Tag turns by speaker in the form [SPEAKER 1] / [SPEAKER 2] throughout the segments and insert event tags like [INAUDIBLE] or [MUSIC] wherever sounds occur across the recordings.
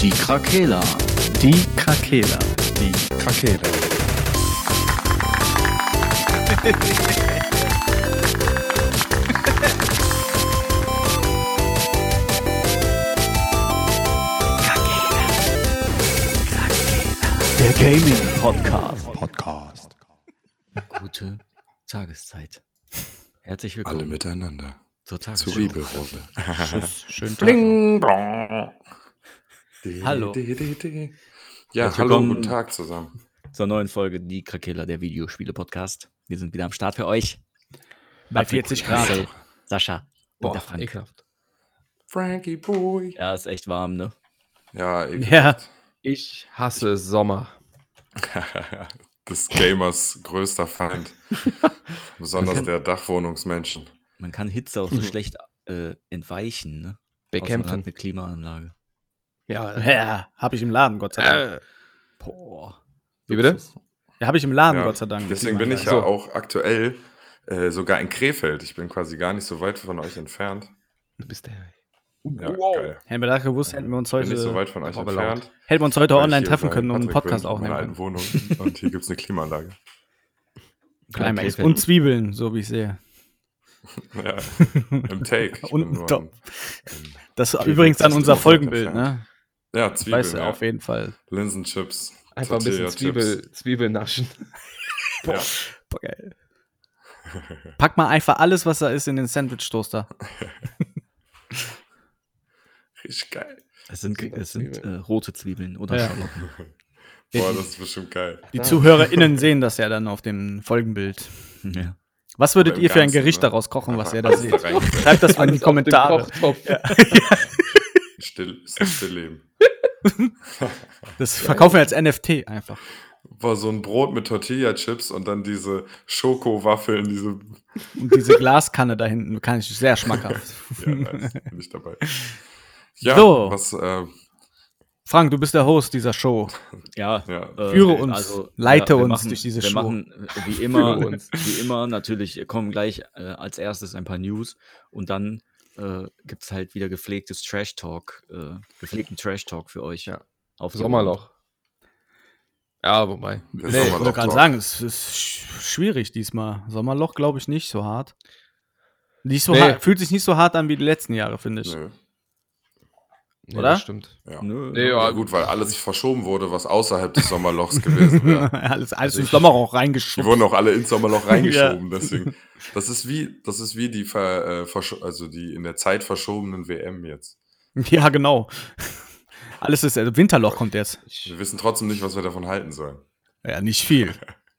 [SPEAKER 1] Die Krakela.
[SPEAKER 2] Die Krakela.
[SPEAKER 1] Die Krakela.
[SPEAKER 2] Der Gaming Podcast.
[SPEAKER 3] Podcast.
[SPEAKER 1] Gute Tageszeit. Herzlich willkommen
[SPEAKER 3] Alle miteinander.
[SPEAKER 1] zur
[SPEAKER 3] Zu
[SPEAKER 1] Tagesschau.
[SPEAKER 3] Ribelrunde. [LAUGHS]
[SPEAKER 2] Schön
[SPEAKER 3] Bling, blong. Di,
[SPEAKER 2] Hallo.
[SPEAKER 3] di, di, di. Ja,
[SPEAKER 2] Herzlich
[SPEAKER 3] hallo,
[SPEAKER 2] willkommen.
[SPEAKER 3] guten Tag zusammen.
[SPEAKER 1] Zur neuen Folge Die Krakela, der Videospiele-Podcast. Wir sind wieder am Start für euch.
[SPEAKER 2] Bei
[SPEAKER 1] Patrick,
[SPEAKER 2] 40 Grad.
[SPEAKER 1] Marcel, Sascha und der
[SPEAKER 2] Boah,
[SPEAKER 1] Frank.
[SPEAKER 2] ekelhaft.
[SPEAKER 3] Frankie Boy.
[SPEAKER 1] Ja, ist echt warm, ne?
[SPEAKER 3] Ja, ich-
[SPEAKER 2] Ja.
[SPEAKER 4] Ich hasse Sommer.
[SPEAKER 3] [LAUGHS] des Gamers größter Feind. Besonders der Dachwohnungsmenschen.
[SPEAKER 1] Man kann Hitze
[SPEAKER 2] Mhm.
[SPEAKER 1] auch so schlecht äh, entweichen, ne? Außer man hat
[SPEAKER 4] Bekämpfen.
[SPEAKER 1] eine Klimaanlage.
[SPEAKER 4] Ja.
[SPEAKER 2] Ja, hab ich im Laden, Gott sei Dank.
[SPEAKER 4] Äh,
[SPEAKER 1] Boah.
[SPEAKER 4] Wie bitte?
[SPEAKER 2] Ja, hab ich im Laden,
[SPEAKER 3] Ja,
[SPEAKER 2] Gott sei Dank.
[SPEAKER 3] Deswegen bin ich ja
[SPEAKER 4] So.
[SPEAKER 3] auch aktuell äh, sogar in Krefeld. Ich bin quasi gar nicht so weit von euch entfernt.
[SPEAKER 4] Du bist der.
[SPEAKER 3] Ja, geil.
[SPEAKER 2] Hätten wir das gewusst, hätten wir uns
[SPEAKER 3] Bin nicht so
[SPEAKER 2] heute,
[SPEAKER 3] weit von euch
[SPEAKER 4] aber laut.
[SPEAKER 3] entfernt.
[SPEAKER 2] hätten wir uns heute
[SPEAKER 3] weil ich
[SPEAKER 2] online
[SPEAKER 3] hier
[SPEAKER 2] treffen
[SPEAKER 3] bei
[SPEAKER 2] können und einen
[SPEAKER 3] Patrick
[SPEAKER 2] Podcast
[SPEAKER 3] bin, in
[SPEAKER 2] aufnehmen
[SPEAKER 3] meiner
[SPEAKER 2] können.
[SPEAKER 3] alten Wohnung. Und hier gibt es eine Klimaanlage.
[SPEAKER 2] [LAUGHS] Einmal
[SPEAKER 4] Okay,
[SPEAKER 2] essen. Und Zwiebeln, so wie ich sehe.
[SPEAKER 3] Ja, im Take. Ich
[SPEAKER 2] Und
[SPEAKER 3] bin nur
[SPEAKER 2] doch.
[SPEAKER 3] am- am-
[SPEAKER 2] Das ist
[SPEAKER 3] Okay,
[SPEAKER 2] übrigens dann
[SPEAKER 3] das ist
[SPEAKER 2] unser
[SPEAKER 3] gut,
[SPEAKER 2] Folgenbild,
[SPEAKER 3] entfernt.
[SPEAKER 2] ne?
[SPEAKER 3] ja, Zwiebeln,
[SPEAKER 2] Weißt du,
[SPEAKER 3] ja.
[SPEAKER 2] auf jeden Fall.
[SPEAKER 3] Linsenchips.
[SPEAKER 4] Einfach ein bisschen
[SPEAKER 3] Tortilla-Chips.
[SPEAKER 4] Zwiebel, Zwiebel [LAUGHS] naschen.
[SPEAKER 3] Ja.
[SPEAKER 2] Boah, geil.
[SPEAKER 3] [LAUGHS]
[SPEAKER 2] Pack mal einfach alles, was da ist, in den Sandwich-Toaster.
[SPEAKER 3] Richtig geil.
[SPEAKER 1] Es sind,
[SPEAKER 4] Rote
[SPEAKER 1] es sind äh,
[SPEAKER 4] Zwiebeln.
[SPEAKER 1] rote Zwiebeln oder
[SPEAKER 2] Ja.
[SPEAKER 1] Schalotten. [LAUGHS]
[SPEAKER 3] Boah, das ist bestimmt geil.
[SPEAKER 2] Die
[SPEAKER 4] Ah.
[SPEAKER 2] ZuhörerInnen sehen das ja dann auf dem Folgenbild.
[SPEAKER 1] Ja.
[SPEAKER 2] Was würdet
[SPEAKER 3] Oder im
[SPEAKER 2] ihr für ein
[SPEAKER 3] Ganzen,
[SPEAKER 2] Gericht
[SPEAKER 3] ne?
[SPEAKER 2] daraus kochen, was
[SPEAKER 3] Einfach
[SPEAKER 2] ihr da
[SPEAKER 3] alles
[SPEAKER 2] seht?
[SPEAKER 3] rein.
[SPEAKER 2] Schreibt das mal
[SPEAKER 4] Alles auf
[SPEAKER 2] in die
[SPEAKER 4] den
[SPEAKER 2] Kommentare.
[SPEAKER 4] Kochtopf.
[SPEAKER 3] Still, ist ein Stillleben.
[SPEAKER 2] Das verkaufen wir als NFT einfach.
[SPEAKER 3] Boah, so ein Brot mit Tortilla-Chips und dann diese Schokowaffeln, diese.
[SPEAKER 2] Und diese Glaskanne da hinten kann ich sehr schmackhaft.
[SPEAKER 3] Ja,
[SPEAKER 2] [LAUGHS]
[SPEAKER 3] nice, bin ich dabei. Ja,
[SPEAKER 2] So.
[SPEAKER 3] was, äh,
[SPEAKER 2] Frank, du bist der Host dieser Show.
[SPEAKER 1] Ja,
[SPEAKER 3] ja.
[SPEAKER 1] äh,
[SPEAKER 2] Führe uns, leite
[SPEAKER 1] wir
[SPEAKER 2] uns durch diese
[SPEAKER 1] wir
[SPEAKER 2] Show.
[SPEAKER 1] machen äh, wie
[SPEAKER 2] [LAUGHS]
[SPEAKER 1] immer,
[SPEAKER 4] Führe uns.
[SPEAKER 1] wie immer natürlich äh, kommen gleich äh, als erstes ein paar News und dann äh, gibt es halt wieder gepflegtes Trash Talk, äh, gepflegten Trash Talk für euch.
[SPEAKER 4] Ja.
[SPEAKER 1] Auf die Ohren.
[SPEAKER 4] Sommerloch. Ja, wobei.
[SPEAKER 3] Der
[SPEAKER 4] Nee,
[SPEAKER 2] ich
[SPEAKER 3] Sommerloch
[SPEAKER 2] wollte gerade
[SPEAKER 3] Talk.
[SPEAKER 2] sagen, es ist sch- schwierig diesmal. Sommerloch glaube ich nicht so hart. Nicht so
[SPEAKER 4] Nee.
[SPEAKER 2] hart. Fühlt sich nicht so hart an wie die letzten Jahre, finde ich.
[SPEAKER 3] Nö,
[SPEAKER 4] Nee,
[SPEAKER 2] Oder?
[SPEAKER 4] das stimmt.
[SPEAKER 3] ja.
[SPEAKER 1] Nö,
[SPEAKER 4] Nee,
[SPEAKER 3] ja,
[SPEAKER 4] ja,
[SPEAKER 3] gut, weil alles verschoben wurde, was außerhalb des Sommerlochs
[SPEAKER 2] [LAUGHS]
[SPEAKER 3] gewesen wäre.
[SPEAKER 2] alles alles
[SPEAKER 3] Also
[SPEAKER 2] im
[SPEAKER 3] ich-
[SPEAKER 2] Sommerloch
[SPEAKER 3] Die
[SPEAKER 2] reingeschoben.
[SPEAKER 3] wurden auch alle
[SPEAKER 4] [LAUGHS]
[SPEAKER 3] ins Sommerloch reingeschoben, deswegen. Das ist wie, das ist wie die, ver, äh, versch- also die in der Zeit verschobenen WM jetzt.
[SPEAKER 2] Ja, genau. Alles ist, also Winterloch kommt jetzt.
[SPEAKER 3] Wir wissen trotzdem nicht, was wir davon halten sollen.
[SPEAKER 2] Ja, nicht viel. [LAUGHS]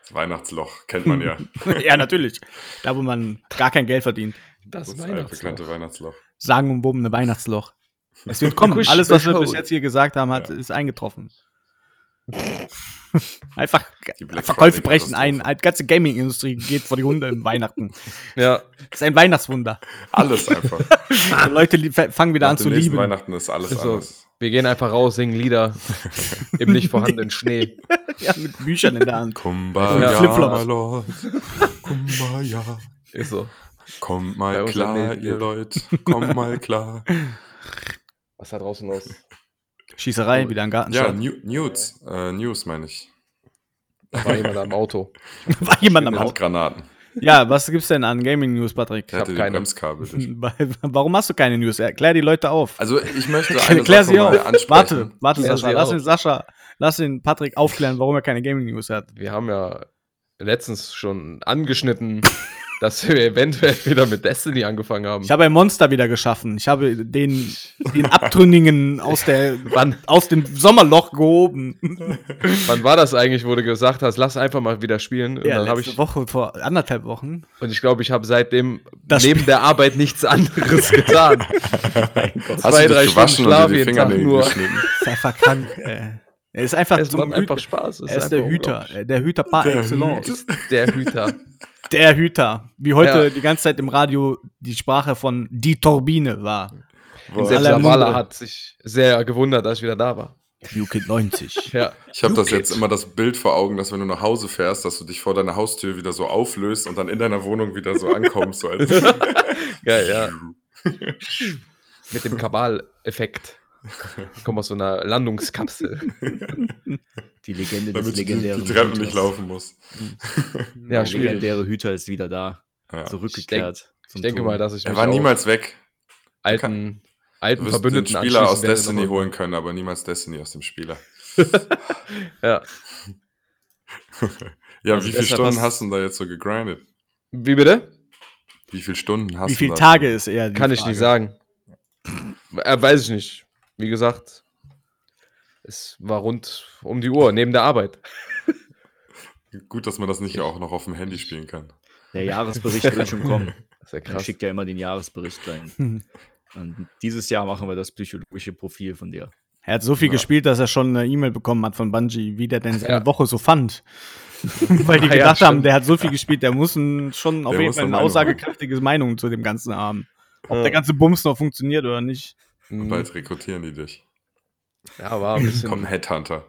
[SPEAKER 3] Das Weihnachtsloch kennt
[SPEAKER 4] [LAUGHS]
[SPEAKER 3] man ja.
[SPEAKER 2] ja, natürlich. Da, wo man gar kein Geld verdient.
[SPEAKER 4] Das,
[SPEAKER 3] Das
[SPEAKER 4] Weihnachtsloch.
[SPEAKER 3] altbekannte Weihnachtsloch.
[SPEAKER 2] Sagen und Bumm, eine Weihnachtsloch.
[SPEAKER 3] [LAUGHS]
[SPEAKER 2] Es wird kommen.
[SPEAKER 4] Kusch-
[SPEAKER 2] Alles, was wir bis
[SPEAKER 4] Show.
[SPEAKER 2] jetzt hier gesagt haben, hat,
[SPEAKER 3] Ja. [LAUGHS]
[SPEAKER 2] ist eingetroffen. Einfach
[SPEAKER 3] Die Black Friday
[SPEAKER 2] Verkäufe brechen ein. Die ganze Gaming-Industrie geht vor die Hunde im Weihnachten.
[SPEAKER 4] Ja,
[SPEAKER 2] Das ist ein Weihnachtswunder.
[SPEAKER 4] [LAUGHS]
[SPEAKER 3] Alles einfach.
[SPEAKER 2] Die Leute lie- fangen wieder
[SPEAKER 3] Nach
[SPEAKER 2] an
[SPEAKER 3] dem
[SPEAKER 2] zu
[SPEAKER 3] nächsten
[SPEAKER 2] lieben.
[SPEAKER 3] Weihnachten ist alles
[SPEAKER 4] Ist so.
[SPEAKER 3] anders.
[SPEAKER 4] wir gehen einfach raus, singen Lieder im nicht vorhandenen Schnee.
[SPEAKER 2] Ja, mit Büchern in
[SPEAKER 3] [LAUGHS]
[SPEAKER 2] der Hand.
[SPEAKER 3] Kumbaya,
[SPEAKER 2] Flipflops.
[SPEAKER 3] my Lord. [LAUGHS] Kumbaya.
[SPEAKER 4] Ist so.
[SPEAKER 3] Kommt
[SPEAKER 4] Bei
[SPEAKER 3] mal
[SPEAKER 4] uns
[SPEAKER 3] klar,
[SPEAKER 4] am nächsten
[SPEAKER 3] ihr
[SPEAKER 4] Lied.
[SPEAKER 3] Leute. Kommt
[SPEAKER 4] [LAUGHS]
[SPEAKER 3] mal klar.
[SPEAKER 4] Was da draußen los?
[SPEAKER 2] Schießerei, wieder im Garten.
[SPEAKER 3] Ja, New, News. Äh, News meine ich.
[SPEAKER 4] Da war jemand am Auto.
[SPEAKER 2] [LAUGHS] war
[SPEAKER 4] Genau.
[SPEAKER 2] jemand
[SPEAKER 3] Genau.
[SPEAKER 2] am Haus.
[SPEAKER 3] Handgranaten.
[SPEAKER 2] Ja, was gibt's denn an Gaming-News, Patrick?
[SPEAKER 3] Der
[SPEAKER 4] hab
[SPEAKER 3] hatte die
[SPEAKER 4] keine. [LAUGHS]
[SPEAKER 3] Bremskabel. durch.
[SPEAKER 2] [LAUGHS] Warum hast du keine News? Erklär die Leute auf.
[SPEAKER 3] Also ich möchte eine
[SPEAKER 2] Klär
[SPEAKER 3] Sache
[SPEAKER 2] sie
[SPEAKER 3] mal
[SPEAKER 2] auf.
[SPEAKER 3] ansprechen.
[SPEAKER 2] Warte, warte,
[SPEAKER 4] Klär
[SPEAKER 2] Sascha.
[SPEAKER 4] sie
[SPEAKER 2] Lass
[SPEAKER 4] auf.
[SPEAKER 2] den Sascha, lass den Patrick aufklären, warum er keine Gaming-News hat.
[SPEAKER 4] Wir haben ja letztens schon [LAUGHS] angeschnitten, dass wir eventuell wieder mit Destiny angefangen haben.
[SPEAKER 2] Ich habe ein Monster wieder geschaffen. Ich habe den, den Abtrünnigen aus, der,
[SPEAKER 4] Wann,
[SPEAKER 2] aus dem Sommerloch gehoben.
[SPEAKER 4] wann war das eigentlich, wo du gesagt hast, lass einfach mal wieder spielen? Und,
[SPEAKER 2] Ja,
[SPEAKER 4] dann hab
[SPEAKER 2] letzte
[SPEAKER 4] ich,
[SPEAKER 2] Woche, vor anderthalb Wochen.
[SPEAKER 4] und ich glaube, ich habe seitdem
[SPEAKER 2] Das
[SPEAKER 4] neben der Arbeit nichts
[SPEAKER 2] [LAUGHS]
[SPEAKER 4] anderes getan.
[SPEAKER 3] Hast du dich gewaschen und dir die
[SPEAKER 4] jeden Tag
[SPEAKER 3] Fingernägel geschnitten?
[SPEAKER 2] Das ist einfach
[SPEAKER 4] [LAUGHS]
[SPEAKER 2] krank. äh. Er ist einfach,
[SPEAKER 4] Es macht
[SPEAKER 2] Hü-
[SPEAKER 4] einfach Spaß. Es
[SPEAKER 2] er ist der
[SPEAKER 4] einfach
[SPEAKER 2] Hüter. äh, Der Hüter par
[SPEAKER 3] Der
[SPEAKER 2] excellence.
[SPEAKER 3] Hüter.
[SPEAKER 4] unglaublich. Der Hüter.
[SPEAKER 2] Der Hüter. Wie heute
[SPEAKER 4] Ja.
[SPEAKER 2] die ganze Zeit im Radio die Sprache von Die Turbine war.
[SPEAKER 3] Boah,
[SPEAKER 4] Selbst
[SPEAKER 2] aller
[SPEAKER 4] Lavala
[SPEAKER 2] Munde.
[SPEAKER 4] hat sich sehr gewundert, dass ich wieder da war.
[SPEAKER 2] Duke 90.
[SPEAKER 4] Ja.
[SPEAKER 3] Ich habe das
[SPEAKER 4] Okay.
[SPEAKER 3] jetzt immer das Bild vor Augen, dass wenn du nach Hause fährst, dass du dich vor deiner Haustür wieder so auflöst und dann in deiner Wohnung wieder so ankommst.
[SPEAKER 2] [LAUGHS]
[SPEAKER 3] So als
[SPEAKER 4] Ja, ja. Mit dem Kabal-Effekt. Ich komme aus so einer
[SPEAKER 2] [LAUGHS]
[SPEAKER 4] Landungskapsel.
[SPEAKER 1] Die Legende des
[SPEAKER 3] [LAUGHS] Damit du die,
[SPEAKER 1] legendären
[SPEAKER 3] die Treppen nicht
[SPEAKER 1] Hüters.
[SPEAKER 3] laufen musst.
[SPEAKER 4] Ja,
[SPEAKER 1] Der
[SPEAKER 4] schwierig.
[SPEAKER 1] legendäre Hüter ist wieder da.
[SPEAKER 3] Ja.
[SPEAKER 1] Zurückgekehrt. zum
[SPEAKER 4] Ich denke
[SPEAKER 1] Turm.
[SPEAKER 4] mal, dass ich
[SPEAKER 3] Er
[SPEAKER 4] mich
[SPEAKER 3] war
[SPEAKER 4] auch
[SPEAKER 3] niemals weg.
[SPEAKER 4] alten,
[SPEAKER 3] Du
[SPEAKER 4] alten
[SPEAKER 3] wirst den
[SPEAKER 4] Verbündeten
[SPEAKER 3] Spieler aus
[SPEAKER 4] anschließen, wenn er
[SPEAKER 3] Destiny
[SPEAKER 4] noch-
[SPEAKER 3] holen können, aber niemals Destiny aus dem
[SPEAKER 2] [LAUGHS]
[SPEAKER 3] Spieler.
[SPEAKER 4] Ja.
[SPEAKER 3] [LAUGHS] ja,
[SPEAKER 1] Also
[SPEAKER 3] wie viele
[SPEAKER 1] deshalb
[SPEAKER 3] Stunden
[SPEAKER 1] hast-
[SPEAKER 3] hast du denn da jetzt so gegrindet?
[SPEAKER 4] Wie bitte?
[SPEAKER 3] Wie viele Stunden hast
[SPEAKER 2] Wie
[SPEAKER 3] du
[SPEAKER 2] viele
[SPEAKER 3] da?
[SPEAKER 2] Tage ist er?
[SPEAKER 4] Kann ich nicht sagen. Äh, weiß ich nicht. Wie gesagt, es war rund um die Uhr, neben der Arbeit.
[SPEAKER 3] Gut, dass man das nicht auch noch auf dem Handy spielen kann.
[SPEAKER 1] Der Jahresbericht wird schon
[SPEAKER 4] [LAUGHS]
[SPEAKER 1] kommen.
[SPEAKER 4] Das ist ja
[SPEAKER 1] Dann
[SPEAKER 4] krass.
[SPEAKER 1] schickt ja immer den Jahresbericht rein.
[SPEAKER 2] sagen.
[SPEAKER 1] Und dieses Jahr machen wir das psychologische Profil von dir.
[SPEAKER 2] Er hat so viel
[SPEAKER 3] Ja.
[SPEAKER 2] gespielt, dass er schon eine E-Mail bekommen hat von Bungie, wie der denn seine
[SPEAKER 4] Ja.
[SPEAKER 2] Woche so
[SPEAKER 4] [LAUGHS]
[SPEAKER 2] fand. Weil die
[SPEAKER 4] Ah ja,
[SPEAKER 2] gedacht haben,
[SPEAKER 4] stimmt.
[SPEAKER 2] der hat so viel gespielt, der muss ein, schon auf
[SPEAKER 3] Der
[SPEAKER 2] jeden
[SPEAKER 3] muss
[SPEAKER 2] Fall
[SPEAKER 3] eine
[SPEAKER 2] eine
[SPEAKER 3] Meinung
[SPEAKER 2] aussagekräftige Meinung zu dem Ganzen haben. Ob
[SPEAKER 4] Ja.
[SPEAKER 2] der ganze Bums noch funktioniert oder nicht.
[SPEAKER 4] Mhm.
[SPEAKER 3] Bald rekrutieren die dich.
[SPEAKER 4] Ja, war ein,
[SPEAKER 2] Genau.
[SPEAKER 3] Komm,
[SPEAKER 4] bisschen,
[SPEAKER 3] Headhunter.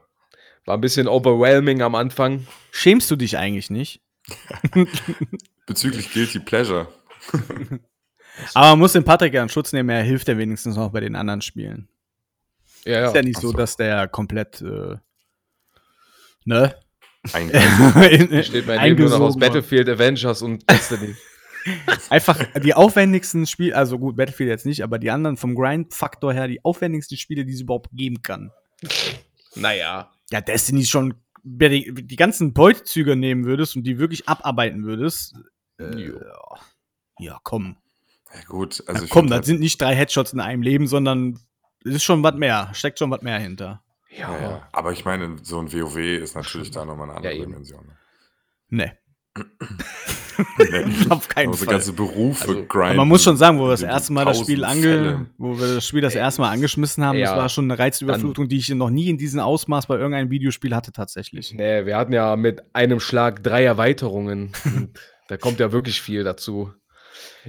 [SPEAKER 4] war ein bisschen overwhelming am Anfang.
[SPEAKER 2] Schämst du dich eigentlich nicht?
[SPEAKER 3] Bezüglich Guilty
[SPEAKER 2] [LAUGHS]
[SPEAKER 3] Pleasure.
[SPEAKER 2] Aber man muss den Patrick ja in Schutz nehmen, er hilft ja wenigstens noch bei den anderen Spielen.
[SPEAKER 4] Ja,
[SPEAKER 2] Ist ja
[SPEAKER 4] ja.
[SPEAKER 2] nicht so,
[SPEAKER 3] Ach so.
[SPEAKER 2] dass der komplett, äh,
[SPEAKER 4] [LAUGHS]
[SPEAKER 2] ne?
[SPEAKER 3] Eigentlich.
[SPEAKER 4] Steht mein Leben nur noch aus
[SPEAKER 2] Eingesogen war.
[SPEAKER 4] Battlefield, Avengers und Destiny.
[SPEAKER 2] Einfach die aufwendigsten Spiele, also gut, Battlefield jetzt nicht, aber die anderen vom Grind-Faktor her, die aufwendigsten Spiele, die es überhaupt geben kann.
[SPEAKER 4] naja.
[SPEAKER 2] Ja, Destiny ist schon, wer die, die ganzen Beutezüge nehmen würdest und die wirklich abarbeiten würdest. Äh,
[SPEAKER 4] Jo.
[SPEAKER 2] ja, komm.
[SPEAKER 3] ja, gut.
[SPEAKER 2] Ja,
[SPEAKER 3] Also ich
[SPEAKER 2] komm,
[SPEAKER 3] find
[SPEAKER 2] das sind nicht drei Headshots in einem Leben, sondern es ist schon was mehr, steckt schon was mehr hinter.
[SPEAKER 4] Ja,
[SPEAKER 3] Ja, ja. Aber ich meine, so ein WoW ist natürlich da nochmal eine andere
[SPEAKER 4] Ja, eben.
[SPEAKER 3] Dimension. ne? Nee.
[SPEAKER 2] Nee, [LAUGHS] auf
[SPEAKER 3] Man
[SPEAKER 2] keinen
[SPEAKER 3] muss so
[SPEAKER 2] Fall.
[SPEAKER 3] ganze Berufe
[SPEAKER 4] Also,
[SPEAKER 3] grinden.
[SPEAKER 2] Aber man muss schon sagen, wo wir das
[SPEAKER 3] Diese
[SPEAKER 2] erste Mal das Spiel
[SPEAKER 3] tausend
[SPEAKER 2] ange,
[SPEAKER 3] Fälle.
[SPEAKER 2] wo wir das Spiel das erste Mal angeschmissen haben, das
[SPEAKER 4] Ja.
[SPEAKER 2] war schon eine Reizüberflutung, die ich noch nie in diesem Ausmaß bei irgendeinem Videospiel hatte tatsächlich.
[SPEAKER 4] Nee, wir hatten ja mit einem Schlag drei Erweiterungen. Und da kommt ja wirklich viel dazu.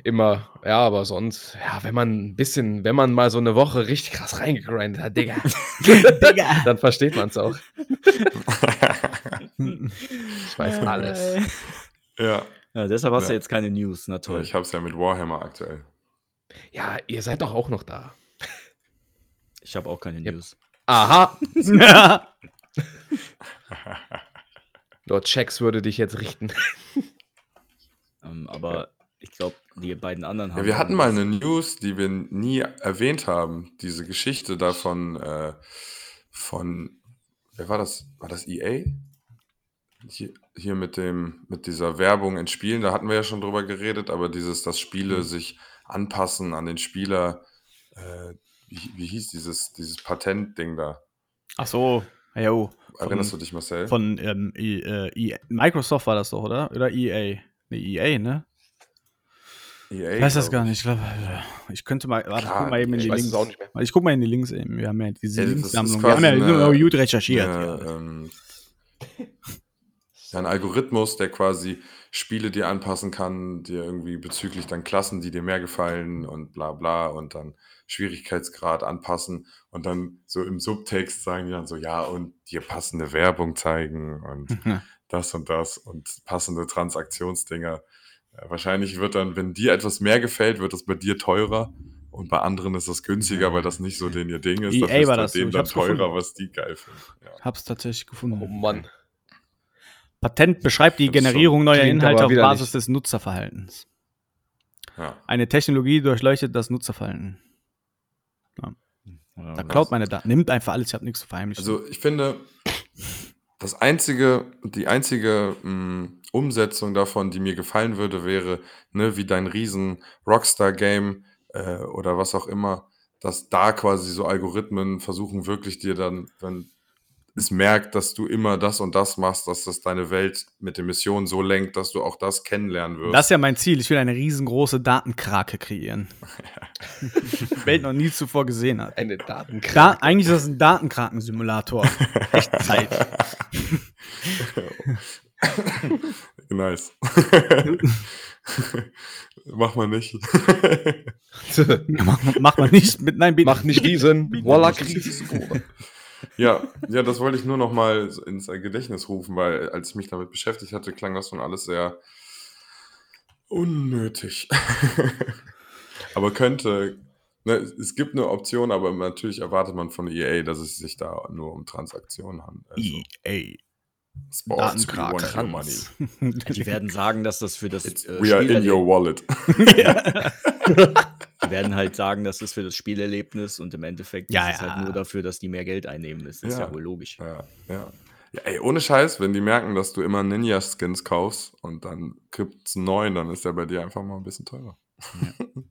[SPEAKER 4] Immer, ja, aber sonst, ja, wenn man ein bisschen, wenn man mal so eine Woche richtig krass reingegrindet hat, Digga,
[SPEAKER 2] Digga.
[SPEAKER 4] [LAUGHS] dann versteht man es auch. Ich weiß alles.
[SPEAKER 3] ja,
[SPEAKER 1] Ja, deshalb hast du
[SPEAKER 3] Ja.
[SPEAKER 1] jetzt keine News. Na toll.
[SPEAKER 3] ich hab's ja mit Warhammer aktuell.
[SPEAKER 4] Ja, ihr seid doch auch noch da.
[SPEAKER 1] Ich habe auch keine
[SPEAKER 4] Ja.
[SPEAKER 1] News.
[SPEAKER 4] Aha,
[SPEAKER 2] [LAUGHS] Ja.
[SPEAKER 4] Lord Checks würde dich jetzt richten.
[SPEAKER 1] Ähm, aber ich glaube, die beiden anderen haben.
[SPEAKER 3] Ja, wir hatten mal eine News, die wir nie erwähnt haben. Diese Geschichte davon äh, von, wer war das? War das EA? Hier, hier mit dem, mit dieser Werbung in Spielen, da hatten wir ja schon drüber geredet, aber dieses, dass Spiele
[SPEAKER 2] Mhm.
[SPEAKER 3] sich anpassen an den Spieler, äh, wie, wie hieß dieses, dieses Patentding da?
[SPEAKER 2] Ach so, jo.
[SPEAKER 3] Erinnerst du dich, Marcel?
[SPEAKER 2] Von ähm, I, äh, I, Microsoft war das doch, oder? Oder EA? Nee, EA, ne?
[SPEAKER 3] EA,
[SPEAKER 2] Ich weiß das
[SPEAKER 3] E glaub
[SPEAKER 2] gar
[SPEAKER 3] ich.
[SPEAKER 2] nicht. Ich, glaub, äh, ich könnte mal. Warte, ich
[SPEAKER 3] Klar,
[SPEAKER 2] guck mal eben in
[SPEAKER 3] ich
[SPEAKER 2] die
[SPEAKER 4] E Ich weiß es auch
[SPEAKER 2] Links.
[SPEAKER 4] nicht mehr.
[SPEAKER 2] Ich guck mal in die Links eben. Wir haben ja diese
[SPEAKER 3] Ja, das ist-
[SPEAKER 2] Linksammlung.
[SPEAKER 3] ist
[SPEAKER 2] Wir haben ja
[SPEAKER 3] quasi
[SPEAKER 2] wir haben
[SPEAKER 3] eine-
[SPEAKER 2] gut recherchiert.
[SPEAKER 3] eine,
[SPEAKER 2] ja.
[SPEAKER 3] ähm, ein Algorithmus, der quasi Spiele dir anpassen kann, dir irgendwie bezüglich dann Klassen, die dir mehr gefallen und bla bla und dann Schwierigkeitsgrad anpassen und dann so im Subtext sagen die dann so, ja, und dir passende Werbung zeigen
[SPEAKER 2] Hm.
[SPEAKER 3] und das und das und passende Transaktionsdinger. Äh, Wahrscheinlich wird dann, wenn dir etwas mehr gefällt, wird das bei dir teurer und bei anderen ist das günstiger, weil das nicht so denen ihr Ding ist.
[SPEAKER 2] EA
[SPEAKER 3] ist
[SPEAKER 2] E war
[SPEAKER 3] bei
[SPEAKER 2] das so,
[SPEAKER 3] denen
[SPEAKER 2] ich
[SPEAKER 3] dann
[SPEAKER 2] hab's
[SPEAKER 3] teurer,
[SPEAKER 2] gefunden.
[SPEAKER 3] was die geil finden. Ja.
[SPEAKER 2] [LAUGHS] Hab's tatsächlich
[SPEAKER 4] Oh
[SPEAKER 2] gefunden.
[SPEAKER 4] Mann.
[SPEAKER 2] Patent beschreibt die
[SPEAKER 3] Das ist schon-
[SPEAKER 2] Generierung neuer
[SPEAKER 4] klingt
[SPEAKER 2] Inhalte
[SPEAKER 4] aber
[SPEAKER 2] auf
[SPEAKER 4] wieder
[SPEAKER 2] Basis
[SPEAKER 4] nicht.
[SPEAKER 2] des Nutzerverhaltens.
[SPEAKER 3] Ja.
[SPEAKER 2] Eine Technologie durchleuchtet das Nutzerverhalten.
[SPEAKER 1] Ja,
[SPEAKER 2] Da
[SPEAKER 1] das-
[SPEAKER 2] klaut meine Daten. Nimmt einfach alles, ich hab nichts zu verheimlichen.
[SPEAKER 3] Also ich finde, das einzige, die einzige mh, Umsetzung davon, die mir gefallen würde, wäre, ne, wie dein riesen Rockstar-Game äh, oder was auch immer, dass da quasi so Algorithmen versuchen, wirklich dir dann, wenn es merkt, dass du immer das und das machst, dass das deine Welt mit den Missionen so lenkt, dass du auch das kennenlernen wirst.
[SPEAKER 2] Das ist ja mein Ziel. Ich will eine riesengroße Datenkrake
[SPEAKER 3] [LAUGHS]
[SPEAKER 2] kreieren. Die Welt noch nie zuvor gesehen hat.
[SPEAKER 4] Eine
[SPEAKER 2] [LAUGHS]
[SPEAKER 4] Datenkraft.
[SPEAKER 2] Da, eigentlich ist das ein Datenkraken-Simulator. Echtzeit.
[SPEAKER 3] nice. [LAUGHS] Mach mal nicht.
[SPEAKER 2] Mach, mach mal nicht mit, nein, bitte. Also.
[SPEAKER 4] Mach nicht diesen. Walla Krise.
[SPEAKER 3] Ja, ja, das wollte ich nur noch mal so ins Gedächtnis rufen, weil äh, als ich mich damit beschäftigt hatte, klang das schon alles sehr [LAUGHS] unnötig. Aber könnte Ne, es gibt eine Option, aber natürlich erwartet man von EA, dass es sich da nur um Transaktionen handelt. Also
[SPEAKER 1] E
[SPEAKER 2] EA.
[SPEAKER 3] Sports, we
[SPEAKER 2] Datenkrake.
[SPEAKER 3] want your money.
[SPEAKER 1] Die
[SPEAKER 2] [LAUGHS]
[SPEAKER 1] werden sagen, dass das für das
[SPEAKER 3] It's,
[SPEAKER 1] äh,
[SPEAKER 3] we are in
[SPEAKER 1] Spielerlebnis-
[SPEAKER 3] your wallet. [LAUGHS]
[SPEAKER 1] Die werden halt sagen, das ist für das Spielerlebnis und im Endeffekt
[SPEAKER 2] Ja,
[SPEAKER 1] ist es
[SPEAKER 2] ja.
[SPEAKER 1] halt nur dafür, dass die mehr Geld einnehmen. Das ist ja,
[SPEAKER 3] Ja.
[SPEAKER 1] wohl logisch.
[SPEAKER 3] Ja, ja. ja. Ey, ohne Scheiß, wenn die merken, dass du immer Ninja-Skins kaufst und dann gibt's einen neuen, dann ist der bei dir einfach mal ein bisschen teurer. [LAUGHS]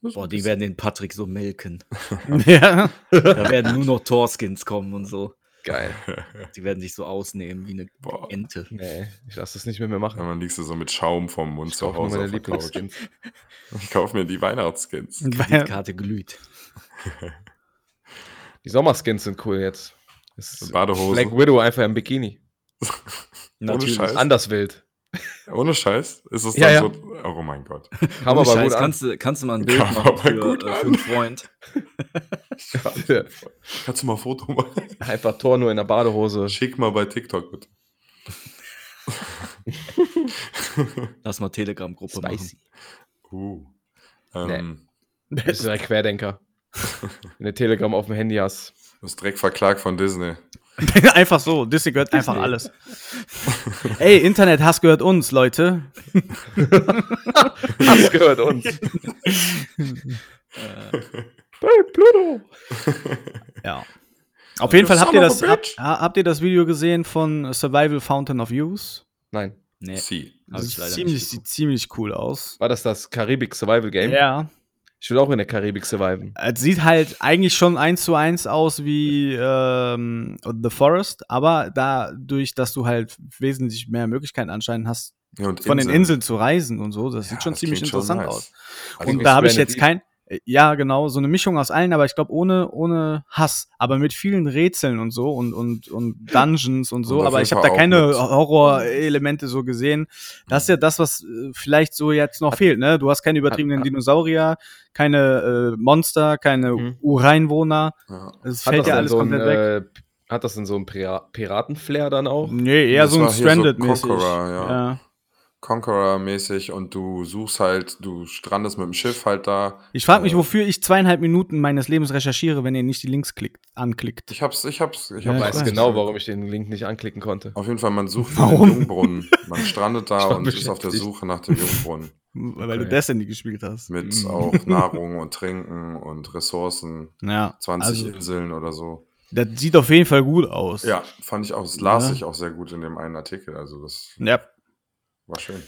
[SPEAKER 3] Das ist
[SPEAKER 1] Boah,
[SPEAKER 3] ein
[SPEAKER 1] die
[SPEAKER 3] bisschen-
[SPEAKER 1] werden den Patrick so melken.
[SPEAKER 2] ja.
[SPEAKER 1] Da werden nur noch Torskins kommen und so.
[SPEAKER 4] Geil.
[SPEAKER 1] Die werden sich so ausnehmen wie eine
[SPEAKER 3] Boah.
[SPEAKER 1] Ente.
[SPEAKER 4] Nee, ich lasse das nicht mehr, mehr machen.
[SPEAKER 3] Ja, dann liegst du so mit Schaum vom Mund
[SPEAKER 4] Ich
[SPEAKER 3] zu
[SPEAKER 4] kaufe nur
[SPEAKER 3] Hause
[SPEAKER 4] meine
[SPEAKER 3] auf der Couch.
[SPEAKER 4] Lieblingsskins.
[SPEAKER 3] Ich kaufe mir die
[SPEAKER 2] Hm.
[SPEAKER 3] Weihnachtsskins.
[SPEAKER 1] Die Karte glüht.
[SPEAKER 4] Die Sommerskins sind cool jetzt. Es ist
[SPEAKER 3] Badehose.
[SPEAKER 4] Black Widow einfach im Bikini.
[SPEAKER 1] Natürlich.
[SPEAKER 3] Scheiß.
[SPEAKER 4] Anders wild.
[SPEAKER 3] Ohne Scheiß? Ist es
[SPEAKER 4] Ja,
[SPEAKER 3] dann
[SPEAKER 4] ja.
[SPEAKER 3] so. Oh mein Gott.
[SPEAKER 4] Kam
[SPEAKER 1] Ohne
[SPEAKER 4] aber
[SPEAKER 1] Scheiß,
[SPEAKER 4] gut an.
[SPEAKER 1] kannst, du, kannst du mal ein Bild
[SPEAKER 3] Kam
[SPEAKER 1] machen
[SPEAKER 3] aber
[SPEAKER 1] für,
[SPEAKER 3] gut
[SPEAKER 1] äh,
[SPEAKER 3] an.
[SPEAKER 1] für einen Freund?
[SPEAKER 3] Kannst du mal ein Foto machen?
[SPEAKER 4] [LAUGHS] Einfach Tor nur in der
[SPEAKER 3] [LAUGHS]
[SPEAKER 4] Badehose.
[SPEAKER 3] Schick mal bei TikTok bitte.
[SPEAKER 1] Lass mal Telegram-Gruppe machen.
[SPEAKER 4] Spicy.
[SPEAKER 3] Uh. Ähm,
[SPEAKER 4] Bist du ein Querdenker. Wenn du Telegram auf dem Handy hast. [LAUGHS]
[SPEAKER 3] Du bist direkt verklagt von Disney.
[SPEAKER 2] [LAUGHS] einfach so. Disney gehört einfach alles. Ey, Internethass gehört uns, Leute.
[SPEAKER 4] Das gehört uns. Hey, Pluto.
[SPEAKER 2] Ja. Auf jeden Fall habt ihr,
[SPEAKER 3] Son of
[SPEAKER 2] das,
[SPEAKER 3] a
[SPEAKER 2] hab,
[SPEAKER 3] bitch.
[SPEAKER 2] ha- habt ihr das Video gesehen von Survival Fountain of Youth?
[SPEAKER 4] Nein.
[SPEAKER 1] Nee,
[SPEAKER 3] Sie.
[SPEAKER 1] hab
[SPEAKER 2] Das
[SPEAKER 1] ich leider
[SPEAKER 2] ziemlich,
[SPEAKER 1] nicht.
[SPEAKER 2] sieht
[SPEAKER 1] geguckt.
[SPEAKER 2] ziemlich cool aus.
[SPEAKER 4] War das das Karibik Survival Game?
[SPEAKER 2] Ja.
[SPEAKER 4] Ich will auch in der Karibik surviven.
[SPEAKER 2] Es sieht halt eigentlich schon eins zu eins aus wie ähm, The Forest, aber dadurch, dass du halt wesentlich mehr Möglichkeiten anscheinend hast,
[SPEAKER 3] Ja, und
[SPEAKER 2] von den Inseln zu reisen und so, das
[SPEAKER 3] Ja,
[SPEAKER 2] sieht schon
[SPEAKER 3] das
[SPEAKER 2] ziemlich
[SPEAKER 3] klingt schon
[SPEAKER 2] interessant
[SPEAKER 3] nice.
[SPEAKER 2] aus.
[SPEAKER 3] Also
[SPEAKER 2] und
[SPEAKER 3] ich-
[SPEAKER 2] da habe ich
[SPEAKER 4] Planet
[SPEAKER 2] jetzt
[SPEAKER 4] Eve.
[SPEAKER 2] kein. Ja, genau, so eine Mischung aus allen, aber ich glaube ohne, ohne Hass, aber mit vielen Rätseln und so und, und, und Dungeons und so,
[SPEAKER 3] Und auf
[SPEAKER 2] aber
[SPEAKER 3] jeden
[SPEAKER 2] ich habe
[SPEAKER 3] Fall
[SPEAKER 2] da
[SPEAKER 3] auch
[SPEAKER 2] keine
[SPEAKER 3] mit-
[SPEAKER 2] Horror-Elemente so gesehen. Das ist ja das, was äh, vielleicht so jetzt noch fehlt, ne? Du hast keine übertriebenen
[SPEAKER 4] hat-
[SPEAKER 2] Dinosaurier, keine äh, Monster, keine
[SPEAKER 4] Mhm.
[SPEAKER 2] Ureinwohner.
[SPEAKER 3] ja.
[SPEAKER 2] Es
[SPEAKER 4] Hat
[SPEAKER 2] fällt
[SPEAKER 4] das denn
[SPEAKER 2] ja alles
[SPEAKER 4] so ein,
[SPEAKER 2] komplett weg.
[SPEAKER 4] äh, hat das denn so ein Pira Piratenflair dann auch?
[SPEAKER 2] Nee, eher
[SPEAKER 3] Das
[SPEAKER 2] so ein
[SPEAKER 3] war hier so
[SPEAKER 2] Stranded-mäßig.
[SPEAKER 3] Conqueror, ja.
[SPEAKER 2] ja.
[SPEAKER 3] Conqueror-mäßig und du suchst halt, du strandest mit dem Schiff halt da.
[SPEAKER 2] Ich frage mich,
[SPEAKER 3] Äh,
[SPEAKER 2] wofür ich zweieinhalb Minuten meines Lebens recherchiere, wenn ihr nicht die Links klickt, anklickt.
[SPEAKER 3] Ich hab's, ich hab's, ich
[SPEAKER 2] Ja,
[SPEAKER 4] Ich
[SPEAKER 3] hab's.
[SPEAKER 2] ich
[SPEAKER 4] weiß
[SPEAKER 2] weiß.
[SPEAKER 4] genau, warum ich den Link nicht anklicken konnte.
[SPEAKER 3] Auf jeden Fall, man sucht
[SPEAKER 2] Warum?
[SPEAKER 3] den Jungbrunnen. Man strandet
[SPEAKER 2] [LAUGHS]
[SPEAKER 4] Ich
[SPEAKER 3] da
[SPEAKER 4] war
[SPEAKER 3] und ist auf der
[SPEAKER 4] beschäftigt.
[SPEAKER 3] Suche nach dem Jungbrunnen.
[SPEAKER 2] Weil
[SPEAKER 4] Okay.
[SPEAKER 2] du Destiny gespielt hast.
[SPEAKER 3] Mit
[SPEAKER 4] Mhm.
[SPEAKER 3] auch
[SPEAKER 2] [LAUGHS]
[SPEAKER 3] Nahrung und Trinken und Ressourcen.
[SPEAKER 2] Ja.
[SPEAKER 3] 20
[SPEAKER 2] also,
[SPEAKER 3] Inseln oder so.
[SPEAKER 2] Das sieht auf jeden Fall gut aus.
[SPEAKER 3] Ja, fand ich auch. Das las
[SPEAKER 2] Ja.
[SPEAKER 3] ich auch sehr gut in dem einen Artikel. Also, das
[SPEAKER 2] Ja.
[SPEAKER 3] war schön.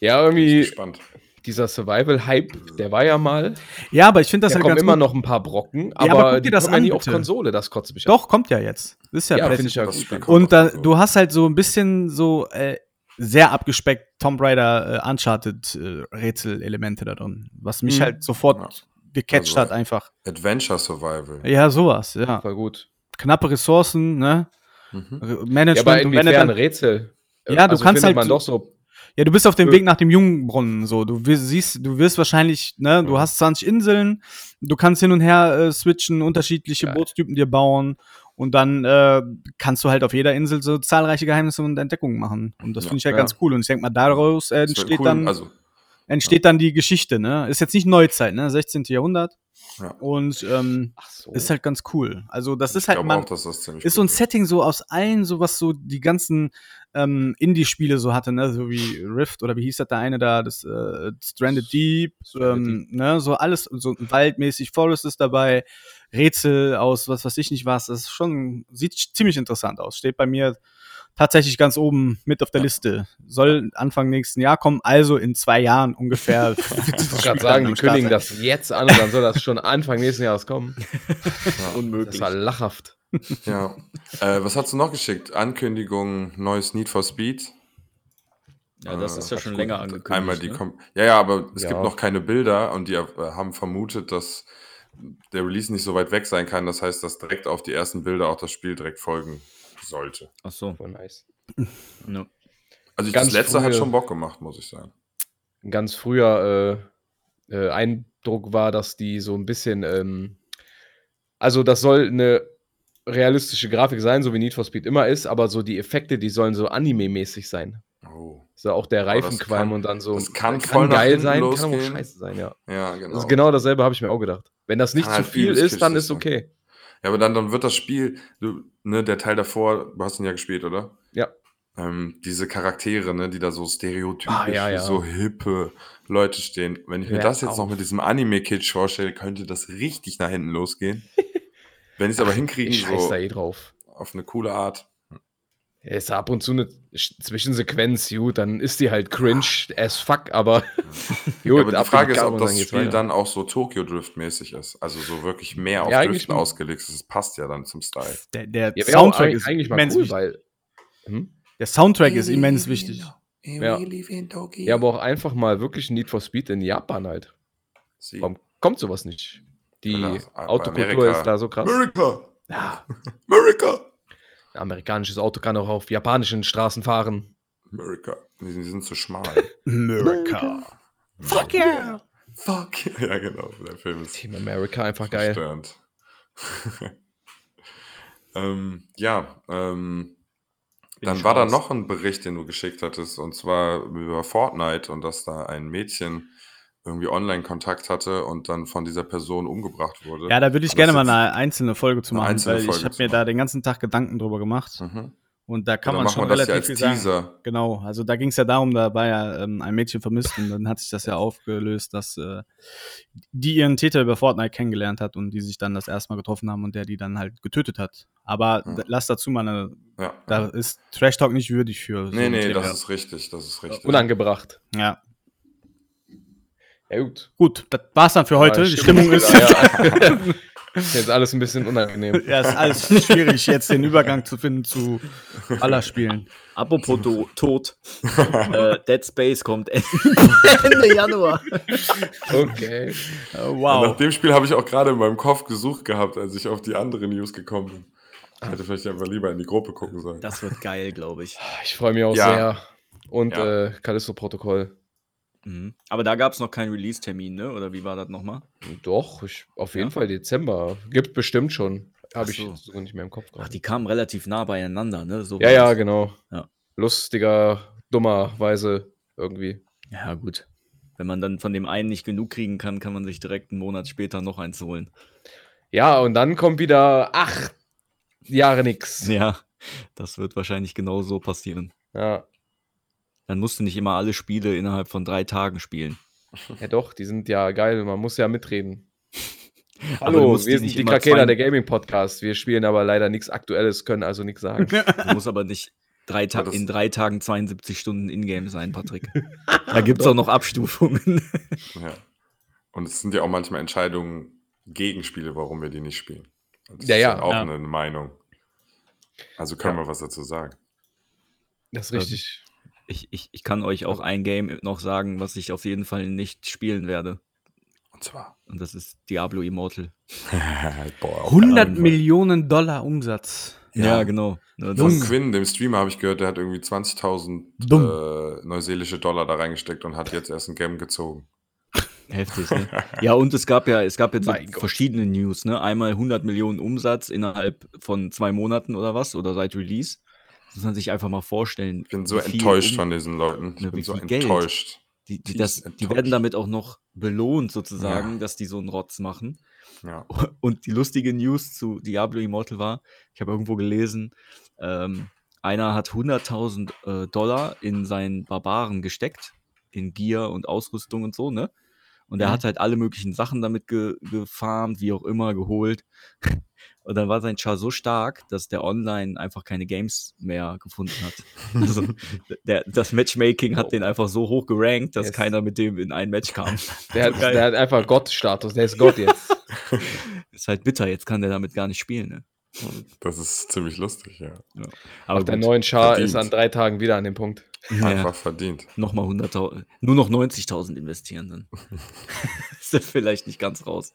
[SPEAKER 4] Ja,
[SPEAKER 3] Bin ich
[SPEAKER 4] irgendwie
[SPEAKER 3] gespannt.
[SPEAKER 4] dieser Survival-Hype, der war ja mal.
[SPEAKER 2] ja, aber ich finde das
[SPEAKER 4] da
[SPEAKER 2] halt
[SPEAKER 4] kommen
[SPEAKER 2] ganz
[SPEAKER 4] immer
[SPEAKER 2] gut.
[SPEAKER 4] noch ein paar Brocken, aber,
[SPEAKER 2] aber guck dir
[SPEAKER 4] die
[SPEAKER 2] das
[SPEAKER 4] kommen ja
[SPEAKER 2] an,
[SPEAKER 4] nie auf
[SPEAKER 2] bitte.
[SPEAKER 4] Konsole, das kotzt mich an.
[SPEAKER 2] Doch, kommt ja jetzt. Das ist ja,
[SPEAKER 4] ja,
[SPEAKER 2] ja
[SPEAKER 4] finde ich ja
[SPEAKER 3] Das
[SPEAKER 4] gut.
[SPEAKER 3] Spiel
[SPEAKER 4] dann.
[SPEAKER 3] kommt
[SPEAKER 2] Und da,
[SPEAKER 3] auch so.
[SPEAKER 2] du hast halt so ein bisschen so äh, sehr abgespeckt Tomb Raider äh, Uncharted äh, Rätsel-Elemente da drin. Was mich
[SPEAKER 4] Mhm.
[SPEAKER 2] halt sofort gecatcht
[SPEAKER 3] Also,
[SPEAKER 2] hat einfach.
[SPEAKER 3] Adventure Survival.
[SPEAKER 2] Ja, sowas, ja.
[SPEAKER 4] Voll gut.
[SPEAKER 2] Knappe Ressourcen, ne?
[SPEAKER 3] Mhm.
[SPEAKER 2] R-
[SPEAKER 4] Ja, aber
[SPEAKER 2] Management und wenn du
[SPEAKER 4] inwiefern
[SPEAKER 2] dann,
[SPEAKER 4] Rätsel? Äh,
[SPEAKER 2] Ja, du kannst
[SPEAKER 4] findet
[SPEAKER 2] halt
[SPEAKER 4] man
[SPEAKER 2] so-
[SPEAKER 4] doch so.
[SPEAKER 2] Ja, du bist auf dem
[SPEAKER 3] Äh.
[SPEAKER 4] Ö-
[SPEAKER 2] Weg nach dem Jungbrunnen so. Du wi- siehst, du wirst wahrscheinlich, ne, du
[SPEAKER 3] Mhm.
[SPEAKER 2] hast 20 Inseln, du kannst hin und her äh, switchen, unterschiedliche
[SPEAKER 4] Geil.
[SPEAKER 2] Bootstypen dir bauen und dann äh, kannst du halt auf jeder Insel so zahlreiche Geheimnisse und Entdeckungen machen. Und das
[SPEAKER 3] Ja.
[SPEAKER 2] finde ich ja,
[SPEAKER 4] Ja.
[SPEAKER 2] ganz cool. Und ich denke mal, daraus äh,
[SPEAKER 3] Das wär
[SPEAKER 2] entsteht,
[SPEAKER 3] cool.
[SPEAKER 2] dann,
[SPEAKER 3] Also,
[SPEAKER 2] entsteht dann die Geschichte, ne? Ist jetzt nicht Neuzeit, ne? 16. Jahrhundert.
[SPEAKER 3] Ja. Oh.
[SPEAKER 2] Und ähm,
[SPEAKER 4] Ach so.
[SPEAKER 2] ist halt ganz cool. Also, das
[SPEAKER 3] ich
[SPEAKER 2] ist halt
[SPEAKER 3] glaube
[SPEAKER 2] mal
[SPEAKER 3] auch, dass das ziemlich
[SPEAKER 2] ist so ein
[SPEAKER 3] cool
[SPEAKER 2] Setting so aus allen, so was so die ganzen ähm, Indie-Spiele so hatte, ne? So wie Rift oder wie hieß das da eine da, das äh, Stranded Deep,
[SPEAKER 4] Stranded
[SPEAKER 2] ähm, ne? So alles, so waldmäßig, Forest ist dabei, Rätsel aus was weiß ich nicht was. Das ist schon, sieht sch- ziemlich interessant aus. Steht bei mir tatsächlich ganz oben mit auf der Liste. Soll Anfang nächsten Jahr kommen, also in zwei Jahren ungefähr.
[SPEAKER 4] [LAUGHS] Ich wollte gerade sagen, die kündigen das jetzt an und dann soll das schon Anfang nächsten Jahres
[SPEAKER 2] [LAUGHS]
[SPEAKER 4] kommen. Das
[SPEAKER 1] Unmöglich.
[SPEAKER 4] war lachhaft.
[SPEAKER 3] Ja. Äh, was hast du noch geschickt? Ankündigung, neues Need for Speed.
[SPEAKER 1] Ja, das ist
[SPEAKER 3] Äh,
[SPEAKER 1] ja schon
[SPEAKER 3] gut,
[SPEAKER 1] länger angekündigt.
[SPEAKER 3] Einmal die
[SPEAKER 1] ne?
[SPEAKER 3] Kom Ja, ja, aber es
[SPEAKER 4] Ja.
[SPEAKER 3] gibt noch keine Bilder und die äh, haben vermutet, dass der Release nicht so weit weg sein kann. Das heißt, dass direkt auf die ersten Bilder auch das Spiel direkt folgen sollte.
[SPEAKER 1] Ach so.
[SPEAKER 2] Oh,
[SPEAKER 4] Voll nice.
[SPEAKER 1] Ne.
[SPEAKER 3] Also ich,
[SPEAKER 4] Ganz
[SPEAKER 3] das letzte hat
[SPEAKER 4] frühe-
[SPEAKER 3] schon Bock gemacht, muss ich sagen.
[SPEAKER 4] Ein ganz früher äh, äh, Eindruck war, dass die so ein bisschen, ähm, also das soll eine realistische Grafik sein, so wie Need for Speed immer ist, aber so die Effekte, die sollen so Anime-mäßig sein.
[SPEAKER 3] Oh.
[SPEAKER 4] So auch der
[SPEAKER 3] das
[SPEAKER 4] Reifenqualm
[SPEAKER 3] kann-
[SPEAKER 4] und dann so.
[SPEAKER 3] das kann voll nach
[SPEAKER 4] geil
[SPEAKER 3] hinten
[SPEAKER 4] sein, kann
[SPEAKER 3] losgehen.
[SPEAKER 4] auch scheiße sein, ja.
[SPEAKER 3] Ja, genau.
[SPEAKER 4] Also genau dasselbe habe ich mir auch gedacht. Wenn das nicht
[SPEAKER 3] Kann
[SPEAKER 4] zu
[SPEAKER 3] halt
[SPEAKER 4] viel
[SPEAKER 3] vieles
[SPEAKER 4] ist, dann
[SPEAKER 3] kitschig
[SPEAKER 4] ist
[SPEAKER 3] sein.
[SPEAKER 4] okay.
[SPEAKER 3] Ja, aber dann, dann wird das Spiel, du, ne, der Teil davor, du hast ihn ja gespielt, oder?
[SPEAKER 4] Ja.
[SPEAKER 3] Ähm, diese Charaktere, ne, die da so stereotypisch,
[SPEAKER 4] Ah, ja, ja.
[SPEAKER 3] so hippe Leute stehen. Wenn ich mir
[SPEAKER 4] Hör
[SPEAKER 3] das jetzt
[SPEAKER 4] auf.
[SPEAKER 3] noch mit diesem Anime-Kitsch vorstelle, könnte das richtig nach hinten
[SPEAKER 4] [LAUGHS]
[SPEAKER 3] losgehen. Wenn ich es aber hinkriegen,
[SPEAKER 4] Ich scheiß
[SPEAKER 3] so
[SPEAKER 4] da eh drauf.
[SPEAKER 3] auf eine coole Art.
[SPEAKER 4] Es ist ab und zu eine Sch- Zwischensequenz, gut, dann ist die halt cringe as fuck, [LAUGHS] aber gut,
[SPEAKER 3] Ah. aber die
[SPEAKER 4] ab in
[SPEAKER 3] Frage ist,
[SPEAKER 4] Kamera
[SPEAKER 3] ob
[SPEAKER 4] und
[SPEAKER 3] das
[SPEAKER 4] dann geht's
[SPEAKER 3] Spiel
[SPEAKER 4] weiter.
[SPEAKER 3] dann auch so Tokyo Drift-mäßig ist. Also so wirklich mehr auf
[SPEAKER 4] Ja, eigentlich
[SPEAKER 3] Driften
[SPEAKER 4] schon.
[SPEAKER 3] ausgelegt ist. Das passt ja dann zum Style.
[SPEAKER 2] Der, der
[SPEAKER 4] ja, wär auch
[SPEAKER 2] Soundtrack
[SPEAKER 4] eig-
[SPEAKER 2] ist
[SPEAKER 4] eigentlich mal
[SPEAKER 2] immens
[SPEAKER 4] cool,
[SPEAKER 2] wichtig.
[SPEAKER 4] weil hm?
[SPEAKER 2] Der Soundtrack ist immens wichtig.
[SPEAKER 4] Ja. ja, aber auch einfach mal wirklich Need for Speed in Japan halt.
[SPEAKER 3] Sie-
[SPEAKER 4] Warum kommt sowas nicht? Die
[SPEAKER 3] Ja, bei
[SPEAKER 4] Autokultur
[SPEAKER 3] Amerika.
[SPEAKER 4] ist da so krass.
[SPEAKER 3] America! [LAUGHS]
[SPEAKER 4] Ja,
[SPEAKER 3] America!
[SPEAKER 4] ein amerikanisches Auto kann auch auf japanischen Straßen fahren.
[SPEAKER 3] America. Die, die sind zu schmal.
[SPEAKER 2] America.
[SPEAKER 3] Fuck yeah! Fuck [LAUGHS] yeah! Ja, genau. Der Film ist
[SPEAKER 4] Team America einfach geil.
[SPEAKER 3] verstörend. [LAUGHS] ähm, ja, ähm,
[SPEAKER 1] Bin
[SPEAKER 3] dann
[SPEAKER 1] ich
[SPEAKER 3] war da
[SPEAKER 1] raus.
[SPEAKER 3] noch ein Bericht, den du geschickt hattest, und zwar über Fortnite und dass da ein Mädchen irgendwie Online-Kontakt hatte und dann von dieser Person umgebracht wurde.
[SPEAKER 2] Ja, da würde ich
[SPEAKER 3] Aber
[SPEAKER 2] gerne
[SPEAKER 3] das
[SPEAKER 2] mal
[SPEAKER 3] ist
[SPEAKER 2] eine einzelne Folge zu
[SPEAKER 3] eine
[SPEAKER 2] machen,
[SPEAKER 3] einzelne
[SPEAKER 2] weil
[SPEAKER 3] Folge
[SPEAKER 2] ich habe
[SPEAKER 3] zu
[SPEAKER 2] mir da
[SPEAKER 3] machen.
[SPEAKER 2] den ganzen Tag Gedanken drüber gemacht
[SPEAKER 3] Mhm.
[SPEAKER 2] und da kann
[SPEAKER 3] Oder
[SPEAKER 2] man
[SPEAKER 3] machen
[SPEAKER 2] schon
[SPEAKER 3] wir das ja
[SPEAKER 2] relativ
[SPEAKER 3] als
[SPEAKER 2] viel sagen.
[SPEAKER 3] Teaser.
[SPEAKER 2] Genau, also da ging es ja darum, da war ja ähm, ein Mädchen vermisst und dann hat sich das ja aufgelöst, dass äh, die ihren Täter über Fortnite kennengelernt hat und die sich dann das erste Mal getroffen haben und der die dann halt getötet hat. Aber
[SPEAKER 3] Ja.
[SPEAKER 2] d- lass dazu mal eine,
[SPEAKER 3] Ja.
[SPEAKER 2] da ist Trash Talk nicht würdig für.
[SPEAKER 3] nee,
[SPEAKER 2] ein
[SPEAKER 3] nee,
[SPEAKER 2] Thema.
[SPEAKER 3] das ist richtig, das ist richtig.
[SPEAKER 4] Unangebracht.
[SPEAKER 2] Ja,
[SPEAKER 4] Ja, gut.
[SPEAKER 2] gut, das war's dann für heute.
[SPEAKER 4] Ja,
[SPEAKER 2] Die Stimmung ist.
[SPEAKER 4] wieder, [LAUGHS] ja. Ist jetzt alles ein bisschen unangenehm.
[SPEAKER 2] [LAUGHS] Ja, ist alles schwierig, jetzt den Übergang zu finden
[SPEAKER 3] [LAUGHS]
[SPEAKER 2] zu aller Spielen.
[SPEAKER 1] Apropos to Tod. äh, Dead Space kommt [LAUGHS] Ende Januar.
[SPEAKER 4] Okay.
[SPEAKER 2] Äh,
[SPEAKER 3] Und
[SPEAKER 2] wow.
[SPEAKER 3] Nach dem Spiel habe ich auch gerade in meinem Kopf gesucht gehabt, als ich auf die andere News gekommen bin. Ich hätte vielleicht einfach lieber in die Gruppe gucken sollen.
[SPEAKER 1] Das wird geil, glaube ich.
[SPEAKER 4] Ich freue mich auch
[SPEAKER 3] Ja.
[SPEAKER 4] sehr. Und
[SPEAKER 3] Ja.
[SPEAKER 4] äh, Callisto-Protokoll.
[SPEAKER 1] Mhm. Aber da gab es noch keinen Release-Termin, ne? Oder wie war das nochmal?
[SPEAKER 4] Doch, ich, auf jeden
[SPEAKER 1] Ja.
[SPEAKER 4] Fall Dezember. Gibt bestimmt schon.
[SPEAKER 1] Ach
[SPEAKER 4] Habe ich
[SPEAKER 1] so.
[SPEAKER 4] so nicht mehr im Kopf
[SPEAKER 1] Ach,
[SPEAKER 4] gehabt.
[SPEAKER 1] die kamen relativ nah beieinander, ne? So
[SPEAKER 4] Ja,
[SPEAKER 1] war
[SPEAKER 4] ja,
[SPEAKER 1] das.
[SPEAKER 4] genau.
[SPEAKER 1] Ja.
[SPEAKER 4] Lustiger, dummerweise irgendwie.
[SPEAKER 1] Ja, gut. Wenn man dann von dem einen nicht genug kriegen kann, kann man sich direkt einen Monat später noch eins holen. [LAUGHS]
[SPEAKER 4] Ja, und dann kommt wieder acht Jahre nix.
[SPEAKER 1] Ja, das wird wahrscheinlich genauso passieren.
[SPEAKER 4] Ja.
[SPEAKER 1] Dann musst du nicht immer alle Spiele innerhalb von drei Tagen spielen.
[SPEAKER 4] ja, doch, die sind ja geil. Man muss ja mitreden.
[SPEAKER 1] Aber du
[SPEAKER 4] Hallo,
[SPEAKER 1] musst
[SPEAKER 4] wir
[SPEAKER 1] nicht
[SPEAKER 4] sind die
[SPEAKER 1] immer
[SPEAKER 4] Krakela
[SPEAKER 1] zwei-
[SPEAKER 4] der Gaming Podcast. Wir spielen aber leider nichts Aktuelles, können also nichts sagen.
[SPEAKER 1] Du musst aber nicht drei Ta
[SPEAKER 3] Ja, das-
[SPEAKER 1] in drei Tagen 72 Stunden in-game sein, Patrick.
[SPEAKER 4] [LAUGHS]
[SPEAKER 1] Da gibt es auch noch Abstufungen. [LAUGHS]
[SPEAKER 3] Ja. Und es sind ja auch manchmal Entscheidungen gegen Spiele, warum wir die nicht spielen. Das
[SPEAKER 4] Ja, ja.
[SPEAKER 3] auch
[SPEAKER 2] Ja.
[SPEAKER 3] eine Meinung. Also können
[SPEAKER 4] Ja.
[SPEAKER 3] wir was dazu sagen.
[SPEAKER 4] Das ist richtig.
[SPEAKER 1] Ich, ich, ich kann euch auch ein Game noch sagen, was ich auf jeden Fall nicht spielen werde.
[SPEAKER 3] Und zwar.
[SPEAKER 1] Und das ist Diablo Immortal.
[SPEAKER 3] [LAUGHS] Boah, auf
[SPEAKER 2] 100
[SPEAKER 3] jeden Fall.
[SPEAKER 2] Millionen Dollar Umsatz.
[SPEAKER 1] Ja,
[SPEAKER 3] Ja.
[SPEAKER 1] genau. Ne,
[SPEAKER 3] Von
[SPEAKER 1] Das,
[SPEAKER 3] Also Quinn, dem Streamer, habe ich gehört, der hat irgendwie 20.000 äh, neuseelische Dollar da reingesteckt und hat jetzt erst ein Game gezogen.
[SPEAKER 1] Heftig, ne? Ja, und es gab ja, es gab jetzt so
[SPEAKER 4] Mein Gott.
[SPEAKER 1] verschiedene News, ne? Einmal 100 Millionen Umsatz innerhalb von zwei Monaten oder was, oder seit Release. Das muss man sich einfach mal vorstellen.
[SPEAKER 3] Ich bin so
[SPEAKER 1] wie viel
[SPEAKER 3] enttäuscht
[SPEAKER 1] Um-
[SPEAKER 3] von diesen Leuten. Ich
[SPEAKER 1] Ne,
[SPEAKER 3] bin
[SPEAKER 1] wie
[SPEAKER 3] so
[SPEAKER 1] viel Geld?
[SPEAKER 3] enttäuscht.
[SPEAKER 1] Die, die,
[SPEAKER 3] tief
[SPEAKER 1] das, die
[SPEAKER 3] enttäuscht.
[SPEAKER 1] werden damit auch noch belohnt, sozusagen,
[SPEAKER 3] Ja.
[SPEAKER 1] dass die so einen Rotz machen.
[SPEAKER 3] Ja.
[SPEAKER 1] Und die lustige News zu Diablo Immortal war, ich habe irgendwo gelesen, ähm, einer hat 100.000 äh, Dollar in seinen Barbaren gesteckt, in Gear und Ausrüstung und so, ne? Und er
[SPEAKER 4] Mhm.
[SPEAKER 1] hat halt alle möglichen Sachen damit ge gefarmt, wie auch immer, geholt. [LAUGHS] Und dann war sein Char so stark, dass der online einfach keine Games mehr gefunden hat.
[SPEAKER 4] [LAUGHS]
[SPEAKER 1] Also der, das Matchmaking hat den einfach so hoch gerankt, dass
[SPEAKER 4] Oh. Yes.
[SPEAKER 1] keiner mit dem in ein Match
[SPEAKER 4] [LAUGHS]
[SPEAKER 1] kam.
[SPEAKER 4] Der hat,
[SPEAKER 1] Geil.
[SPEAKER 4] der hat einfach Gott-Status. Der ist Gott jetzt.
[SPEAKER 1] Ist halt bitter, jetzt kann der damit gar nicht spielen. Ne?
[SPEAKER 3] Das ist ziemlich lustig, ja.
[SPEAKER 1] Aber
[SPEAKER 4] Auf der
[SPEAKER 1] gut.
[SPEAKER 4] neuen Char
[SPEAKER 3] Verdient.
[SPEAKER 4] ist an drei Tagen wieder an dem Punkt.
[SPEAKER 1] Ja,
[SPEAKER 3] Einfach verdient.
[SPEAKER 1] nochmal 100.000, nur noch 90.000 investieren dann. ist er vielleicht nicht ganz raus.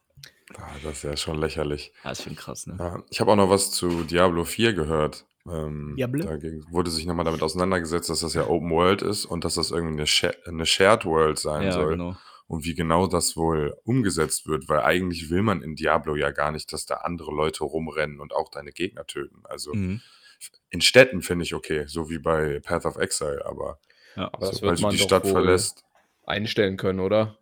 [SPEAKER 3] Ah, das ist ja schon lächerlich.
[SPEAKER 1] Ja, ist schon krass, ne?
[SPEAKER 3] Ja, ich habe auch noch was zu Diablo 4 gehört. Ähm,
[SPEAKER 2] Diablo?
[SPEAKER 3] Dagegen wurde sich nochmal damit auseinandergesetzt, dass das ja Open World ist und dass das irgendwie eine, Sha- eine Shared World sein
[SPEAKER 1] Ja,
[SPEAKER 3] soll.
[SPEAKER 1] genau.
[SPEAKER 3] Und wie genau das wohl umgesetzt wird, weil eigentlich will man in Diablo ja gar nicht, dass da andere Leute rumrennen und auch deine Gegner töten. Also
[SPEAKER 1] Mhm.
[SPEAKER 3] in Städten finde ich okay, so wie bei Path of Exile, aber
[SPEAKER 1] Ja.
[SPEAKER 4] Aber das
[SPEAKER 3] sobald
[SPEAKER 4] wird
[SPEAKER 3] du
[SPEAKER 4] man
[SPEAKER 3] die
[SPEAKER 4] doch
[SPEAKER 3] Stadt
[SPEAKER 4] wohl
[SPEAKER 3] verlässt,
[SPEAKER 4] einstellen können, oder?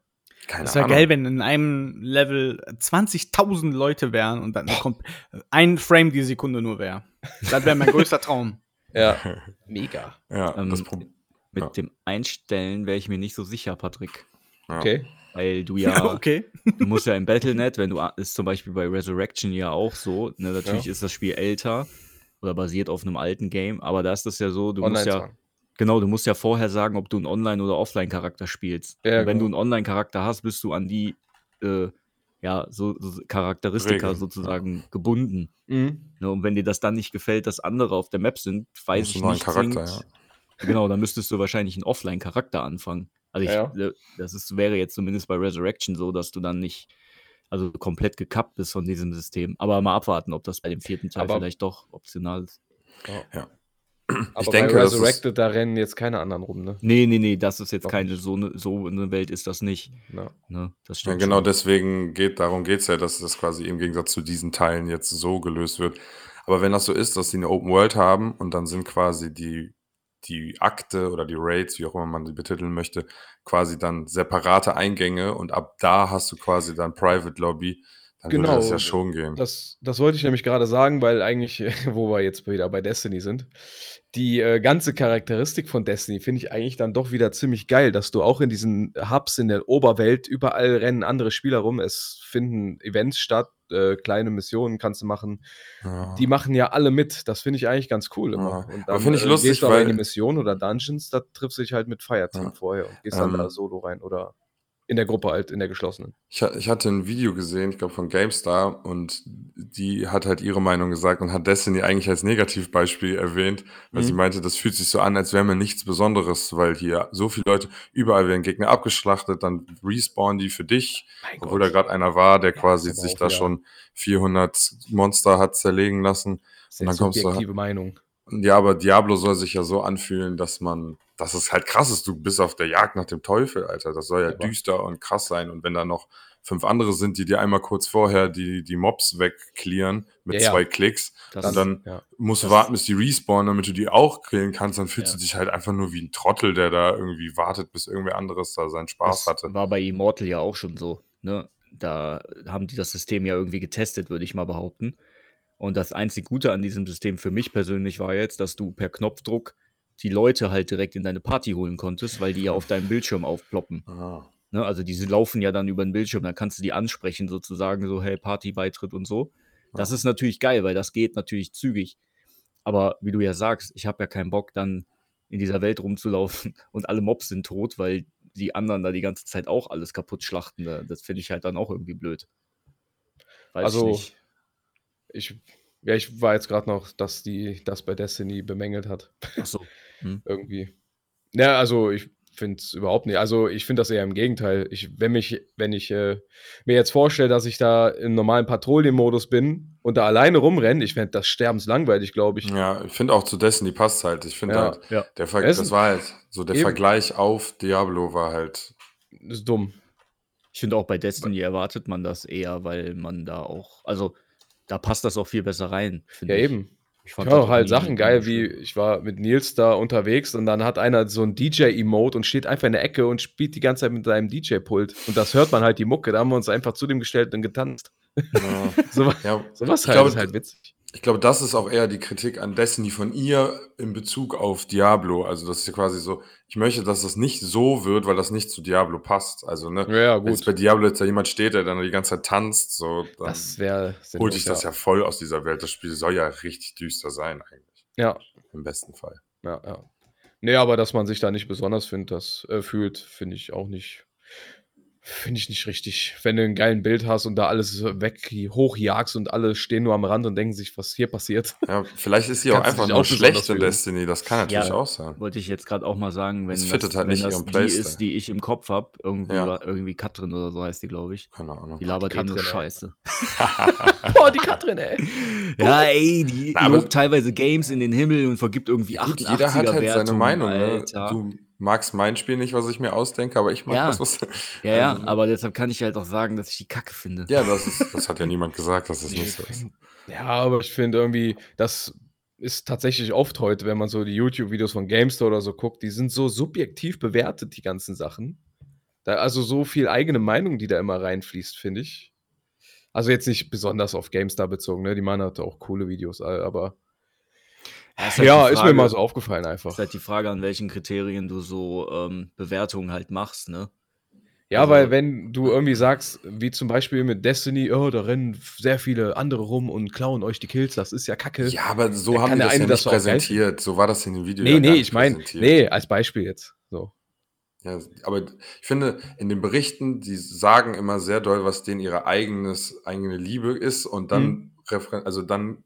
[SPEAKER 3] Keine
[SPEAKER 2] Das wäre
[SPEAKER 3] Ahnung.
[SPEAKER 2] geil, wenn in einem Level 20.000 Leute wären und dann kommt ein Frame die Sekunde nur wäre. Das wäre mein größter Traum.
[SPEAKER 4] Ja,
[SPEAKER 1] [LAUGHS]
[SPEAKER 4] mega.
[SPEAKER 3] Ja,
[SPEAKER 1] Ähm,
[SPEAKER 3] das Problem.
[SPEAKER 1] Mit
[SPEAKER 3] Ja.
[SPEAKER 1] dem Einstellen wäre ich mir nicht so sicher, Patrick.
[SPEAKER 3] Ja.
[SPEAKER 4] Okay.
[SPEAKER 1] Weil du ja,
[SPEAKER 2] [LAUGHS] okay.
[SPEAKER 1] du musst ja im Battlenet, wenn du, a- ist zum Beispiel bei Resurrection ja auch so, ne, natürlich
[SPEAKER 4] Ja.
[SPEAKER 1] ist das Spiel älter oder basiert auf einem alten Game, aber da ist das ja so, du musst ja,
[SPEAKER 4] Online-Zwang.
[SPEAKER 1] genau, du musst ja vorher sagen, ob du einen Online- oder Offline-Charakter spielst.
[SPEAKER 4] Ja,
[SPEAKER 1] Und wenn
[SPEAKER 4] genau.
[SPEAKER 1] du einen Online-Charakter hast, bist du an die, äh, ja, so, so Charakteristika
[SPEAKER 3] Regeln, ja.
[SPEAKER 1] sozusagen gebunden.
[SPEAKER 4] Mhm.
[SPEAKER 1] Ne, und wenn dir das dann nicht gefällt, dass andere auf der Map sind, weiß
[SPEAKER 3] Musst du
[SPEAKER 1] ich
[SPEAKER 3] einen
[SPEAKER 1] nicht.
[SPEAKER 3] neuen Charakter,
[SPEAKER 1] zwingend- Genau, dann müsstest du wahrscheinlich einen Offline-Charakter anfangen. Also ich,
[SPEAKER 4] Ja.
[SPEAKER 1] äh, das ist, wäre jetzt zumindest bei Resurrection so, dass du dann nicht, also komplett gekappt bist von diesem System. Aber mal abwarten, ob das bei dem vierten Teil
[SPEAKER 4] Aber-
[SPEAKER 1] vielleicht doch optional ist.
[SPEAKER 4] Aber
[SPEAKER 3] denke,
[SPEAKER 4] bei
[SPEAKER 3] das ist-
[SPEAKER 4] Resurrected, da rennen jetzt keine anderen rum, ne?
[SPEAKER 1] Nee, nee, nee, das ist jetzt
[SPEAKER 4] Doch
[SPEAKER 1] keine, so eine, so eine Welt ist das nicht.
[SPEAKER 4] Ja.
[SPEAKER 1] Ne? Das
[SPEAKER 3] Ja,
[SPEAKER 1] stimmt
[SPEAKER 3] genau
[SPEAKER 1] schon.
[SPEAKER 3] deswegen geht, darum geht es ja, dass das quasi im Gegensatz zu diesen Teilen jetzt so gelöst wird. Aber wenn das so ist, dass sie eine Open World haben und dann sind quasi die, die Akte oder die Raids, wie auch immer man sie betiteln möchte, quasi dann separate Eingänge und ab da hast du quasi dann Private Lobby, dann
[SPEAKER 4] Genau.
[SPEAKER 3] würde das ja schon gehen.
[SPEAKER 4] Das, das wollte ich nämlich gerade sagen, weil eigentlich, [LAUGHS] äh, wo wir jetzt wieder bei Destiny sind, die äh, ganze Charakteristik von Destiny finde ich eigentlich dann doch wieder ziemlich geil, dass du auch in diesen Hubs in der Oberwelt überall rennen andere Spieler rum, es finden Events statt, äh, kleine Missionen kannst du machen.
[SPEAKER 3] ja.
[SPEAKER 4] Die machen ja alle mit. Das finde ich eigentlich ganz cool
[SPEAKER 3] Ja.
[SPEAKER 4] immer. Und
[SPEAKER 3] Ah. Aber finde ich
[SPEAKER 4] äh,
[SPEAKER 3] lustig,
[SPEAKER 4] gehst du aber in
[SPEAKER 3] weil-
[SPEAKER 4] die Mission oder Dungeons, da triffst du dich halt mit Fireteam
[SPEAKER 3] Ja.
[SPEAKER 4] vorher und gehst dann
[SPEAKER 3] Ähm.
[SPEAKER 4] da solo rein oder in der Gruppe halt, in der geschlossenen.
[SPEAKER 3] Ich, ha- ich hatte ein Video gesehen, ich glaube von GameStar, und die hat halt ihre Meinung gesagt und hat Destiny eigentlich als Negativbeispiel erwähnt, weil sie
[SPEAKER 4] Mhm.
[SPEAKER 3] meinte, das fühlt sich so an, als wäre mir nichts Besonderes, weil hier so viele Leute, überall werden Gegner abgeschlachtet, dann respawnen die für dich,
[SPEAKER 4] Mein
[SPEAKER 3] obwohl da gerade einer war, der
[SPEAKER 4] Oh Ja,
[SPEAKER 3] quasi
[SPEAKER 4] ist aber
[SPEAKER 3] sich
[SPEAKER 4] auch
[SPEAKER 3] da
[SPEAKER 4] wieder-
[SPEAKER 3] schon 400 Monster hat zerlegen lassen.
[SPEAKER 4] Sehr
[SPEAKER 3] dann kommst du-
[SPEAKER 4] subjektive Meinung.
[SPEAKER 3] Ja, aber Diablo soll sich ja so anfühlen, dass man, dass es halt krass ist, du bist auf der Jagd nach dem Teufel, Alter. Das soll ja
[SPEAKER 4] Aber-
[SPEAKER 3] düster und krass sein. Und wenn da noch fünf andere sind, die dir einmal kurz vorher die, die Mobs wegclearen mit
[SPEAKER 4] Ja, ja.
[SPEAKER 3] zwei Klicks,
[SPEAKER 1] Das,
[SPEAKER 3] und dann
[SPEAKER 4] ja.
[SPEAKER 3] musst du
[SPEAKER 1] das-
[SPEAKER 3] warten, bis die respawnen, damit du die auch killen kannst, dann fühlst
[SPEAKER 1] Ja.
[SPEAKER 3] du dich halt einfach nur wie ein Trottel, der da irgendwie wartet, bis irgendwer anderes da seinen
[SPEAKER 1] das
[SPEAKER 3] Spaß hatte.
[SPEAKER 1] war bei Immortal ja auch schon so. Ne? Da haben die das System ja irgendwie getestet, würde ich mal behaupten. Und das einzig Gute an diesem System für mich persönlich war jetzt, dass du per Knopfdruck die Leute halt direkt in deine Party holen konntest, weil die ja auf deinem Bildschirm aufploppen.
[SPEAKER 3] Ah,
[SPEAKER 1] Ne? Also diese laufen ja dann über den Bildschirm, dann kannst du die ansprechen sozusagen, so hey, Partybeitritt und so. Das ist natürlich geil, weil das geht natürlich zügig. Aber wie du ja sagst, ich habe ja keinen Bock, dann in dieser Welt rumzulaufen [LAUGHS] und alle Mobs sind tot, weil die anderen da die ganze Zeit auch alles kaputt schlachten. Ne? Das finde ich halt dann auch irgendwie blöd. Weiß
[SPEAKER 4] Also-
[SPEAKER 1] ich nicht.
[SPEAKER 4] Ich, ja, ich war jetzt gerade noch, dass die das bei Destiny bemängelt hat.
[SPEAKER 1] Ach so.
[SPEAKER 4] Irgendwie. Ja, also ich finde es überhaupt nicht. Also ich finde das eher im Gegenteil. Ich, wenn mich, wenn ich äh, mir jetzt vorstelle, dass ich da im normalen Patrouillenmodus bin und da alleine rumrenne, ich fände das sterbenslangweilig, glaube ich.
[SPEAKER 3] Ja, ich finde auch zu Destiny passt halt. Ich finde
[SPEAKER 4] Ja.
[SPEAKER 3] halt,
[SPEAKER 1] Ja.
[SPEAKER 3] der Ver
[SPEAKER 4] Es-
[SPEAKER 3] das war halt so der
[SPEAKER 4] Eben.
[SPEAKER 3] Vergleich auf Diablo war halt
[SPEAKER 4] Das ist dumm.
[SPEAKER 1] Ich finde auch bei Destiny erwartet man das eher, weil man da auch, also da passt das auch viel besser rein. find
[SPEAKER 4] Ja,
[SPEAKER 1] ich.
[SPEAKER 4] eben.
[SPEAKER 1] Ich
[SPEAKER 4] Ich
[SPEAKER 1] fand das
[SPEAKER 4] höre
[SPEAKER 1] auch
[SPEAKER 4] halt
[SPEAKER 1] nie
[SPEAKER 4] Sachen geil, wie
[SPEAKER 1] schlimm.
[SPEAKER 4] ich war mit Nils da unterwegs und dann hat einer so ein DJ-Emote und steht einfach in der Ecke und spielt die ganze Zeit mit seinem DJ-Pult. Und das hört man halt die Mucke. Da haben wir uns einfach zu dem gestellt und getanzt. [LAUGHS]
[SPEAKER 3] ja,
[SPEAKER 4] So, wa-
[SPEAKER 3] ja,
[SPEAKER 4] sowas
[SPEAKER 3] Ich
[SPEAKER 4] halt
[SPEAKER 3] glaube,
[SPEAKER 4] ist halt witzig.
[SPEAKER 3] Ich glaube, das ist auch eher die Kritik an Destiny von ihr in Bezug auf Diablo. Also, das ist ja quasi so, ich möchte, dass das nicht so wird, weil das nicht zu Diablo passt. Also, ne,
[SPEAKER 4] Ja,
[SPEAKER 3] wenn jetzt bei Diablo jetzt da jemand steht, der dann die ganze Zeit tanzt, so, dann
[SPEAKER 4] Das wäre
[SPEAKER 3] holt sich das ja voll aus dieser Welt. Das Spiel soll ja richtig düster sein, eigentlich.
[SPEAKER 4] Ja,
[SPEAKER 3] Im besten Fall.
[SPEAKER 4] ja, ja. Nee, aber dass man sich da nicht besonders find, das, äh, fühlt, finde ich auch nicht. Finde ich nicht richtig. Wenn du ein geilen Bild hast und da alles weg hochjagst und alle stehen nur am Rand und denken sich, was hier passiert. [LAUGHS]
[SPEAKER 3] Ja, vielleicht ist sie auch
[SPEAKER 4] Kannst du
[SPEAKER 3] einfach
[SPEAKER 4] dich
[SPEAKER 3] nur
[SPEAKER 4] auch besonders
[SPEAKER 3] schlecht in
[SPEAKER 4] fühlen.
[SPEAKER 3] Destiny. Das kann
[SPEAKER 1] Ja.
[SPEAKER 3] natürlich auch sein.
[SPEAKER 1] Wollte ich jetzt gerade auch mal sagen, wenn
[SPEAKER 3] Es
[SPEAKER 1] das,
[SPEAKER 3] fittet halt
[SPEAKER 1] wenn
[SPEAKER 3] nicht
[SPEAKER 1] das
[SPEAKER 3] ihren
[SPEAKER 1] die
[SPEAKER 3] Playstyle.
[SPEAKER 1] ist, die ich im Kopf habe, irgendwie,
[SPEAKER 3] Ja. Oh
[SPEAKER 1] war- irgendwie Katrin oder so heißt die, glaube ich.
[SPEAKER 3] Keine Ahnung.
[SPEAKER 1] Die labert eh nur
[SPEAKER 4] Katrin, ey.
[SPEAKER 1] Scheiße.
[SPEAKER 3] [LAUGHS]
[SPEAKER 4] Boah, die Katrin, ey.
[SPEAKER 1] Ja, ey, die
[SPEAKER 3] Na, aber-
[SPEAKER 1] lobt teilweise Games in den Himmel und vergibt irgendwie
[SPEAKER 3] Ja, gut,
[SPEAKER 1] 88er
[SPEAKER 3] jeder hat halt seine
[SPEAKER 1] Wertungen,
[SPEAKER 3] Meinung. Ne?
[SPEAKER 1] Alter.
[SPEAKER 3] Du magst mein Spiel nicht, was ich mir ausdenke, aber ich mag
[SPEAKER 1] Ja.
[SPEAKER 3] das, was.
[SPEAKER 1] ja, ja,
[SPEAKER 3] Also-
[SPEAKER 1] aber deshalb kann ich halt auch sagen, dass ich die Kacke finde.
[SPEAKER 3] Ja, das,
[SPEAKER 4] [LAUGHS]
[SPEAKER 3] ist, das hat ja niemand gesagt, dass das
[SPEAKER 4] Nee,
[SPEAKER 3] nicht so ist.
[SPEAKER 4] Ja, aber ich finde irgendwie, das ist tatsächlich oft heute, wenn man so die YouTube-Videos von Gamester oder so guckt, die sind so subjektiv bewertet, die ganzen Sachen. Da, also so viel eigene Meinung, die da immer reinfließt, finde ich. Also jetzt nicht besonders auf GameStar bezogen, ne? Die Mann hatte auch coole Videos, aber.
[SPEAKER 1] Ja, ist halt
[SPEAKER 4] Ja,
[SPEAKER 1] die
[SPEAKER 4] ist mir mal
[SPEAKER 1] Frage-
[SPEAKER 4] so aufgefallen einfach.
[SPEAKER 1] Ist halt die Frage, an welchen Kriterien du so ähm, Bewertungen halt machst, ne?
[SPEAKER 4] Ja,
[SPEAKER 1] Also-
[SPEAKER 4] weil wenn du irgendwie sagst, wie zum Beispiel mit Destiny, oh, da rennen f- sehr viele andere rum und klauen euch die Kills, das ist ja kacke.
[SPEAKER 3] Ja, aber so
[SPEAKER 4] Da
[SPEAKER 3] haben
[SPEAKER 4] kann
[SPEAKER 3] die
[SPEAKER 4] der
[SPEAKER 3] das
[SPEAKER 4] eine
[SPEAKER 3] ja
[SPEAKER 4] das
[SPEAKER 3] nicht
[SPEAKER 4] doch auch geil finden.
[SPEAKER 3] präsentiert. So war das in dem Video. ja
[SPEAKER 4] nee,
[SPEAKER 3] gar
[SPEAKER 4] nee,
[SPEAKER 3] nicht
[SPEAKER 4] ich meine,
[SPEAKER 3] präsentiert.
[SPEAKER 4] nee, als Beispiel jetzt. So.
[SPEAKER 3] Ja, aber ich finde, in den Berichten, die sagen immer sehr doll, was denen ihre eigenes, eigene Liebe ist und dann,
[SPEAKER 4] Mhm.
[SPEAKER 3] referen- also dann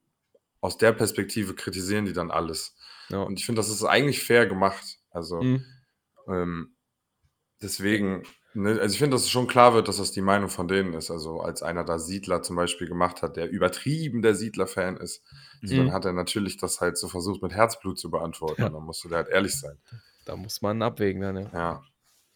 [SPEAKER 3] aus der Perspektive kritisieren die dann alles.
[SPEAKER 4] Ja.
[SPEAKER 3] Und ich finde, das ist eigentlich fair gemacht. Also
[SPEAKER 4] Mhm.
[SPEAKER 3] ähm, deswegen, ne, also ich finde, dass es schon klar wird, dass das die Meinung von denen ist. Also als einer da Siedler zum Beispiel gemacht hat, der übertrieben der Siedler-Fan ist, so,
[SPEAKER 4] Mhm.
[SPEAKER 3] dann hat er natürlich das halt so versucht, mit Herzblut zu beantworten.
[SPEAKER 4] Ja.
[SPEAKER 3] Und dann musst du da halt ehrlich sein.
[SPEAKER 4] Da muss man abwägen dann, ja. [LAUGHS]
[SPEAKER 3] Ja.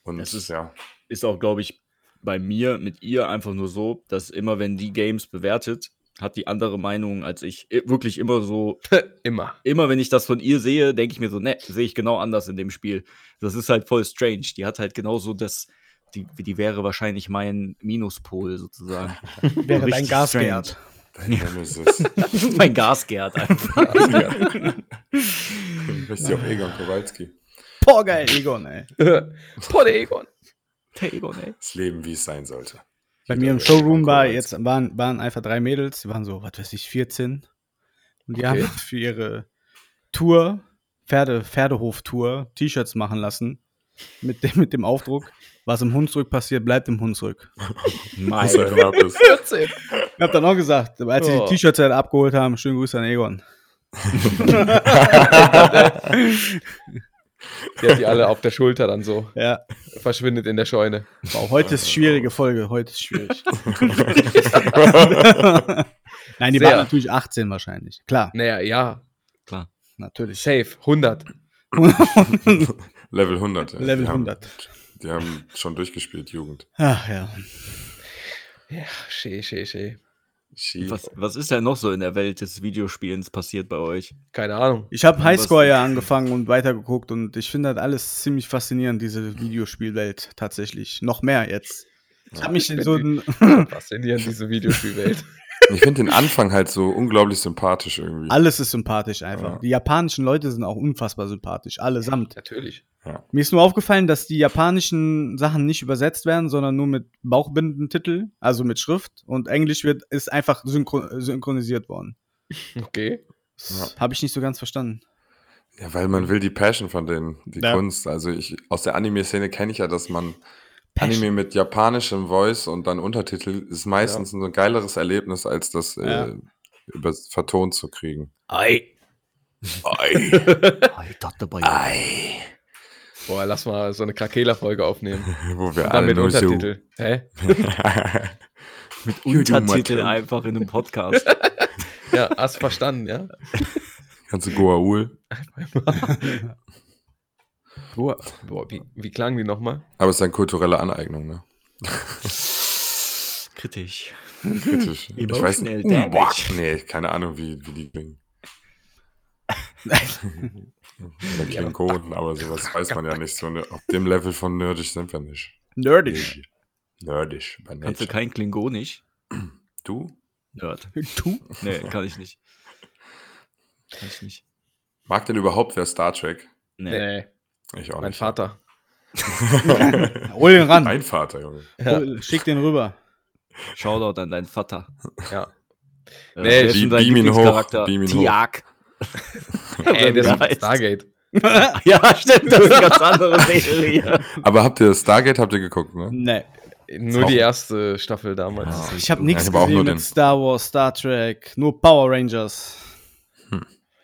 [SPEAKER 3] Und
[SPEAKER 1] Das ist-
[SPEAKER 3] ja.
[SPEAKER 1] Ist auch, glaube ich, bei mir mit ihr einfach nur so, dass immer, wenn die Games bewertet, hat die andere Meinung als ich. I- Wirklich immer so,
[SPEAKER 4] Immer. [LAUGHS]
[SPEAKER 1] immer wenn ich das von ihr sehe, denke ich mir so, ne, sehe ich genau anders in dem Spiel. Das ist halt voll strange. Die hat halt genauso das, die, die wäre wahrscheinlich mein Minuspol [LAUGHS] sozusagen.
[SPEAKER 2] Wäre dein
[SPEAKER 1] Richtig
[SPEAKER 2] Gaswert.
[SPEAKER 3] Dein
[SPEAKER 2] [LAUGHS]
[SPEAKER 3] Nemesis.
[SPEAKER 1] strange. mein Gasgärt einfach.
[SPEAKER 3] Ich weiß ja auch Egon Kowalski.
[SPEAKER 2] Boah, geil, Egon, ey.
[SPEAKER 4] Boah, der Egon.
[SPEAKER 1] [LAUGHS] Der Egon, ey.
[SPEAKER 3] Das Leben, wie es sein sollte.
[SPEAKER 2] Bei
[SPEAKER 3] Jeder
[SPEAKER 2] mir im
[SPEAKER 3] weiß,
[SPEAKER 2] Showroom
[SPEAKER 3] Egon
[SPEAKER 2] war
[SPEAKER 3] Kowalski.
[SPEAKER 2] jetzt waren, waren einfach drei Mädels, die waren so, was weiß ich, 14. Und die
[SPEAKER 4] Okay.
[SPEAKER 2] haben für ihre Tour, Pferde, Pferdehof-Tour, T-Shirts machen lassen. Mit dem, mit dem Aufdruck, was im Hunsrück passiert, bleibt im Hunsrück.
[SPEAKER 1] Mein
[SPEAKER 3] Was er hört
[SPEAKER 2] [LAUGHS]
[SPEAKER 3] ist.
[SPEAKER 4] 14.
[SPEAKER 2] Ich hab dann auch gesagt, als sie
[SPEAKER 4] Oh.
[SPEAKER 2] die T-Shirts halt abgeholt haben, schönen Grüße an Egon.
[SPEAKER 4] Der hat die alle auf der Schulter dann so.
[SPEAKER 2] Ja,
[SPEAKER 4] Verschwindet in der Scheune.
[SPEAKER 2] wow, heute ist schwierige Folge, heute ist schwierig. Nein, die
[SPEAKER 4] Sehr.
[SPEAKER 2] waren natürlich 18 wahrscheinlich. Klar,
[SPEAKER 4] Naja, ja,
[SPEAKER 1] Klar.
[SPEAKER 2] natürlich.
[SPEAKER 4] safe. 100.
[SPEAKER 3] Level 100. Ja.
[SPEAKER 2] Level
[SPEAKER 3] die
[SPEAKER 2] 100.
[SPEAKER 3] Haben, die haben schon durchgespielt, Jugend.
[SPEAKER 2] Ach ja.
[SPEAKER 4] Ja, schee, schee, schee.
[SPEAKER 3] She,
[SPEAKER 1] Was, was ist denn noch so in der Welt des Videospielens passiert bei [LAUGHS] euch?
[SPEAKER 4] Keine [LAUGHS] Ahnung.
[SPEAKER 2] Ich habe
[SPEAKER 1] Was-
[SPEAKER 2] Highscore ja angefangen und weitergeguckt und ich finde das alles ziemlich faszinierend, diese Videospielwelt tatsächlich. Noch mehr jetzt. Ich habe mich in so ein,
[SPEAKER 4] Faszinierend, diese Videospielwelt. [LAUGHS]
[SPEAKER 3] ich finde den Anfang halt so unglaublich sympathisch irgendwie.
[SPEAKER 2] alles ist sympathisch einfach.
[SPEAKER 3] Ja.
[SPEAKER 2] Die japanischen Leute sind auch unfassbar sympathisch, allesamt.
[SPEAKER 4] Natürlich.
[SPEAKER 2] Mir ist nur aufgefallen, dass die japanischen Sachen nicht übersetzt werden, sondern nur mit Bauchbindentitel, also mit Schrift und Englisch wird ist einfach synchro synchronisiert worden.
[SPEAKER 4] Okay.
[SPEAKER 2] Das habe ich nicht so ganz verstanden.
[SPEAKER 3] Ja, weil man will die Passion von denen, die
[SPEAKER 2] Ja.
[SPEAKER 3] Kunst. Also ich aus der Anime-Szene kenne ich ja, dass man
[SPEAKER 2] Passion.
[SPEAKER 3] Anime mit japanischem Voice und dann Untertitel ist meistens ein geileres Erlebnis, als das
[SPEAKER 2] Ja.
[SPEAKER 3] äh, über, vertont zu kriegen.
[SPEAKER 1] Ei.
[SPEAKER 3] Ei,
[SPEAKER 1] Ei, das dabei.
[SPEAKER 3] Ah, ei.
[SPEAKER 4] Boah, lass mal so eine Krakela-Folge aufnehmen. [LAUGHS]
[SPEAKER 3] Wo wir
[SPEAKER 4] Und dann
[SPEAKER 3] alle
[SPEAKER 4] mit
[SPEAKER 3] nur so.
[SPEAKER 4] Untertitel. Hä?
[SPEAKER 3] [LAUGHS] mit
[SPEAKER 1] Untertitel einfach in einem Podcast.
[SPEAKER 4] Ja, hast verstanden, ja?
[SPEAKER 3] Kannst du Goa'ul?
[SPEAKER 4] Boah, boah wie, wie klang die nochmal?
[SPEAKER 3] Aber es ist eine kulturelle Aneignung, ne?
[SPEAKER 1] Kritisch.
[SPEAKER 3] Kritisch. ich weiß nicht. Hm,
[SPEAKER 1] Emotional
[SPEAKER 3] Boah,
[SPEAKER 1] damage.
[SPEAKER 3] nee, keine Ahnung, wie, wie die klingen. Oder Klingonen, aber sowas weiß man ja nicht. So, ne, auf dem Level von nerdisch sind wir nicht.
[SPEAKER 2] Nerdisch.
[SPEAKER 3] Nerdisch. Bei
[SPEAKER 1] Kannst du
[SPEAKER 3] Nature.
[SPEAKER 1] kein Klingonisch?
[SPEAKER 3] Du?
[SPEAKER 1] Nerd.
[SPEAKER 2] [LAUGHS] Du?
[SPEAKER 1] Nee, kann ich nicht. Kann ich nicht.
[SPEAKER 3] Mag denn überhaupt wer Star Trek?
[SPEAKER 1] Nee.
[SPEAKER 4] Nee,
[SPEAKER 3] Ich auch
[SPEAKER 4] mein
[SPEAKER 3] nicht.
[SPEAKER 4] Vater. [LAUGHS]
[SPEAKER 2] Hol den ran.
[SPEAKER 3] Mein Vater, Junge.
[SPEAKER 4] Ja.
[SPEAKER 2] Hol- Schick den rüber.
[SPEAKER 1] Shoutout an deinen Vater.
[SPEAKER 4] Ja.
[SPEAKER 1] Äh,
[SPEAKER 4] Nee,
[SPEAKER 1] wer ist
[SPEAKER 3] die-
[SPEAKER 1] denn dein
[SPEAKER 3] beam ihn hoch,
[SPEAKER 1] Lieblingscharakter?
[SPEAKER 3] beam ihn hoch.
[SPEAKER 1] Tiag.
[SPEAKER 4] [LAUGHS] Ey, das
[SPEAKER 1] Ja,
[SPEAKER 4] ist
[SPEAKER 1] heißt-
[SPEAKER 4] Stargate.
[SPEAKER 1] Ja, stimmt, das ist eine ganz andere [LAUGHS] Serie.
[SPEAKER 3] Aber habt ihr Stargate habt ihr geguckt, ne?
[SPEAKER 2] Nee.
[SPEAKER 4] Nur
[SPEAKER 3] Auch-
[SPEAKER 4] die erste Staffel damals.
[SPEAKER 2] Ich habe
[SPEAKER 3] Ja,
[SPEAKER 2] nichts
[SPEAKER 3] ich hab auch
[SPEAKER 2] gesehen
[SPEAKER 3] nur
[SPEAKER 2] mit
[SPEAKER 3] den-
[SPEAKER 2] Star Wars, Star Trek, nur Power Rangers.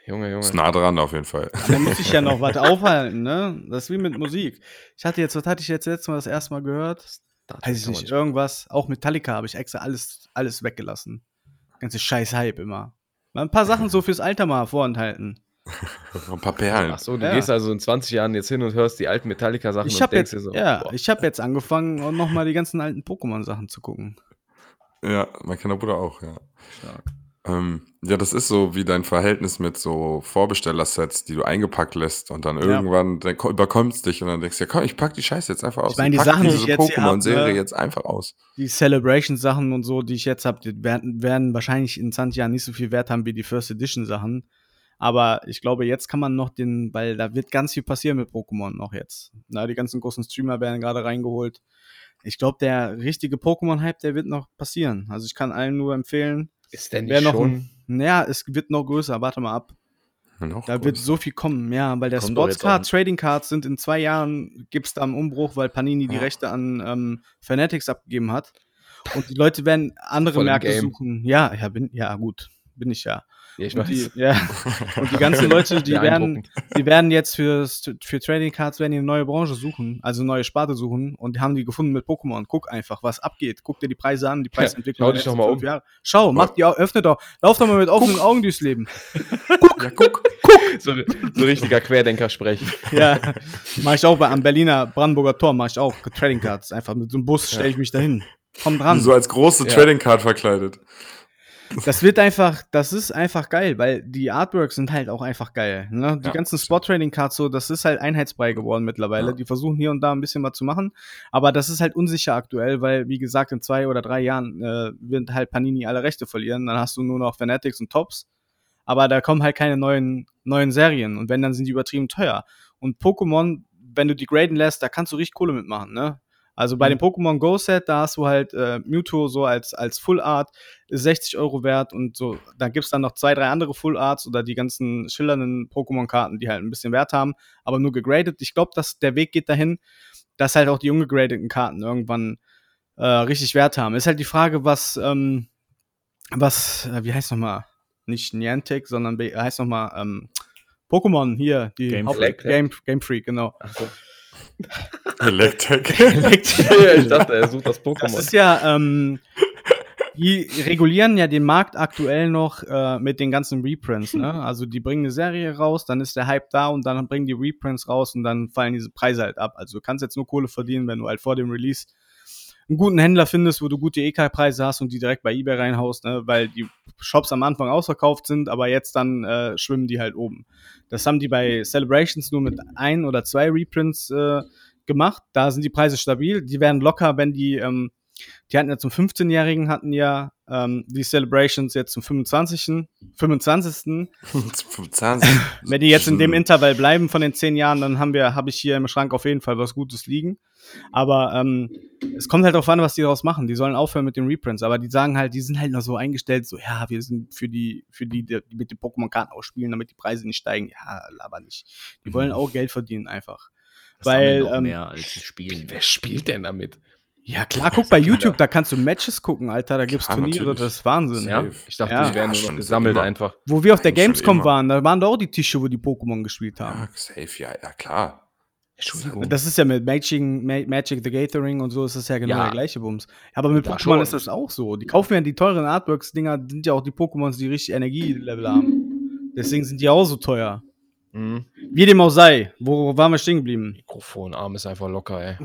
[SPEAKER 4] Junge, Junge.
[SPEAKER 3] Ist nah dran auf jeden Fall.
[SPEAKER 2] Da muss ich ja noch was aufhalten, ne? Das ist wie mit Musik. Ich hatte jetzt, was hatte ich jetzt letztes Mal das erste Mal gehört?
[SPEAKER 4] Star Trek
[SPEAKER 2] Weiß ich
[SPEAKER 4] kann man
[SPEAKER 2] nicht, irgendwas. Auch Metallica habe ich extra alles, alles weggelassen. Ganze scheiß Hype immer.
[SPEAKER 4] [LAUGHS]
[SPEAKER 2] Mal ein paar Sachen so fürs Alter mal vorenthalten.
[SPEAKER 3] Ein paar Perlen.
[SPEAKER 4] Ach so, du
[SPEAKER 2] Äh, Ja.
[SPEAKER 4] gehst also in 20 Jahren jetzt hin und hörst die alten Metallica-Sachen
[SPEAKER 2] Ich
[SPEAKER 4] und
[SPEAKER 2] habe
[SPEAKER 4] denkst
[SPEAKER 2] jetzt,
[SPEAKER 4] dir so,
[SPEAKER 2] ja,
[SPEAKER 4] boah,
[SPEAKER 2] ich habe jetzt angefangen, auch nochmal die ganzen alten Pokémon-Sachen zu gucken.
[SPEAKER 3] Ja, mein kleiner Bruder auch, ja. Ähm, ja, das ist so wie dein Verhältnis mit so Vorbestellersets, die du eingepackt lässt und dann irgendwann dann ko- überkommst dich und dann denkst du, ja komm, ich pack die Scheiße jetzt einfach aus.
[SPEAKER 2] meine, die
[SPEAKER 3] pack
[SPEAKER 2] Sachen, die
[SPEAKER 3] diese
[SPEAKER 2] ich jetzt hier hab,
[SPEAKER 3] Pokémon-Serie
[SPEAKER 2] ne?
[SPEAKER 3] jetzt einfach aus.
[SPEAKER 2] Die Celebration-Sachen und so, die ich jetzt habe, die werden, werden wahrscheinlich in 20 Jahren nicht so viel Wert haben wie die First Edition-Sachen. Aber ich glaube, jetzt kann man noch den, weil da wird ganz viel passieren mit Pokémon noch jetzt. Na, die ganzen großen Streamer werden gerade reingeholt. Ich glaube, der richtige Pokémon-Hype, der wird noch passieren. Also ich kann allen nur empfehlen.
[SPEAKER 4] Ist denn
[SPEAKER 2] Wer
[SPEAKER 4] nicht
[SPEAKER 2] noch
[SPEAKER 4] schon?
[SPEAKER 2] ein, ja, es wird noch größer. Warte mal ab.
[SPEAKER 4] Oh
[SPEAKER 3] Noch
[SPEAKER 2] Da
[SPEAKER 3] groß.
[SPEAKER 2] wird so viel kommen, ja, weil der
[SPEAKER 1] Kommt doch jetzt
[SPEAKER 2] Sportscard,
[SPEAKER 1] auch.
[SPEAKER 2] Trading Cards sind in zwei Jahren, gibt's da einen Umbruch, weil Panini die
[SPEAKER 3] Ja.
[SPEAKER 2] Rechte an ähm, Fanatics abgegeben hat. Und die Leute werden andere
[SPEAKER 4] Voll im
[SPEAKER 2] Märkte
[SPEAKER 4] Game.
[SPEAKER 2] suchen. Ja, ja, bin, ja, gut, bin ich ja.
[SPEAKER 4] Ja, ich
[SPEAKER 2] Und
[SPEAKER 4] [LAUGHS] weiß.
[SPEAKER 2] die, ja. Und
[SPEAKER 4] [LAUGHS]
[SPEAKER 2] die ganzen Leute, die werden,
[SPEAKER 4] Beeindruckend.
[SPEAKER 2] die werden jetzt für, für Trading Cards werden die eine neue Branche suchen, also neue Sparte suchen und haben die gefunden mit Pokémon. Guck einfach, was abgeht. Guck dir die Preise an, die Preisentwicklung.
[SPEAKER 4] schau
[SPEAKER 2] der
[SPEAKER 4] dich
[SPEAKER 2] letzten
[SPEAKER 4] doch mal
[SPEAKER 2] fünf
[SPEAKER 4] um.
[SPEAKER 2] Jahre. Schau, mach die, Au- öffne doch. Lauf doch mal mit offenen Augen
[SPEAKER 4] [LAUGHS]
[SPEAKER 2] durchs Leben.
[SPEAKER 3] ja, guck.
[SPEAKER 4] so,
[SPEAKER 2] [LAUGHS]
[SPEAKER 4] so richtiger Querdenker sprechen.
[SPEAKER 2] Ja, mache ich auch bei, am Berliner Brandenburger Tor, mache ich auch Trading Cards. Einfach mit so einem Bus stelle ich mich dahin. Komm dran.
[SPEAKER 3] So als große
[SPEAKER 4] Ja.
[SPEAKER 3] Trading Card
[SPEAKER 2] [LAUGHS]
[SPEAKER 3] verkleidet.
[SPEAKER 2] Das wird einfach, das ist einfach geil, weil die Artworks sind halt auch einfach geil. Ne? Die
[SPEAKER 3] Ja.
[SPEAKER 2] ganzen Spot Trading Cards, so, das ist halt Einheitsbrei geworden mittlerweile.
[SPEAKER 3] Ja.
[SPEAKER 2] Die versuchen hier und da ein bisschen was zu machen, aber das ist halt unsicher aktuell, weil, wie gesagt, in zwei oder drei Jahren äh, wird halt Panini alle Rechte verlieren. Dann hast du nur noch Fanatics und Tops, aber da kommen halt keine neuen, neuen Serien und wenn, dann sind die übertrieben teuer. Und Pokémon, wenn du die graden lässt, da kannst du richtig Kohle mitmachen, ne? Also bei dem Pokémon Go Set, da hast du halt äh, Mewtwo so als, als Full Art, ist 60 Euro wert und so. Da gibt's dann noch zwei, drei andere Full Arts oder die ganzen schillernden Pokémon-Karten, die halt ein bisschen Wert haben, aber nur gegradet. Ich glaube, dass der Weg geht dahin, dass halt auch die ungegradeten Karten irgendwann äh, richtig Wert haben. Ist halt die Frage, was, ähm, was, äh, wie heißt nochmal? Nicht Niantic, sondern wie heißt nochmal ähm, Pokémon hier, die
[SPEAKER 1] Game
[SPEAKER 2] Haupt-
[SPEAKER 4] Freak, ja.
[SPEAKER 2] Game, Game Freak, genau.
[SPEAKER 3] Electek.
[SPEAKER 4] [LAUGHS]
[SPEAKER 2] [LAUGHS]
[SPEAKER 4] Ja, ich dachte, er sucht das
[SPEAKER 2] Das
[SPEAKER 4] Pokémon.
[SPEAKER 2] ist ja, ähm, die regulieren ja den Markt aktuell noch äh, mit den ganzen Reprints. Ne? Also die bringen eine Serie raus, dann ist der Hype da und dann bringen die Reprints raus und dann fallen diese Preise halt ab. Also du kannst jetzt nur Kohle verdienen, wenn du halt vor dem Release einen guten Händler findest, wo du gute EK-Preise hast und die direkt bei eBay reinhaust, ne? weil die Shops am Anfang ausverkauft sind, aber jetzt dann äh, schwimmen die halt oben. Das haben die bei Celebrations nur mit ein oder zwei Reprints äh, gemacht. Da sind die Preise stabil. Die werden locker, wenn die, ähm, die hatten ja zum 15-Jährigen, hatten ja ähm, die Celebrations jetzt zum 25. 25. Wenn die jetzt in dem Intervall bleiben von den zehn Jahren, dann haben wir, habe ich hier im Schrank auf jeden Fall was Gutes liegen. Aber ähm, es kommt halt darauf an, was die daraus machen. Die sollen aufhören mit den Reprints, aber die sagen halt, die sind halt noch so eingestellt, so ja, wir sind für die, für die, die mit den Pokémon-Karten ausspielen, damit die Preise nicht steigen. Ja, laber nicht. Die wollen auch Geld verdienen einfach.
[SPEAKER 1] Das sammeln
[SPEAKER 2] Weil,
[SPEAKER 1] auch
[SPEAKER 2] ähm,
[SPEAKER 1] mehr als die spielen.
[SPEAKER 4] Wer spielt denn damit?
[SPEAKER 2] Ja klar, Ah, guck bei YouTube, da kannst du Matches gucken, Alter, da gibt's
[SPEAKER 3] Klar,
[SPEAKER 2] Turniere,
[SPEAKER 3] natürlich.
[SPEAKER 2] das ist Wahnsinn.
[SPEAKER 4] Ja,
[SPEAKER 3] Safe.
[SPEAKER 4] ich dachte,
[SPEAKER 2] Ja.
[SPEAKER 4] die werden
[SPEAKER 3] Ja,
[SPEAKER 4] nur noch
[SPEAKER 3] schon,
[SPEAKER 4] gesammelt
[SPEAKER 3] immer.
[SPEAKER 4] einfach.
[SPEAKER 2] Wo wir auf der
[SPEAKER 3] Schon
[SPEAKER 2] Gamescom
[SPEAKER 3] immer.
[SPEAKER 2] waren, da waren da auch die Tische, wo die Pokémon gespielt haben.
[SPEAKER 3] Ja, safe, ja, ja, klar.
[SPEAKER 4] Entschuldigung.
[SPEAKER 2] Das ist ja mit Magic, Ma- Magic the Gathering und so ist das ja genau
[SPEAKER 4] Ja.
[SPEAKER 2] der gleiche Bums. Aber mit
[SPEAKER 4] Ja,
[SPEAKER 2] Pokémon
[SPEAKER 4] schon.
[SPEAKER 2] ist das auch so. Die kaufen ja die teuren Artworks-Dinger, sind ja auch die Pokémons, die richtig Energielevel haben. Deswegen sind die auch so teuer.
[SPEAKER 4] Mhm.
[SPEAKER 2] Wie dem auch sei, wo waren wir stehen geblieben?
[SPEAKER 4] Mikrofonarm ist einfach locker,
[SPEAKER 3] [LAUGHS]
[SPEAKER 4] ey.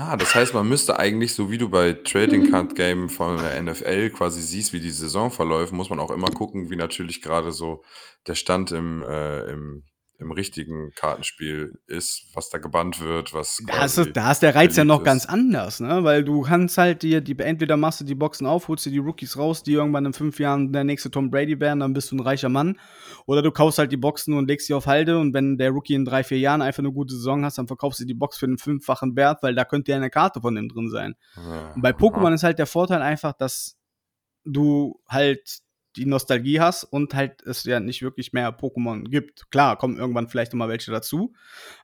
[SPEAKER 3] Ah, das heißt, man müsste eigentlich, so wie du bei Trading Card Game von der NFL quasi siehst, wie die Saison verläuft, muss man auch immer gucken, wie natürlich gerade so der Stand im, äh, im, im richtigen Kartenspiel ist, was da gebannt wird, was
[SPEAKER 2] Da ist,
[SPEAKER 3] quasi-
[SPEAKER 2] es- da ist der Reiz ja
[SPEAKER 3] beliebt
[SPEAKER 2] noch
[SPEAKER 3] ist.
[SPEAKER 2] ganz anders, ne? Weil du kannst halt dir, die, entweder machst du die Boxen auf, holst dir die Rookies raus, die irgendwann in fünf Jahren der nächste Tom Brady werden, dann bist du ein reicher Mann. Oder du kaufst halt die Boxen und legst sie auf Halde und wenn der Rookie in drei, vier Jahren einfach eine gute Saison hast, dann verkaufst du die Box für den fünffachen Wert, weil da könnte ja eine Karte von dem drin sein.
[SPEAKER 3] Ja.
[SPEAKER 2] Und bei Pokémon ist halt der Vorteil einfach, dass du halt die Nostalgie hast und halt es ja nicht wirklich mehr Pokémon gibt. Klar, kommen irgendwann vielleicht noch mal welche dazu,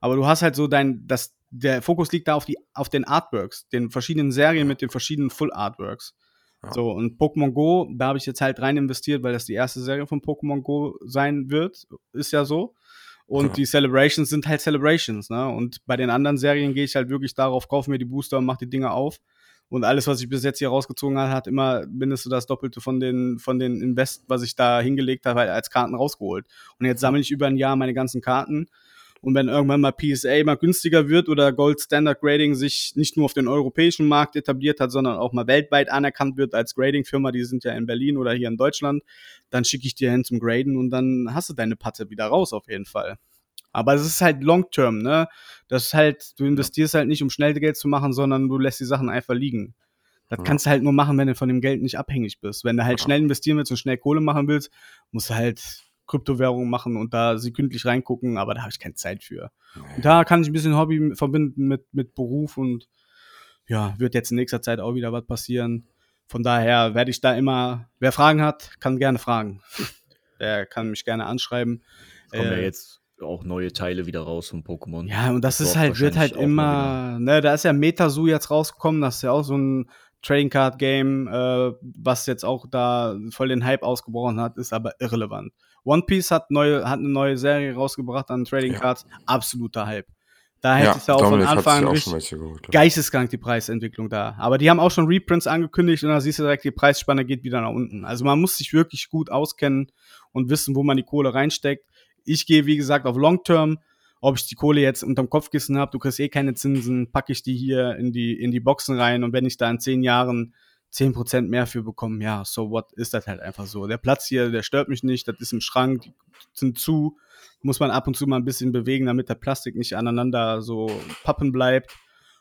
[SPEAKER 2] aber du hast halt so dein, das, der Fokus liegt da auf, die, auf den Artworks, den verschiedenen Serien mit den verschiedenen Full Artworks.
[SPEAKER 3] Ja.
[SPEAKER 2] So, und Pokémon Go, da habe ich jetzt halt rein investiert, weil das die erste Serie von Pokémon Go sein wird, ist ja so. Und
[SPEAKER 3] Ja.
[SPEAKER 2] die Celebrations sind halt Celebrations, ne? Und bei den anderen Serien gehe ich halt wirklich darauf, kaufe mir die Booster und mache die Dinge auf. Und alles, was ich bis jetzt hier rausgezogen habe, hat immer mindestens das Doppelte von den, von den Invest, was ich da hingelegt habe, halt als Karten rausgeholt. Und jetzt sammle ich über ein Jahr meine ganzen Karten Und wenn irgendwann mal PSA mal günstiger wird oder Gold Standard Grading sich nicht nur auf den europäischen Markt etabliert hat, sondern auch mal weltweit anerkannt wird als Grading-Firma, die sind ja in Berlin oder hier in Deutschland, dann schicke ich dir hin zum Graden und dann hast du deine Patte wieder raus auf jeden Fall. Aber es ist halt Long-Term, ne? Das ist halt, du investierst halt nicht, um schnell Geld zu machen, sondern du lässt die Sachen einfach liegen. Das
[SPEAKER 3] Ja.
[SPEAKER 2] kannst du halt nur machen, wenn du von dem Geld nicht abhängig bist. Wenn du halt schnell investieren willst und schnell Kohle machen willst, musst du halt Kryptowährungen machen und da sekündlich reingucken, aber da habe ich keine Zeit für. Und da kann ich ein bisschen Hobby verbinden mit, mit Beruf und ja, wird jetzt in nächster Zeit auch wieder was passieren. Von daher werde ich da immer, wer Fragen hat, kann gerne fragen. [LAUGHS] Der kann mich gerne anschreiben.
[SPEAKER 1] Es kommen ja
[SPEAKER 2] Äh,
[SPEAKER 1] jetzt auch neue Teile wieder raus von Pokémon.
[SPEAKER 2] ja, und das ist
[SPEAKER 1] Dort
[SPEAKER 2] halt, wird halt
[SPEAKER 1] wahrscheinlich auch mal
[SPEAKER 2] immer, ne, da ist ja Metasu jetzt rausgekommen, das ist ja auch so ein Trading Card Game, äh, was jetzt auch da voll den Hype ausgebrochen hat, ist aber irrelevant. One Piece hat, neue, hat eine neue Serie rausgebracht an Trading
[SPEAKER 3] Ja.
[SPEAKER 2] Cards, absoluter Hype. Da hätte
[SPEAKER 3] ja,
[SPEAKER 2] ich ja auch
[SPEAKER 3] Dominik
[SPEAKER 2] von
[SPEAKER 3] hat
[SPEAKER 2] Anfang
[SPEAKER 3] sich
[SPEAKER 2] an
[SPEAKER 3] auch
[SPEAKER 2] richtig,
[SPEAKER 3] schon welche geholt. ja.
[SPEAKER 2] geisteskrank die Preisentwicklung da. Aber die haben auch schon Reprints angekündigt und da siehst du direkt, die Preisspanne geht wieder nach unten. Also man muss sich wirklich gut auskennen und wissen, wo man die Kohle reinsteckt. Ich gehe, wie gesagt, auf Long Term. Ob ich die Kohle jetzt unterm Kopfkissen habe, du kriegst eh keine Zinsen, packe ich die hier in die, in die Boxen rein und wenn ich da in zehn Jahren 10% mehr für bekomme, ja, so what, ist das halt einfach so. Der Platz hier, der stört mich nicht, das ist im Schrank, die sind zu, muss man ab und zu mal ein bisschen bewegen, damit der Plastik nicht aneinander so pappen bleibt.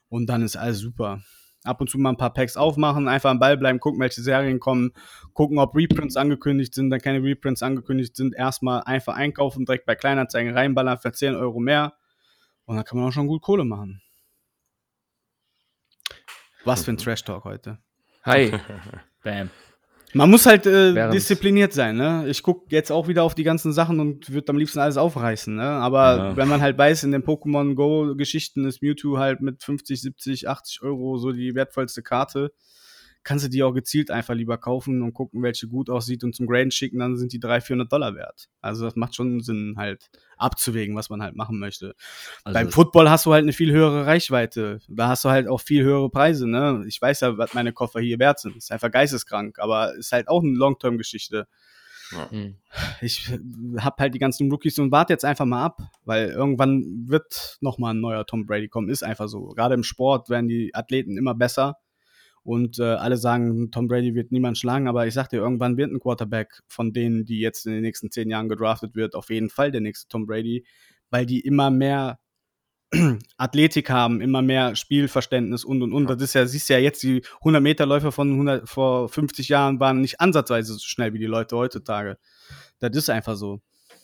[SPEAKER 2] Und dann ist alles super. Ab und zu mal ein paar Packs aufmachen, einfach am Ball bleiben, gucken, welche Serien kommen, gucken, ob Reprints angekündigt sind, dann keine Reprints angekündigt sind. Erstmal einfach einkaufen, direkt bei Kleinanzeigen reinballern für 10 Euro mehr. Und dann kann man auch schon gut Kohle machen. Was für ein Trash-Talk heute.
[SPEAKER 4] Hi.
[SPEAKER 1] Bam.
[SPEAKER 2] Man muss halt äh,
[SPEAKER 4] Während-
[SPEAKER 2] diszipliniert sein, ne? Ich gucke jetzt auch wieder auf die ganzen Sachen und würde am liebsten alles aufreißen, ne? Aber
[SPEAKER 1] Ja.
[SPEAKER 2] wenn man halt weiß, in den Pokémon Go-Geschichten ist Mewtwo halt mit 50, 70, 80 Euro so die wertvollste Karte, kannst du die auch gezielt einfach lieber kaufen und gucken, welche gut aussieht und zum Graden schicken, dann sind die 300, 400 Dollar wert. Also das macht schon Sinn, halt abzuwägen, was man halt machen möchte.
[SPEAKER 1] Also,
[SPEAKER 2] Beim Football hast du halt eine viel höhere Reichweite. Da hast du halt auch viel höhere Preise, ne? Ich weiß ja, was meine Koffer hier wert sind. Ist einfach geisteskrank, aber ist halt auch eine Long-Term-Geschichte.
[SPEAKER 4] Hm.
[SPEAKER 2] Ich hab halt die ganzen Rookies und warte jetzt einfach mal ab, weil irgendwann wird nochmal ein neuer Tom Brady kommen. Ist einfach so. Gerade im Sport werden die Athleten immer besser. Und äh, alle sagen, Tom Brady wird niemand schlagen, aber ich sag dir, irgendwann wird ein Quarterback von denen, die jetzt in den nächsten zehn Jahren gedraftet wird, auf jeden Fall der nächste Tom Brady, weil die immer mehr [CLEARS THROAT] Athletik haben, immer mehr Spielverständnis und und und. Das ist ja, siehst ja jetzt, die 100-Meter-Läufer von 100, vor 50 Jahren waren nicht ansatzweise so schnell wie die Leute heutzutage. Das ist einfach so.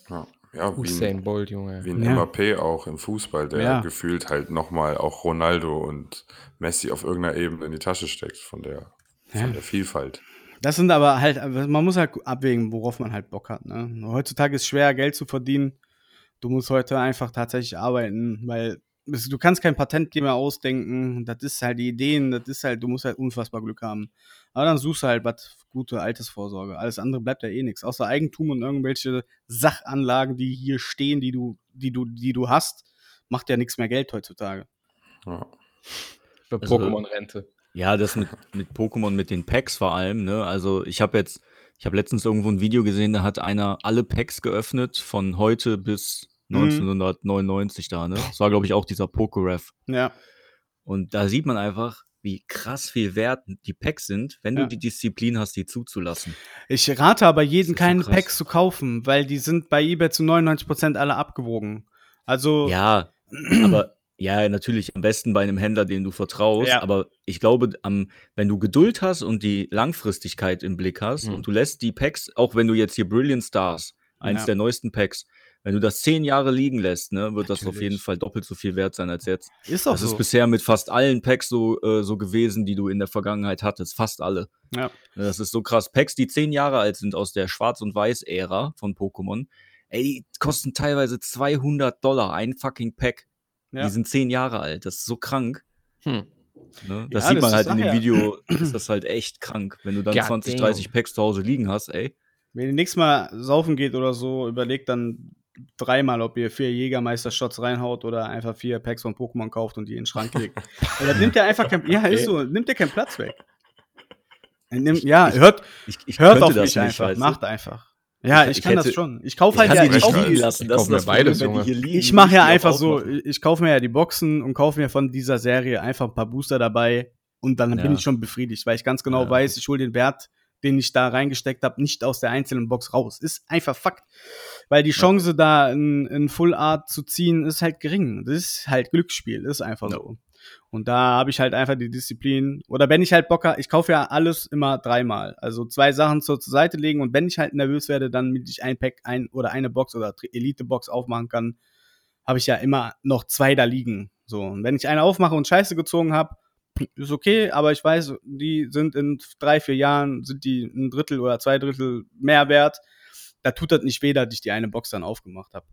[SPEAKER 3] Ja, ja wie, ein,
[SPEAKER 4] Usain Bolt, Junge.
[SPEAKER 3] wie ein
[SPEAKER 2] Ja.
[SPEAKER 3] Mbappé auch im Fußball, der
[SPEAKER 2] Ja.
[SPEAKER 3] gefühlt halt nochmal auch Ronaldo und Messi auf irgendeiner Ebene in die Tasche steckt von der,
[SPEAKER 2] Ja.
[SPEAKER 3] von der Vielfalt.
[SPEAKER 2] Das sind aber halt, man muss halt abwägen, worauf man halt Bock hat. Ne? Heutzutage ist schwer, Geld zu verdienen. Du musst heute einfach tatsächlich arbeiten, weil es- du kannst kein Patent dir mehr ausdenken. Das ist halt die Ideen, das ist halt, du musst halt unfassbar Glück haben. Aber dann suchst du halt was gute Altersvorsorge. Alles andere bleibt ja eh nichts. Außer Eigentum und irgendwelche Sachanlagen, die hier stehen, die du, die du, die du hast, macht ja nichts mehr Geld heutzutage.
[SPEAKER 3] Ja.
[SPEAKER 4] Für
[SPEAKER 1] Also-
[SPEAKER 4] Pokémon-Rente.
[SPEAKER 1] Ja, das mit, mit Pokémon, mit den Packs vor allem, ne? Also ich habe jetzt, ich habe letztens irgendwo ein Video gesehen, da hat einer alle Packs geöffnet von heute bis
[SPEAKER 2] Mhm.
[SPEAKER 1] 1999 da, ne? Das war, glaube ich, auch dieser Pokeref.
[SPEAKER 2] Ja.
[SPEAKER 1] Und da sieht man einfach, wie krass viel wert die Packs sind, wenn
[SPEAKER 2] Ja.
[SPEAKER 1] du die Disziplin hast, die zuzulassen.
[SPEAKER 2] Ich rate aber jeden,
[SPEAKER 1] ist so
[SPEAKER 2] keinen
[SPEAKER 1] krass.
[SPEAKER 2] Pack zu kaufen, weil die sind bei eBay zu 99% alle abgewogen. Also, [CLEARS THROAT]
[SPEAKER 1] Ja, aber ja, natürlich am besten bei einem Händler, dem du vertraust.
[SPEAKER 2] Ja.
[SPEAKER 1] Aber ich glaube, am, wenn du Geduld hast und die Langfristigkeit im Blick hast
[SPEAKER 4] Mhm.
[SPEAKER 1] und du lässt die Packs, auch wenn du jetzt hier Brilliant Stars, eins
[SPEAKER 2] Ja.
[SPEAKER 1] der neuesten Packs, wenn du das zehn Jahre liegen lässt, ne, wird das auf
[SPEAKER 2] Natürlich.
[SPEAKER 1] jeden Fall doppelt so viel wert sein als jetzt.
[SPEAKER 2] ist doch
[SPEAKER 1] das
[SPEAKER 2] so.
[SPEAKER 1] ist bisher mit fast allen Packs so, äh, so gewesen, die du in der Vergangenheit hattest. Fast alle.
[SPEAKER 2] Ja.
[SPEAKER 1] Ne, Das ist so krass. Packs, die zehn Jahre alt sind aus der Schwarz- und Weiß-Ära von Pokémon, ey, die kosten teilweise 200 Dollar ein fucking Pack.
[SPEAKER 2] ja.
[SPEAKER 1] Die sind zehn Jahre alt. Das ist so krank.
[SPEAKER 4] Hm.
[SPEAKER 1] Ne? Das
[SPEAKER 2] Ja,
[SPEAKER 1] sieht
[SPEAKER 2] das
[SPEAKER 1] man
[SPEAKER 2] ist-
[SPEAKER 1] halt in
[SPEAKER 2] ach
[SPEAKER 1] dem
[SPEAKER 2] ja. [CLEARS THROAT]
[SPEAKER 1] Video. Ist das halt echt krank, wenn du dann
[SPEAKER 4] God
[SPEAKER 1] 20,
[SPEAKER 4] damn.
[SPEAKER 1] 30 Packs zu Hause liegen hast, ey.
[SPEAKER 2] Wenn ihr nächstes Mal saufen geht oder so, überlegt dann dreimal, ob ihr vier Jägermeister-Shots reinhaut oder einfach vier Packs von Pokémon kauft und die in den Schrank
[SPEAKER 1] [LAUGHS]
[SPEAKER 2] legt. Weil das nimmt ja einfach kein, ja, ist so, nimmt ja keinen Platz weg. Nimmt, ja, hört,
[SPEAKER 1] Ich, ich
[SPEAKER 2] hört
[SPEAKER 1] könnte
[SPEAKER 2] auf
[SPEAKER 1] das
[SPEAKER 2] mich
[SPEAKER 1] nicht,
[SPEAKER 2] einfach,
[SPEAKER 1] weißt du?
[SPEAKER 2] macht einfach. Ja,
[SPEAKER 1] Ich-
[SPEAKER 2] ich
[SPEAKER 1] ich
[SPEAKER 2] kann das
[SPEAKER 1] hätte-
[SPEAKER 2] schon. Ich kaufe
[SPEAKER 1] Ich
[SPEAKER 2] halt
[SPEAKER 1] kann
[SPEAKER 2] ja
[SPEAKER 1] die nicht
[SPEAKER 2] auch
[SPEAKER 1] liegen
[SPEAKER 2] die,
[SPEAKER 1] lassen.
[SPEAKER 4] Ich
[SPEAKER 1] Das
[SPEAKER 4] kauf
[SPEAKER 1] ist
[SPEAKER 4] mir
[SPEAKER 1] das
[SPEAKER 4] beides,
[SPEAKER 1] Problem, wenn
[SPEAKER 4] Junge.
[SPEAKER 1] die hier liegen.
[SPEAKER 2] Ich mache
[SPEAKER 1] muss die
[SPEAKER 2] ja
[SPEAKER 1] auch
[SPEAKER 2] einfach so,
[SPEAKER 1] aufmachen.
[SPEAKER 2] ich, ich kaufe mir ja die Boxen und kaufe mir von dieser Serie einfach ein paar Booster dabei und dann bin
[SPEAKER 1] Ja.
[SPEAKER 2] ich schon befriedigt, weil ich ganz genau
[SPEAKER 1] Ja.
[SPEAKER 2] weiß, ich hole den Wert, den ich da reingesteckt habe, nicht aus der einzelnen Box raus. Ist einfach Fakt. Weil die Chance, da in, in Full Art zu ziehen, ist halt gering. Das ist halt Glücksspiel, ist einfach so. Und da habe ich halt einfach die Disziplin. Oder wenn ich halt Bock habe, ich kaufe ja alles immer dreimal. Also zwei Sachen zur zur Seite legen und wenn ich halt nervös werde, dann mit ich ein Pack ein oder eine Box oder Tri- Elite-Box aufmachen kann, habe ich ja immer noch zwei da liegen. So, und wenn ich eine aufmache und Scheiße gezogen habe, ist okay, aber ich weiß, die sind in drei, vier Jahren, sind die ein Drittel oder zwei Drittel mehr wert. Da tut das nicht weh, dass ich die eine Box dann aufgemacht habe.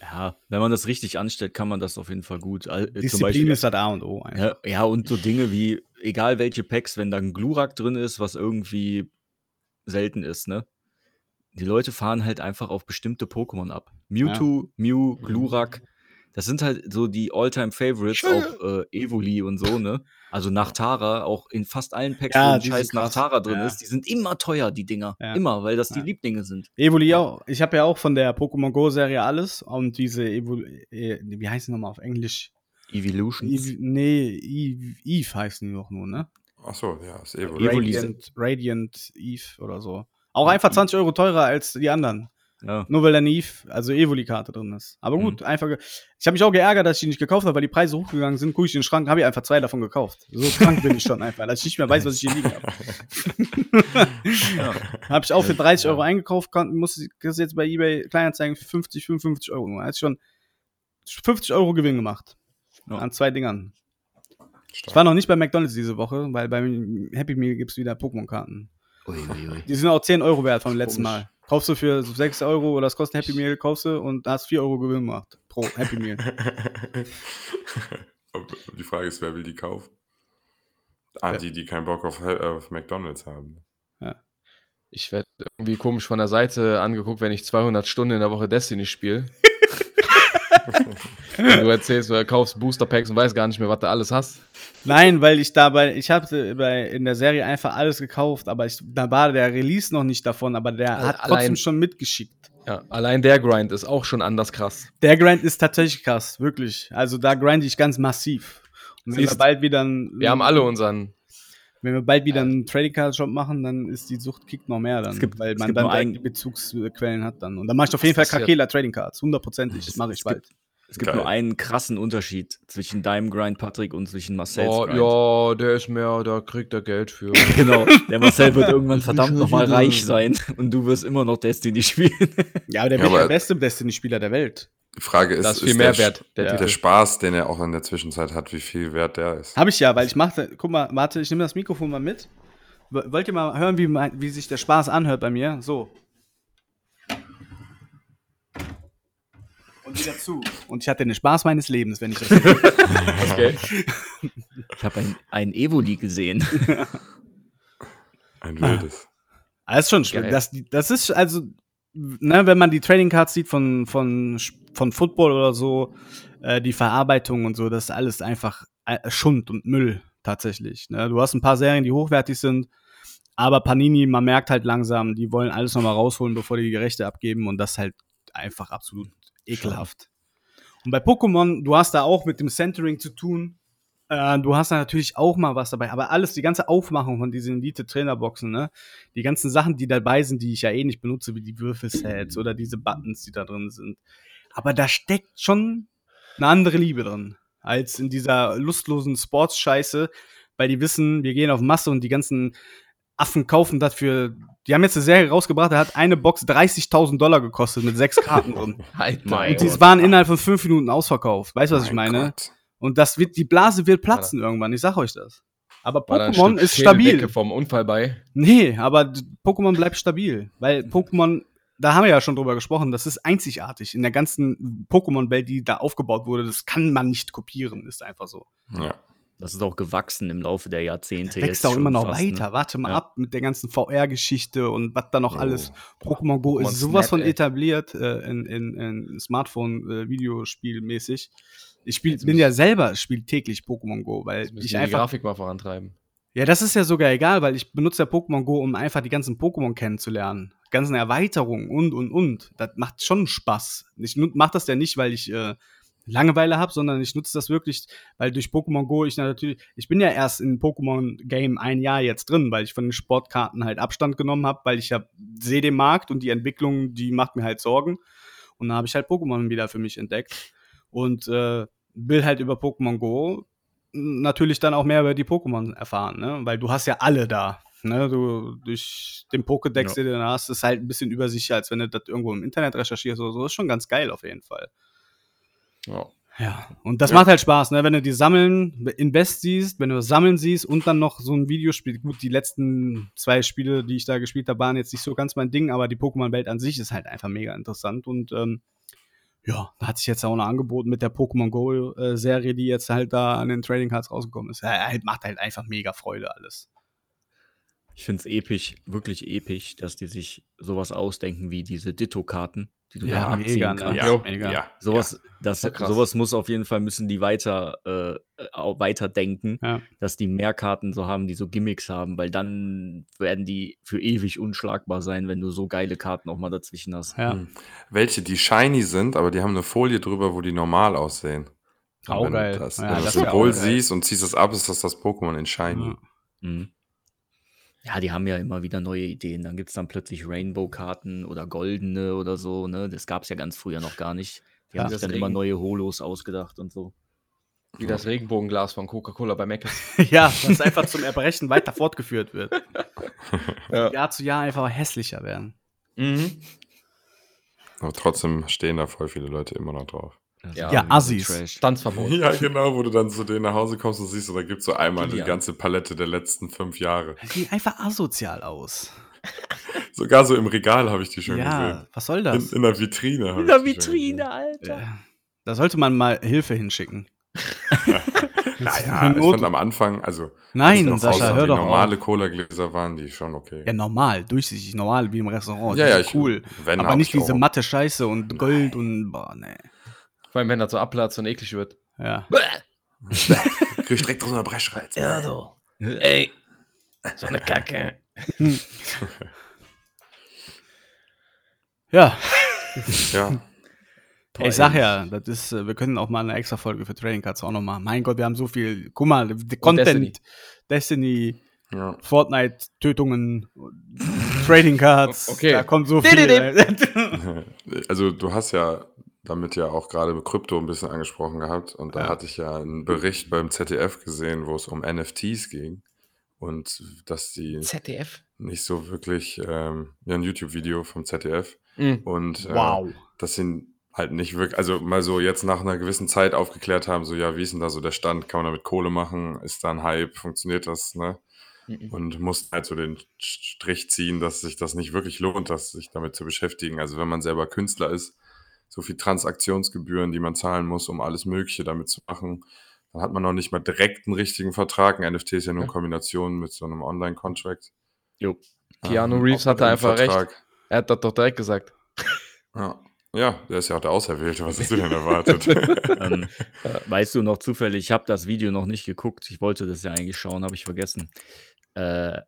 [SPEAKER 1] Ja, wenn man das richtig anstellt, kann man das auf jeden Fall gut. Al- äh, zum
[SPEAKER 2] Disziplin
[SPEAKER 1] Beispiel-
[SPEAKER 2] ist das A und O. Einfach.
[SPEAKER 1] Ja, ja, und so Dinge wie, egal welche Packs, wenn da ein Glurak drin ist, was irgendwie selten ist, ne? Die Leute fahren halt einfach auf bestimmte Pokémon ab. Mewtwo, Mew,
[SPEAKER 2] Mhm.
[SPEAKER 1] Glurak. Das sind halt so die All-Time-Favorites, auch äh, Evoli und so, ne? Also Nachtara, auch in fast allen Packs,
[SPEAKER 2] Ja,
[SPEAKER 1] wo ein
[SPEAKER 2] die sind
[SPEAKER 1] scheiß
[SPEAKER 2] krass.
[SPEAKER 1] Nachtara drin
[SPEAKER 2] Ja.
[SPEAKER 1] ist, die sind immer teuer, die Dinger.
[SPEAKER 2] Ja.
[SPEAKER 1] Immer, weil das die
[SPEAKER 2] Ja.
[SPEAKER 1] Lieblinge sind.
[SPEAKER 2] Evoli auch. Ich habe ja auch von der Pokémon Go Serie alles und diese Evoli, äh, wie heißt die nochmal auf Englisch?
[SPEAKER 1] Evolutions.
[SPEAKER 2] Ev nee, Eve, Eve heißen die doch nur, ne?
[SPEAKER 3] Ach so, ja, ist eh
[SPEAKER 2] Äh,
[SPEAKER 3] Evo.
[SPEAKER 1] Evoli
[SPEAKER 2] Radiant, Radiant Eve oder so. Auch einfach 20 Euro teurer als die anderen.
[SPEAKER 1] Ja. Mhm.
[SPEAKER 2] Nur weil da eine Eve, also Evoli-Karte drin ist. Aber gut, einfach. ge- Ich habe mich auch geärgert, dass ich die nicht gekauft habe, weil die Preise hochgegangen sind. Guck ich in den Schrank, habe ich einfach zwei davon gekauft. So krank bin ich schon einfach, dass ich nicht mehr weiß, was ich hier liegen habe.
[SPEAKER 1] [LAUGHS] Ja.
[SPEAKER 2] Habe ich auch für 30 Euro eingekauft, kann, muss ich das jetzt bei eBay Kleinanzeigen für 50, 55 Euro. nur. Da Hat schon 50 Euro Gewinn gemacht.
[SPEAKER 1] Ja.
[SPEAKER 2] An zwei Dingern. Ich
[SPEAKER 3] Stark.
[SPEAKER 2] war noch nicht bei McDonalds diese Woche, weil beim Happy Meal gibt es wieder Pokémon-Karten. Die sind auch 10 Euro wert vom letzten
[SPEAKER 3] Komisch.
[SPEAKER 2] Mal. Kaufst du für 6 Euro oder es kostet ein Happy Meal, kaufst du und hast 4 Euro Gewinn gemacht pro Happy Meal.
[SPEAKER 3] [LAUGHS] Ob- die Frage ist, wer will die kaufen? Ah, die, die keinen Bock auf, auf McDonalds haben.
[SPEAKER 4] Ich werde irgendwie komisch von der Seite angeguckt, wenn ich 200 Stunden in der Woche Destiny
[SPEAKER 2] [LAUGHS]
[SPEAKER 4] spiele. du erzählst, du kaufst Booster Packs und weißt gar nicht mehr, was du alles hast.
[SPEAKER 2] Nein, weil ich dabei, ich habe bei- in der Serie einfach alles gekauft, aber ich, da war der Release noch nicht davon, aber der
[SPEAKER 4] Alle-
[SPEAKER 2] hat trotzdem
[SPEAKER 4] allein-
[SPEAKER 2] schon mitgeschickt.
[SPEAKER 4] Ja, allein der Grind ist auch schon anders krass.
[SPEAKER 2] Der Grind ist tatsächlich krass, wirklich. Also da grinde ich ganz massiv. Und wenn wir
[SPEAKER 4] Siehst-
[SPEAKER 2] bald wieder ein,
[SPEAKER 4] Wir haben alle unseren.
[SPEAKER 2] wenn wir bald wieder einen Trading Card Shop machen, dann ist die Sucht kickt noch mehr dann,
[SPEAKER 1] Es gibt-
[SPEAKER 2] weil
[SPEAKER 1] es
[SPEAKER 2] man
[SPEAKER 1] gibt
[SPEAKER 2] dann
[SPEAKER 1] nur
[SPEAKER 2] direkt
[SPEAKER 1] ein-
[SPEAKER 2] die Bezugsquellen hat dann. Und dann mache ich auf jeden Fall
[SPEAKER 4] Das passiert.
[SPEAKER 2] Kakela Trading Cards, hundertprozentig, das
[SPEAKER 1] Es-
[SPEAKER 2] mache ich
[SPEAKER 1] es
[SPEAKER 2] bald.
[SPEAKER 1] Es gibt
[SPEAKER 3] Geil.
[SPEAKER 1] nur einen krassen Unterschied zwischen deinem Grind, Patrick, und zwischen Marcel's
[SPEAKER 4] Oh,
[SPEAKER 1] Grind.
[SPEAKER 4] ja, der ist mehr, da kriegt er Geld
[SPEAKER 2] [LAUGHS]
[SPEAKER 4] für.
[SPEAKER 1] [LAUGHS] Genau, der Marcel wird irgendwann verdammt
[SPEAKER 4] schon
[SPEAKER 1] nochmal
[SPEAKER 4] wieder-
[SPEAKER 1] reich sein [LAUGHS] und du wirst immer noch Destiny spielen. [LAUGHS]
[SPEAKER 2] Ja, aber der
[SPEAKER 3] Ja,
[SPEAKER 2] wird
[SPEAKER 3] aber-
[SPEAKER 2] der beste Destiny-Spieler der Welt.
[SPEAKER 3] Die Frage ist,
[SPEAKER 4] Das ist
[SPEAKER 3] ist
[SPEAKER 4] viel mehr
[SPEAKER 3] der,
[SPEAKER 4] wert. Der
[SPEAKER 2] Ja.
[SPEAKER 3] der
[SPEAKER 4] Titel.
[SPEAKER 3] Spaß, den er auch in der Zwischenzeit hat, wie viel wert der ist.
[SPEAKER 2] Habe ich ja, weil ich mache, guck mal, warte, ich nehme das Mikrofon mal mit. W- Wollt ihr mal hören, wie, mein, wie sich der Spaß anhört bei mir? So. Und wieder zu. Und ich hatte den Spaß meines Lebens, wenn ich das.
[SPEAKER 4] Okay.
[SPEAKER 1] Ich habe ein, ein Evoli
[SPEAKER 4] [LAUGHS]
[SPEAKER 1] gesehen.
[SPEAKER 3] Ein wildes.
[SPEAKER 2] Ah, Das ist schon schlimm.
[SPEAKER 4] Geil.
[SPEAKER 2] Das, das ist also, ne, wenn man die Trading Cards sieht von, von, Sch- von Football oder so, äh, die Verarbeitung und so, das ist alles einfach äh, Schund und Müll tatsächlich. Ne? Du hast ein paar Serien, die hochwertig sind, aber Panini, man merkt halt langsam, die wollen alles nochmal rausholen, bevor die die Rechte abgeben und das ist halt einfach absolut ekelhaft. Und bei Pokémon, du hast da auch mit dem Centering zu tun. Äh, du hast da natürlich auch mal was dabei, aber alles, die ganze Aufmachung von diesen Elite-Trainerboxen, ne? die ganzen Sachen, die dabei sind, die ich ja eh nicht benutze, wie die Würfelsets oder diese Buttons, die da drin sind. Aber da steckt schon eine andere Liebe drin, als in dieser lustlosen Sports-Scheiße, weil die wissen, wir gehen auf Masse und die ganzen Affen kaufen dafür. Die haben jetzt eine Serie rausgebracht, da hat eine Box 30.000 Dollar gekostet mit sechs
[SPEAKER 3] [LAUGHS]
[SPEAKER 2] Karten drin.
[SPEAKER 4] Alter,
[SPEAKER 1] Mein
[SPEAKER 2] [LAUGHS] Und
[SPEAKER 4] ey.
[SPEAKER 2] die waren innerhalb von fünf Minuten ausverkauft. Weißt du, was ich
[SPEAKER 3] Mein
[SPEAKER 2] meine?
[SPEAKER 3] Gott.
[SPEAKER 2] Und das wird, die Blase wird platzen irgendwann, ich sag euch das. Aber
[SPEAKER 4] War da ein
[SPEAKER 2] Pokémon
[SPEAKER 4] Stück
[SPEAKER 2] ist
[SPEAKER 4] Schädeldecke
[SPEAKER 2] stabil.
[SPEAKER 4] vom Unfall bei.
[SPEAKER 2] Nee, aber d- Pokémon bleibt stabil, weil Pokémon, da haben wir ja schon drüber gesprochen, das ist einzigartig in der ganzen Pokémon-Welt, die da aufgebaut wurde. Das kann man nicht kopieren, ist einfach so.
[SPEAKER 3] Ja.
[SPEAKER 1] Das ist auch gewachsen im Laufe der Jahrzehnte.
[SPEAKER 2] Wächst
[SPEAKER 1] jetzt
[SPEAKER 2] auch
[SPEAKER 1] schon
[SPEAKER 2] immer noch
[SPEAKER 1] fast, ne?
[SPEAKER 2] weiter. Warte mal
[SPEAKER 1] Ja.
[SPEAKER 2] ab mit der ganzen VR-Geschichte und was da noch
[SPEAKER 3] Oh.
[SPEAKER 2] alles. Pokémon Go
[SPEAKER 4] Pokémon
[SPEAKER 2] ist sowas
[SPEAKER 4] Snap,
[SPEAKER 2] von
[SPEAKER 4] ey.
[SPEAKER 2] etabliert äh, in, in, in Smartphone-Videospiel-mäßig. ich spiel,
[SPEAKER 4] Jetzt
[SPEAKER 2] bin
[SPEAKER 4] müssen-
[SPEAKER 2] ja selber, spiel täglich Pokémon Go, weil
[SPEAKER 4] Jetzt müssen
[SPEAKER 2] ich
[SPEAKER 4] wir die
[SPEAKER 2] einfach
[SPEAKER 4] Grafik mal vorantreiben.
[SPEAKER 2] Ja, das ist ja sogar egal, weil ich benutze ja Pokémon Go, um einfach die ganzen Pokémon kennenzulernen. Ganzen Erweiterungen und, und, und. Das macht schon Spaß. Ich mache das ja nicht, weil ich äh, Langeweile habe, sondern ich nutze das wirklich, weil durch Pokémon Go ich natürlich, ich bin ja erst in Pokémon Game ein Jahr jetzt drin, weil ich von den Sportkarten halt Abstand genommen habe, weil ich ja sehe den Markt und die Entwicklung, die macht mir halt Sorgen. Und da habe ich halt Pokémon wieder für mich entdeckt und äh, will halt über Pokémon Go natürlich dann auch mehr über die Pokémon erfahren, ne? weil du hast ja alle da. Ne? Du, durch den Pokédex,
[SPEAKER 1] Ja.
[SPEAKER 2] den du hast, ist halt ein bisschen übersicher, als wenn du das irgendwo im Internet recherchierst oder so. Ist schon ganz geil auf jeden Fall.
[SPEAKER 3] Ja.
[SPEAKER 2] Ja, und das
[SPEAKER 3] Ja.
[SPEAKER 2] macht halt Spaß, ne? wenn du die Sammeln, Invest siehst, wenn du das Sammeln siehst und dann noch so ein Videospiel. Gut, die letzten zwei Spiele, die ich da gespielt habe, waren jetzt nicht so ganz mein Ding, aber die Pokémon-Welt an sich ist halt einfach mega interessant und ähm, ja, da hat sich jetzt auch noch angeboten mit der Pokémon Go-Serie, die jetzt halt da an den Trading Cards rausgekommen ist. Ja, halt, macht halt einfach mega Freude alles. [LAUGHS]
[SPEAKER 1] Ich finde es episch, wirklich episch, dass die sich sowas ausdenken wie diese Ditto-Karten, die du
[SPEAKER 2] Ja,
[SPEAKER 1] da abziehen
[SPEAKER 2] mega, ne?
[SPEAKER 1] kannst.
[SPEAKER 2] Ja, mega.
[SPEAKER 1] Sowas, das,
[SPEAKER 4] Ja, krass.
[SPEAKER 1] sowas muss auf jeden Fall, müssen die weiter, äh, auch weiterdenken,
[SPEAKER 2] Ja.
[SPEAKER 1] dass die mehr Karten so haben, die so Gimmicks haben, weil dann werden die für ewig unschlagbar sein, wenn du so geile Karten auch mal dazwischen hast.
[SPEAKER 2] Ja.
[SPEAKER 3] Hm. Welche, die shiny sind, aber die haben eine Folie drüber, wo die normal aussehen. Und
[SPEAKER 2] Auch
[SPEAKER 3] wenn du
[SPEAKER 2] geil.
[SPEAKER 3] Das,
[SPEAKER 2] Ja,
[SPEAKER 3] wenn du
[SPEAKER 2] das
[SPEAKER 3] das
[SPEAKER 2] wär auch
[SPEAKER 3] Symbol
[SPEAKER 2] geil.
[SPEAKER 3] siehst und ziehst das ab, ist das das Pokémon in shiny.
[SPEAKER 2] Ja.
[SPEAKER 1] Mhm. Ja, die haben ja immer wieder neue Ideen. Dann gibt es dann plötzlich Rainbow-Karten oder goldene oder so. Ne? Das gab es ja ganz früher noch gar nicht. Die
[SPEAKER 2] Ja,
[SPEAKER 1] haben sich dann
[SPEAKER 4] deswegen.
[SPEAKER 1] immer neue Holos ausgedacht und so.
[SPEAKER 4] Wie das Regenbogenglas von Coca-Cola bei Mac.
[SPEAKER 2] ja, was einfach zum Erbrechen weiter fortgeführt wird.
[SPEAKER 4] Ja.
[SPEAKER 2] Jahr zu Jahr einfach hässlicher werden.
[SPEAKER 4] Mhm.
[SPEAKER 3] Aber trotzdem stehen da voll viele Leute immer noch drauf.
[SPEAKER 1] Das
[SPEAKER 4] Ja,
[SPEAKER 1] ist irgendwie so
[SPEAKER 2] Assis.
[SPEAKER 1] Trash.
[SPEAKER 4] Tanzverbot.
[SPEAKER 3] Ja, genau, wo du dann zu denen nach Hause kommst und siehst, da gibt es so einmal die
[SPEAKER 1] Ja.
[SPEAKER 3] ganze Palette der letzten fünf Jahre.
[SPEAKER 2] Sieht einfach asozial aus.
[SPEAKER 3] Sogar so im Regal habe ich die schon
[SPEAKER 2] ja, was soll
[SPEAKER 3] gesehen.
[SPEAKER 2] das?
[SPEAKER 3] In, in der Vitrine. habe
[SPEAKER 1] In der
[SPEAKER 3] ich die schon
[SPEAKER 1] Vitrine, Alter.
[SPEAKER 2] Äh, Da sollte man mal Hilfe hinschicken.
[SPEAKER 3] [LAUGHS] gesehen.
[SPEAKER 2] [LAUGHS]
[SPEAKER 3] Naja, ich
[SPEAKER 2] Not-
[SPEAKER 3] fand am Anfang, also als
[SPEAKER 2] Nein,
[SPEAKER 3] noch
[SPEAKER 2] Sascha,
[SPEAKER 3] aussah,
[SPEAKER 2] hör
[SPEAKER 3] die
[SPEAKER 2] doch
[SPEAKER 3] normale
[SPEAKER 2] auf.
[SPEAKER 3] Cola-Gläser waren die schon okay.
[SPEAKER 2] Ja, normal, durchsichtig, normal, wie im Restaurant. Das ist cool.
[SPEAKER 3] Wenn,
[SPEAKER 2] Aber
[SPEAKER 3] hab
[SPEAKER 2] nicht
[SPEAKER 3] ich auch.
[SPEAKER 2] diese matte Scheiße und Gold und, boah, nee.
[SPEAKER 4] Vor allem, wenn das so abplatzt und eklig wird.
[SPEAKER 2] Ja.
[SPEAKER 3] Krieg ich direkt drunter Breschreiz.
[SPEAKER 1] Äh,
[SPEAKER 4] Ja, so.
[SPEAKER 1] [LAUGHS]
[SPEAKER 4] Ey. So eine Kacke.
[SPEAKER 2] Ja,
[SPEAKER 3] Ja.
[SPEAKER 2] ich sag ja, das ist, äh, wir können auch mal eine extra Folge für Trading Cards auch noch machen. Mein Gott, wir haben so viel, guck mal, die Content, Destiny,
[SPEAKER 3] ja.
[SPEAKER 2] Fortnite, Tötungen, Trading Cards,
[SPEAKER 4] Okay.
[SPEAKER 2] da kommt so viel. ey. [LAUGHS]
[SPEAKER 3] [LAUGHS] Also du hast ja damit ja auch gerade Krypto ein bisschen angesprochen gehabt und da
[SPEAKER 2] Ja.
[SPEAKER 3] hatte ich ja einen Bericht beim ZDF gesehen, wo es um NFTs ging und dass die
[SPEAKER 4] ZDF.
[SPEAKER 3] nicht so wirklich ähm, ja, ein YouTube-Video vom ZDF
[SPEAKER 4] Mhm.
[SPEAKER 3] und äh,
[SPEAKER 2] wow.
[SPEAKER 3] dass sie halt nicht wirklich, also mal so jetzt nach einer gewissen Zeit aufgeklärt haben, so ja, wie ist denn da so der Stand, kann man damit Kohle machen, ist da ein Hype, funktioniert das, ne?
[SPEAKER 4] Mhm.
[SPEAKER 3] und mussten halt so den Strich ziehen, dass sich das nicht wirklich lohnt, das sich damit zu beschäftigen. Also wenn man selber Künstler ist, so viel Transaktionsgebühren, die man zahlen muss, um alles Mögliche damit zu machen, dann hat man noch nicht mal direkt einen richtigen Vertrag. Ein NFT ist ja nur
[SPEAKER 4] Ja.
[SPEAKER 3] Kombination mit so einem Online-Contract.
[SPEAKER 1] Jo.
[SPEAKER 4] Keanu
[SPEAKER 3] Ähm,
[SPEAKER 4] Reeves
[SPEAKER 3] auch mit
[SPEAKER 4] hatte
[SPEAKER 3] einem
[SPEAKER 4] einfach recht.
[SPEAKER 3] Vertrag.
[SPEAKER 4] Er hat das doch direkt gesagt.
[SPEAKER 3] Ja. ja, der ist ja auch der Auserwählte. Was hast du denn erwartet?
[SPEAKER 1] ähm, weißt du noch zufällig, ich habe das Video noch nicht geguckt. Ich wollte das ja eigentlich schauen, habe ich vergessen. Äh,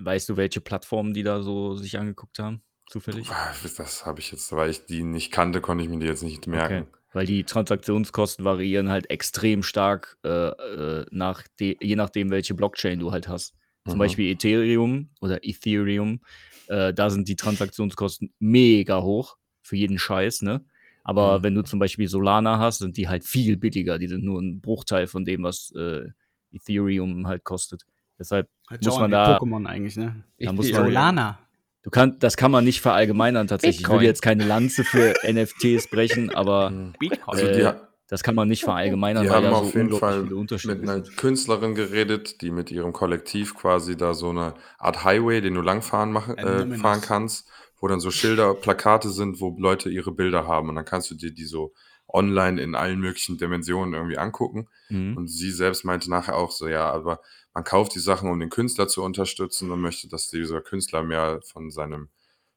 [SPEAKER 1] weißt du, welche Plattformen die da so sich angeguckt haben? Zufällig?
[SPEAKER 3] das habe ich jetzt, weil ich die nicht kannte, konnte ich mir die jetzt nicht merken.
[SPEAKER 1] Okay. Weil die Transaktionskosten variieren halt extrem stark, äh, äh, nach de je nachdem, welche Blockchain du halt hast. Zum
[SPEAKER 3] Mhm.
[SPEAKER 1] Beispiel Ethereum oder Ethereum, äh, da sind die Transaktionskosten mega hoch für jeden Scheiß, ne? Aber
[SPEAKER 3] Mhm.
[SPEAKER 1] wenn du zum Beispiel Solana hast, sind die halt viel billiger. Die sind nur ein Bruchteil von dem, was äh, Ethereum halt kostet. Deshalb, Muss
[SPEAKER 2] John,
[SPEAKER 1] man
[SPEAKER 2] wie
[SPEAKER 1] da-
[SPEAKER 2] Pokémon eigentlich, ne?
[SPEAKER 1] da muss man
[SPEAKER 2] Solana.
[SPEAKER 1] Du kann, das kann man nicht verallgemeinern tatsächlich. Ich
[SPEAKER 4] Bitcoin.
[SPEAKER 1] will jetzt keine Lanze für
[SPEAKER 3] [LAUGHS]
[SPEAKER 1] NFTs brechen, aber
[SPEAKER 3] Mhm.
[SPEAKER 2] Bitcoin.
[SPEAKER 3] Also die,
[SPEAKER 1] Äh, das kann man nicht verallgemeinern,
[SPEAKER 3] Die
[SPEAKER 1] weil
[SPEAKER 3] haben
[SPEAKER 1] da
[SPEAKER 3] auf
[SPEAKER 1] so
[SPEAKER 3] jeden
[SPEAKER 1] unglaublich
[SPEAKER 3] Fall
[SPEAKER 1] viele Unterschiede
[SPEAKER 3] mit einer
[SPEAKER 1] sind.
[SPEAKER 3] Künstlerin geredet, die mit ihrem Kollektiv quasi da so eine Art Highway, den du langfahren machen, äh,
[SPEAKER 2] Anonymous.
[SPEAKER 3] fahren kannst, wo dann so Schilder, Plakate sind, wo Leute ihre Bilder haben und dann kannst du dir die so online in allen möglichen Dimensionen irgendwie angucken.
[SPEAKER 1] Mhm.
[SPEAKER 3] Und sie selbst meinte nachher auch so, ja, aber man kauft die Sachen, um den Künstler zu unterstützen und möchte, dass dieser Künstler mehr von seinem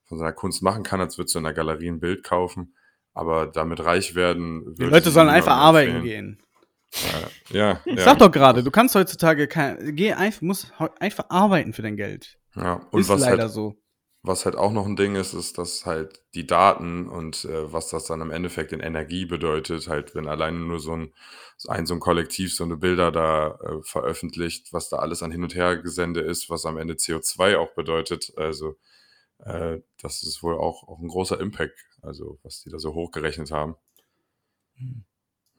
[SPEAKER 3] von seiner Kunst machen kann, als würdest du in der Galerie ein Bild kaufen. Aber damit reich werden.
[SPEAKER 2] Die
[SPEAKER 3] würde
[SPEAKER 2] Leute
[SPEAKER 3] sie
[SPEAKER 2] sollen
[SPEAKER 3] niemandem
[SPEAKER 2] einfach arbeiten
[SPEAKER 3] empfehlen.
[SPEAKER 2] gehen.
[SPEAKER 3] Ja,
[SPEAKER 2] Ich
[SPEAKER 3] ja.
[SPEAKER 2] Sag doch gerade, du kannst heutzutage kein, geh einfach, musst heu- einfach arbeiten für dein Geld.
[SPEAKER 3] ja. Und
[SPEAKER 2] ist
[SPEAKER 3] was
[SPEAKER 2] leider
[SPEAKER 3] halt, [LAUGHS]
[SPEAKER 2] so.
[SPEAKER 3] was halt auch noch ein Ding ist, ist, dass halt die Daten und äh, was das dann im Endeffekt in Energie bedeutet, halt wenn alleine nur so ein, so ein, so ein Kollektiv so eine Bilder da äh, veröffentlicht, was da alles an Hin- und Hergesende ist, was am Ende CO2 auch bedeutet. Also äh, das ist wohl auch, auch ein großer Impact, also was die da so hochgerechnet haben.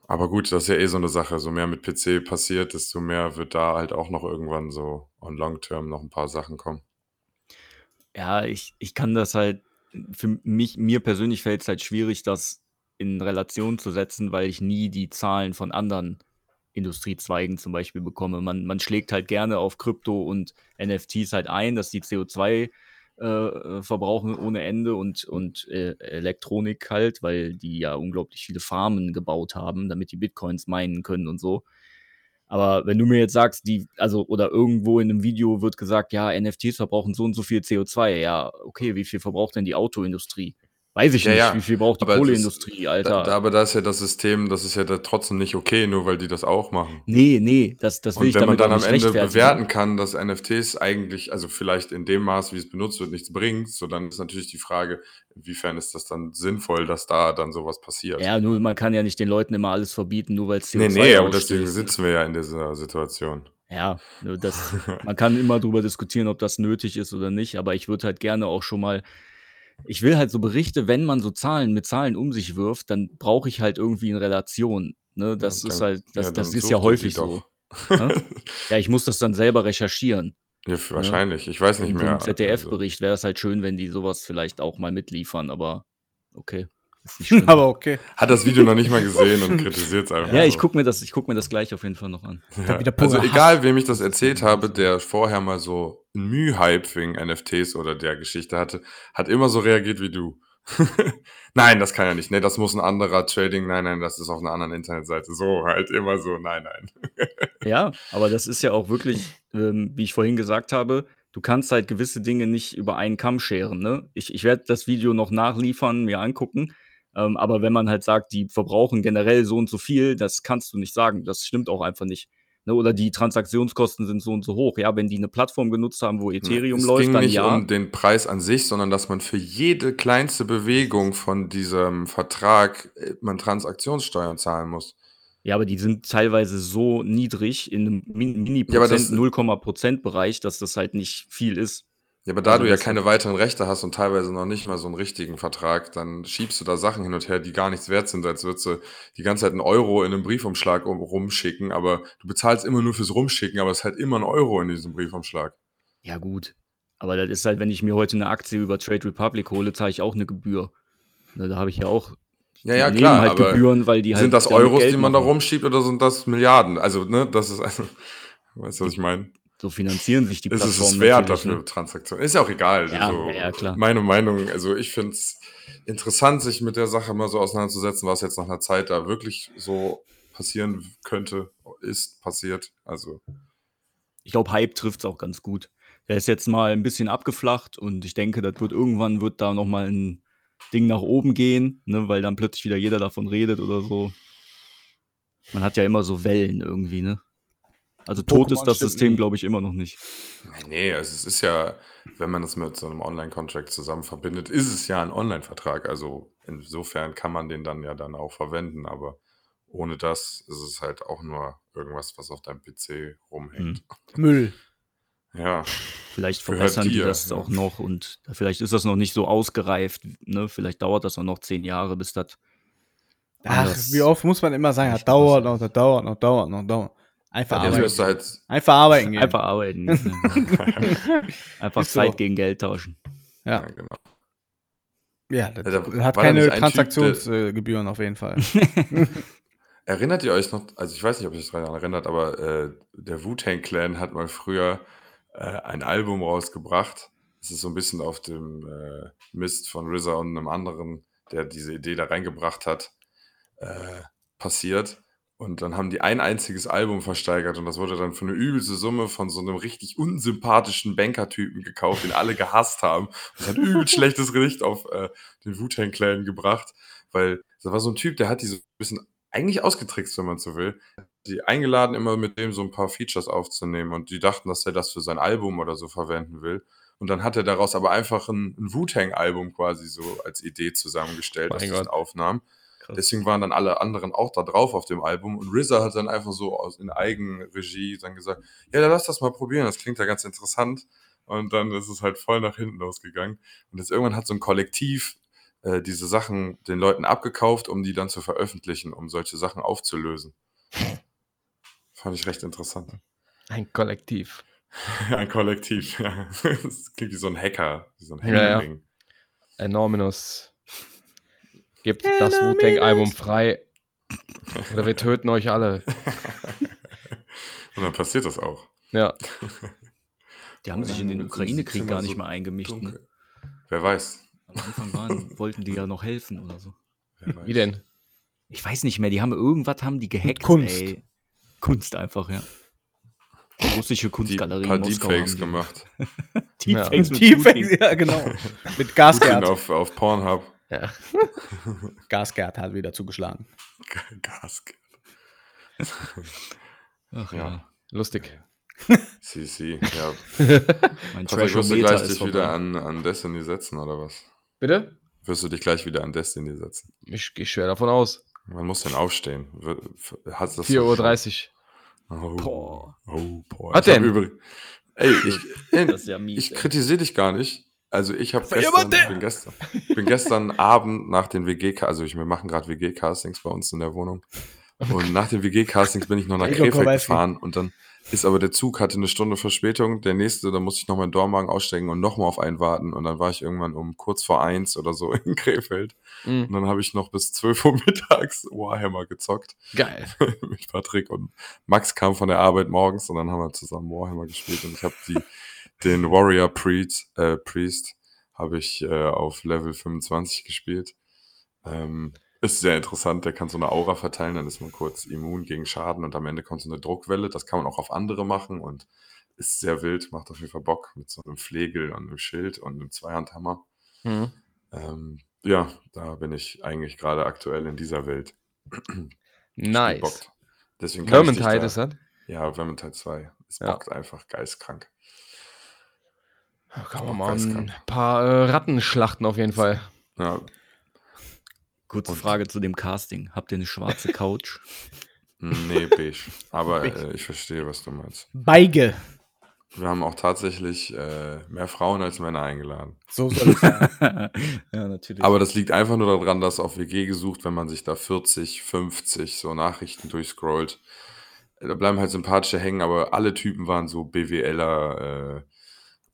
[SPEAKER 3] Aber gut, das ist ja eh so eine Sache. So mehr mit PC passiert, desto mehr wird da halt auch noch irgendwann so on long term noch ein paar Sachen kommen.
[SPEAKER 1] ja, ich, ich kann das halt, für mich, mir persönlich fällt es halt schwierig, das in Relation zu setzen, weil ich nie die Zahlen von anderen Industriezweigen zum Beispiel bekomme. Man, man schlägt halt gerne auf Krypto und NFTs halt ein, dass die CO2 äh, verbrauchen ohne Ende und, und äh, Elektronik halt, weil die ja unglaublich viele Farmen gebaut haben, damit die Bitcoins meinen können und so. Aber wenn du mir jetzt sagst, die, also, oder irgendwo in einem Video wird gesagt, ja, NFTs verbrauchen so und so viel CO2, ja, okay, wie viel verbraucht denn die Autoindustrie? Weiß ich
[SPEAKER 3] Ja,
[SPEAKER 1] nicht,
[SPEAKER 3] ja,
[SPEAKER 1] wie viel braucht die
[SPEAKER 3] aber das-
[SPEAKER 1] Kohleindustrie, Alter?
[SPEAKER 3] Da, da, aber da ist ja das System, das ist ja da trotzdem nicht okay, nur weil die das auch machen.
[SPEAKER 1] nee, nee, das, das will
[SPEAKER 3] Und
[SPEAKER 1] ich
[SPEAKER 3] wenn man
[SPEAKER 1] damit
[SPEAKER 3] dann
[SPEAKER 1] auch
[SPEAKER 3] am
[SPEAKER 1] nicht
[SPEAKER 3] Ende
[SPEAKER 1] rechtfertigen.
[SPEAKER 3] bewerten kann, dass NFTs eigentlich, also vielleicht in dem Maß, wie es benutzt wird, nichts bringt, so dann ist natürlich die Frage, inwiefern ist das dann sinnvoll, dass da dann sowas passiert.
[SPEAKER 1] Ja, nur man kann ja nicht den Leuten immer alles verbieten, nur weil es
[SPEAKER 3] nee, nee, aber
[SPEAKER 1] ausstößt.
[SPEAKER 3] deswegen sitzen wir ja in dieser Situation.
[SPEAKER 1] Ja, nur [LAUGHS] das, man kann immer darüber diskutieren, ob das nötig ist oder nicht, aber ich würde halt gerne auch schon mal, ich will halt so Berichte, wenn man so Zahlen mit Zahlen um sich wirft, dann brauche ich halt irgendwie eine Relation. Ne? Das
[SPEAKER 3] dann-
[SPEAKER 1] ist halt, das,
[SPEAKER 3] ja,
[SPEAKER 1] das
[SPEAKER 3] dann
[SPEAKER 1] ist ja
[SPEAKER 3] sucht ihr
[SPEAKER 1] häufig
[SPEAKER 3] die doch.
[SPEAKER 1] so. Ne? Ja, ich muss das dann selber recherchieren.
[SPEAKER 3] [LAUGHS] Ja, f- wahrscheinlich. Ich weiß nicht
[SPEAKER 1] In so
[SPEAKER 3] mehr. also.
[SPEAKER 1] einem ZDF-Bericht wäre es halt schön, wenn die sowas vielleicht auch mal mitliefern, aber okay. Ist
[SPEAKER 3] [LAUGHS]
[SPEAKER 1] nicht schlimm.
[SPEAKER 2] Aber okay.
[SPEAKER 3] Also, hat das Video noch nicht mal gesehen und kritisiert
[SPEAKER 1] [LAUGHS]
[SPEAKER 3] es einfach.
[SPEAKER 1] ja, ich
[SPEAKER 3] so.
[SPEAKER 1] gucke mir, das- ich guck mir das gleich auf jeden Fall noch an.
[SPEAKER 2] Da wieder
[SPEAKER 3] Also
[SPEAKER 2] purer Hass.
[SPEAKER 3] egal, wem ich das erzählt habe, der vorher mal so einen Müh-Hype wegen NFTs oder der Geschichte hatte, hat immer so reagiert wie du. [LAUGHS] nein, das kann ja nicht. Nee, das muss ein anderer Trading. Nein, nein, das ist auf einer anderen Internetseite. So, halt immer so. Nein, nein.
[SPEAKER 1] Ja, aber das ist ja auch wirklich, ähm, wie ich vorhin gesagt habe, du kannst halt gewisse Dinge nicht über einen Kamm scheren. Ne? Ich, ich werde das Video noch nachliefern, mir angucken. Ähm, aber wenn man halt sagt, die verbrauchen generell so und so viel, das kannst du nicht sagen. Das stimmt auch einfach nicht. Ne? Oder die Transaktionskosten sind so und so hoch. Ja, wenn die eine Plattform genutzt haben, wo Ethereum
[SPEAKER 3] es
[SPEAKER 1] läuft,
[SPEAKER 3] ging
[SPEAKER 1] dann
[SPEAKER 3] nicht
[SPEAKER 1] ja.
[SPEAKER 3] um den Preis an sich, sondern dass man für jede kleinste Bewegung von diesem Vertrag äh, man Transaktionssteuern zahlen muss.
[SPEAKER 1] Ja, aber die sind teilweise so niedrig in einem Min-
[SPEAKER 3] Ja, aber das-
[SPEAKER 1] Mini-Prozent, 0,%-Bereich, dass das halt nicht viel ist.
[SPEAKER 3] Ja, aber da
[SPEAKER 1] Also
[SPEAKER 3] du ja
[SPEAKER 1] das-
[SPEAKER 3] keine weiteren Rechte hast und teilweise noch nicht mal so einen richtigen Vertrag, dann schiebst du da Sachen hin und her, die gar nichts wert sind, als würdest du die ganze Zeit einen Euro in einem Briefumschlag um- rumschicken, aber du bezahlst immer nur fürs Rumschicken, aber es ist halt immer ein Euro in diesem Briefumschlag.
[SPEAKER 1] Ja, gut. Aber das ist halt, wenn ich mir heute eine Aktie über Trade Republic hole, zahle ich auch eine Gebühr. Na, da habe ich ja auch.
[SPEAKER 3] Ja, ja,
[SPEAKER 1] die
[SPEAKER 3] klar,
[SPEAKER 1] nehmen halt
[SPEAKER 3] aber
[SPEAKER 1] Gebühren, weil die halt.
[SPEAKER 3] sind das
[SPEAKER 1] damit
[SPEAKER 3] Euros,
[SPEAKER 1] Geld
[SPEAKER 3] die man da
[SPEAKER 1] machen.
[SPEAKER 3] rumschiebt oder sind das Milliarden? Also, ne, das ist, [LAUGHS] also, weißt du, was ich meine?
[SPEAKER 1] So finanzieren sich die
[SPEAKER 3] Ist es
[SPEAKER 1] Plattformen.
[SPEAKER 3] es wert
[SPEAKER 1] natürlich,
[SPEAKER 3] dafür,
[SPEAKER 1] ne?
[SPEAKER 3] Transaktionen? Ist ja auch egal.
[SPEAKER 1] Ja,
[SPEAKER 3] also,
[SPEAKER 1] ja, klar.
[SPEAKER 3] Meine Meinung, also ich finde es interessant, sich mit der Sache mal so auseinanderzusetzen, was jetzt nach einer Zeit da wirklich so passieren könnte, ist passiert. Also,
[SPEAKER 1] Ich glaube, Hype trifft es auch ganz gut. Der ist jetzt mal ein bisschen abgeflacht und ich denke, das wird irgendwann wird da nochmal ein Ding nach oben gehen, ne, weil dann plötzlich wieder jeder davon redet oder so. Man hat ja immer so Wellen irgendwie, ne? Also tot ist
[SPEAKER 2] Pokémon
[SPEAKER 1] das
[SPEAKER 2] stimmt
[SPEAKER 1] System,
[SPEAKER 2] nie.
[SPEAKER 1] glaube ich, immer noch nicht.
[SPEAKER 3] nee, also es ist ja, wenn man das mit so einem Online-Contract zusammen verbindet, ist es ja ein Online-Vertrag. Also insofern kann man den dann ja dann auch verwenden, aber ohne das ist es halt auch nur irgendwas, was auf deinem PC rumhängt.
[SPEAKER 2] Müll.
[SPEAKER 3] Ja.
[SPEAKER 1] Vielleicht
[SPEAKER 3] Gehört
[SPEAKER 1] verbessern die
[SPEAKER 3] dir,
[SPEAKER 1] das
[SPEAKER 3] ja.
[SPEAKER 1] auch noch und vielleicht ist das noch nicht so ausgereift. Ne? Vielleicht dauert das auch noch zehn Jahre, bis das.
[SPEAKER 2] Ach,
[SPEAKER 1] anders-
[SPEAKER 2] wie oft muss man immer sagen, das
[SPEAKER 1] Echt
[SPEAKER 2] dauert
[SPEAKER 1] krass.
[SPEAKER 2] noch, das dauert noch, dauert noch, dauert. Einfach
[SPEAKER 1] Ja,
[SPEAKER 3] Jetzt
[SPEAKER 2] arbeiten.
[SPEAKER 3] müsste halt
[SPEAKER 2] Einfach arbeiten gehen.
[SPEAKER 1] Einfach
[SPEAKER 2] [LAUGHS]
[SPEAKER 1] arbeiten.
[SPEAKER 3] [LAUGHS]
[SPEAKER 1] ne? Einfach
[SPEAKER 2] Ist so.
[SPEAKER 1] Zeit gegen Geld tauschen.
[SPEAKER 3] Ja,
[SPEAKER 2] Ja,
[SPEAKER 3] genau.
[SPEAKER 2] ja das
[SPEAKER 3] Da
[SPEAKER 2] hat
[SPEAKER 3] war da
[SPEAKER 2] keine
[SPEAKER 3] nicht ein Typ, der-
[SPEAKER 2] Transaktionsgebühren auf
[SPEAKER 3] [LAUGHS]
[SPEAKER 2] jeden Fall.
[SPEAKER 3] Erinnert ihr euch noch, also ich weiß nicht, ob ihr euch daran erinnert, aber äh, der Wu-Tang Clan hat mal früher äh, ein Album rausgebracht. Das ist so ein bisschen auf dem äh, Mist von RZA und einem anderen, der diese Idee da reingebracht hat, äh, passiert. Und dann haben die ein einziges Album versteigert und das wurde dann für eine übelste Summe von so einem richtig unsympathischen Bankertypen gekauft, den alle gehasst haben. Das
[SPEAKER 4] [LAUGHS]
[SPEAKER 3] hat übel schlechtes Gericht auf äh, den Wu-Tang Clan gebracht, weil da war so ein Typ, der hat die so ein bisschen eigentlich ausgetrickst, wenn man so will. Die eingeladen, immer mit dem so ein paar Features aufzunehmen und die dachten, dass er das für sein Album oder so verwenden will. Und dann hat er daraus aber einfach ein, ein Wu-Tang-Album quasi so als Idee zusammengestellt,
[SPEAKER 4] Mein
[SPEAKER 3] aus
[SPEAKER 4] Gott.
[SPEAKER 3] diesen Aufnahmen.
[SPEAKER 1] Krass.
[SPEAKER 3] Deswegen waren dann alle anderen auch da drauf auf dem Album. Und RZA hat dann einfach so aus, in Eigenregie dann gesagt, ja, dann lass das mal probieren, das klingt ja ganz interessant. Und dann ist es halt voll nach hinten losgegangen. Und jetzt irgendwann hat so ein Kollektiv äh, diese Sachen den Leuten abgekauft, um die dann zu veröffentlichen, um solche
[SPEAKER 1] [LAUGHS]
[SPEAKER 3] Sachen aufzulösen. Fand ich recht interessant. [LAUGHS]
[SPEAKER 4] Ein Kollektiv.
[SPEAKER 3] Ein Kollektiv, ja. Das klingt wie so ein Hacker, wie so ein
[SPEAKER 4] Ja, ja.
[SPEAKER 3] Hacking-Ding.
[SPEAKER 4] Enorminus. Gebt das Wu-Tang-Album frei. Oder wir töten euch alle.
[SPEAKER 3] Und dann passiert das auch.
[SPEAKER 4] Ja,
[SPEAKER 1] Die haben sich in den Ukraine-Krieg gar nicht mehr eingemischt. Ne?
[SPEAKER 3] Dunkel. Wer weiß.
[SPEAKER 1] Am Anfang waren, [LAUGHS] wollten die ja noch helfen oder so.
[SPEAKER 3] Wer weiß.
[SPEAKER 4] wie denn?
[SPEAKER 1] Ich weiß nicht mehr, die haben irgendwas haben die gehackt.
[SPEAKER 2] Kunst.
[SPEAKER 1] Ey. Kunst einfach, ja. Russische
[SPEAKER 3] Die
[SPEAKER 1] Kunstgalerie
[SPEAKER 3] paar
[SPEAKER 1] in Moskau.
[SPEAKER 3] Deepfakes
[SPEAKER 1] haben die-
[SPEAKER 3] gemacht.
[SPEAKER 1] Deepfakes mit Putin.
[SPEAKER 2] Deepfakes,
[SPEAKER 3] [LAUGHS]
[SPEAKER 2] ja, genau. Mit
[SPEAKER 3] Putin
[SPEAKER 2] Gasgert.
[SPEAKER 3] auf, auf Pornhub.
[SPEAKER 4] Ja.
[SPEAKER 2] Gasgert hat wieder zugeschlagen.
[SPEAKER 3] Gas.
[SPEAKER 1] Ach ja.
[SPEAKER 3] Ja.
[SPEAKER 4] Lustig.
[SPEAKER 1] [LAUGHS]
[SPEAKER 3] CC, ja.
[SPEAKER 1] Mein
[SPEAKER 3] Patrick, wirst du
[SPEAKER 1] Trashometer
[SPEAKER 3] gleich
[SPEAKER 1] ist
[SPEAKER 3] dich
[SPEAKER 1] vorbei.
[SPEAKER 3] wieder an, an Destiny setzen, oder was?
[SPEAKER 4] Bitte?
[SPEAKER 3] Wirst du dich gleich wieder an Destiny setzen?
[SPEAKER 4] Ich gehe schwer davon aus.
[SPEAKER 3] Man muss denn aufstehen. Wir- f- Hast du das
[SPEAKER 4] 4.30
[SPEAKER 3] Oh,
[SPEAKER 1] Boah.
[SPEAKER 3] oh, boah.
[SPEAKER 4] Was
[SPEAKER 3] Ich
[SPEAKER 4] denn?
[SPEAKER 3] hab übrig- Ey,
[SPEAKER 4] [LAUGHS]
[SPEAKER 3] ich, ey,
[SPEAKER 1] Das ist ja mies.
[SPEAKER 3] ich
[SPEAKER 1] ey.
[SPEAKER 3] kritisiere dich gar nicht. Also ich habe
[SPEAKER 4] Ja,
[SPEAKER 3] gestern,
[SPEAKER 4] warte!
[SPEAKER 3] ich bin gestern, ich bin gestern [LAUGHS] Abend nach den WG, also ich, wir machen gerade WG-Castings bei uns in der Wohnung. Und nach den WG-Castings bin ich noch nach
[SPEAKER 2] Gregor
[SPEAKER 3] Krefeld
[SPEAKER 2] Kowalski.
[SPEAKER 3] gefahren und dann ist aber der Zug hatte eine Stunde Verspätung. Der nächste, da musste ich noch meinen Dormagen ausstecken und nochmal auf einen warten. Und dann war ich irgendwann um kurz vor eins oder so [LAUGHS] in Krefeld.
[SPEAKER 4] Uhr.
[SPEAKER 3] Und
[SPEAKER 4] Mhm.
[SPEAKER 3] dann habe ich noch bis 12 Uhr [LAUGHS] mittags Warhammer gezockt
[SPEAKER 4] Geil.
[SPEAKER 3] [LAUGHS] mit Patrick und Max kam von der Arbeit morgens und dann haben wir zusammen Warhammer gespielt und ich habe
[SPEAKER 4] [LAUGHS]
[SPEAKER 3] die den Warrior Priest, äh, Priest habe ich äh, auf Level 25 gespielt. Ähm, ist sehr interessant, der kann so eine Aura verteilen, dann ist man kurz immun gegen Schaden und am Ende kommt so eine Druckwelle. Das kann man auch auf andere machen und ist sehr wild, macht auf jeden Fall Bock mit so einem Flegel und einem Schild und einem Zweihandhammer.
[SPEAKER 4] Mhm.
[SPEAKER 3] Ähm, ja, da bin ich eigentlich gerade aktuell in dieser Welt.
[SPEAKER 4] Nice.
[SPEAKER 3] Gebockt. Deswegen kann ich dich
[SPEAKER 4] Vermintide
[SPEAKER 3] da-
[SPEAKER 4] ist das?
[SPEAKER 3] ja, Vermintide 2. Es
[SPEAKER 4] Ja.
[SPEAKER 3] bockt einfach geistkrank.
[SPEAKER 4] Da kann man
[SPEAKER 3] Bock,
[SPEAKER 4] mal
[SPEAKER 3] weiß
[SPEAKER 4] ein
[SPEAKER 3] keiner.
[SPEAKER 4] Oh, paar äh, Rattenschlachten auf jeden Fall.
[SPEAKER 3] Ja,
[SPEAKER 1] Kurze
[SPEAKER 3] Und-
[SPEAKER 1] Frage zu dem Casting. Habt ihr eine schwarze
[SPEAKER 3] [LAUGHS]
[SPEAKER 1] Couch?
[SPEAKER 3] nee, [LAUGHS] beige. Aber äh, ich verstehe, was du meinst.
[SPEAKER 2] Beige.
[SPEAKER 3] Wir haben auch tatsächlich äh, mehr Frauen als Männer eingeladen.
[SPEAKER 2] So soll es sein.
[SPEAKER 3] [LAUGHS]
[SPEAKER 1] ja, natürlich.
[SPEAKER 3] Aber das liegt einfach nur daran, dass auf WG gesucht, wenn man sich da 40, 50 so Nachrichten durchscrollt, äh, da bleiben halt sympathische hängen, aber alle Typen waren so BWLer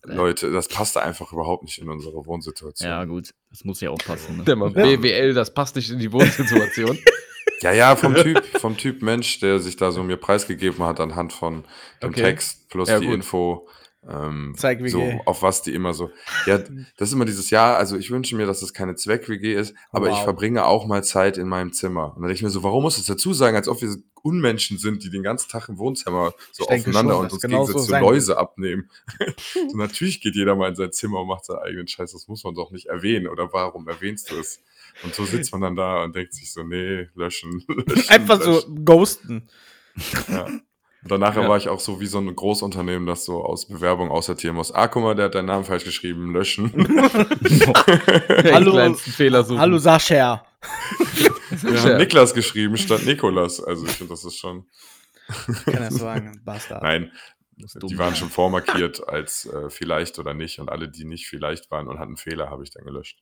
[SPEAKER 3] äh, Leute. Das passte einfach überhaupt nicht in unsere Wohnsituation.
[SPEAKER 1] ja, gut. Das muss ja auch passen.
[SPEAKER 4] Der
[SPEAKER 1] Ne?
[SPEAKER 4] Mann, BWL, das passt nicht in die Wohnsituation.
[SPEAKER 3] Ja, ja, vom Typ, vom Typ Mensch, der sich da so mir preisgegeben hat anhand von dem
[SPEAKER 4] Okay.
[SPEAKER 3] Text plus
[SPEAKER 4] Ja,
[SPEAKER 3] die
[SPEAKER 4] gut.
[SPEAKER 3] Info. Ähm,
[SPEAKER 2] Zeig WG.
[SPEAKER 3] so, auf was die immer so. Ja, das ist immer dieses Jahr. Also ich wünsche mir, dass es keine Zweck-WG ist, aber ich
[SPEAKER 2] Wow.
[SPEAKER 3] verbringe auch mal Zeit in meinem Zimmer. Und dann denke ich mir so, warum muss es dazu sagen, als ob wir Unmenschen sind, die den ganzen Tag im Wohnzimmer so
[SPEAKER 2] Ich denke
[SPEAKER 3] aufeinander
[SPEAKER 2] schon,
[SPEAKER 3] und
[SPEAKER 2] dass
[SPEAKER 3] uns
[SPEAKER 2] genau so
[SPEAKER 3] gegenseitig so
[SPEAKER 2] sein
[SPEAKER 3] Läuse abnehmen. [LAUGHS] so, natürlich geht jeder mal in sein Zimmer und macht seinen eigenen Scheiß. Das muss man doch nicht erwähnen. Oder warum erwähnst du es? Und so sitzt man dann da und denkt sich so, nee, löschen. [LAUGHS] löschen
[SPEAKER 2] Einfach so
[SPEAKER 3] löschen.
[SPEAKER 2] ghosten.
[SPEAKER 3] Ja. Und danach
[SPEAKER 4] Ja.
[SPEAKER 3] war ich auch so wie so ein Großunternehmen, das so aus Bewerbung aussortieren muss. Ah, guck mal, der hat deinen Namen falsch
[SPEAKER 1] [LAUGHS]
[SPEAKER 3] geschrieben, löschen.
[SPEAKER 4] Den
[SPEAKER 2] Hallo-
[SPEAKER 4] kleinsten Fehler suchen.
[SPEAKER 3] [LAUGHS]
[SPEAKER 2] Hallo Sascha.
[SPEAKER 3] Wir haben Niklas geschrieben statt Nikolas. Also ich finde, das ist schon.
[SPEAKER 2] Kann er sagen, Bastard.
[SPEAKER 3] Nein,
[SPEAKER 1] Das ist
[SPEAKER 3] die waren schon vormarkiert als äh, vielleicht oder nicht. Und alle, die nicht vielleicht waren und hatten Fehler, habe ich dann gelöscht.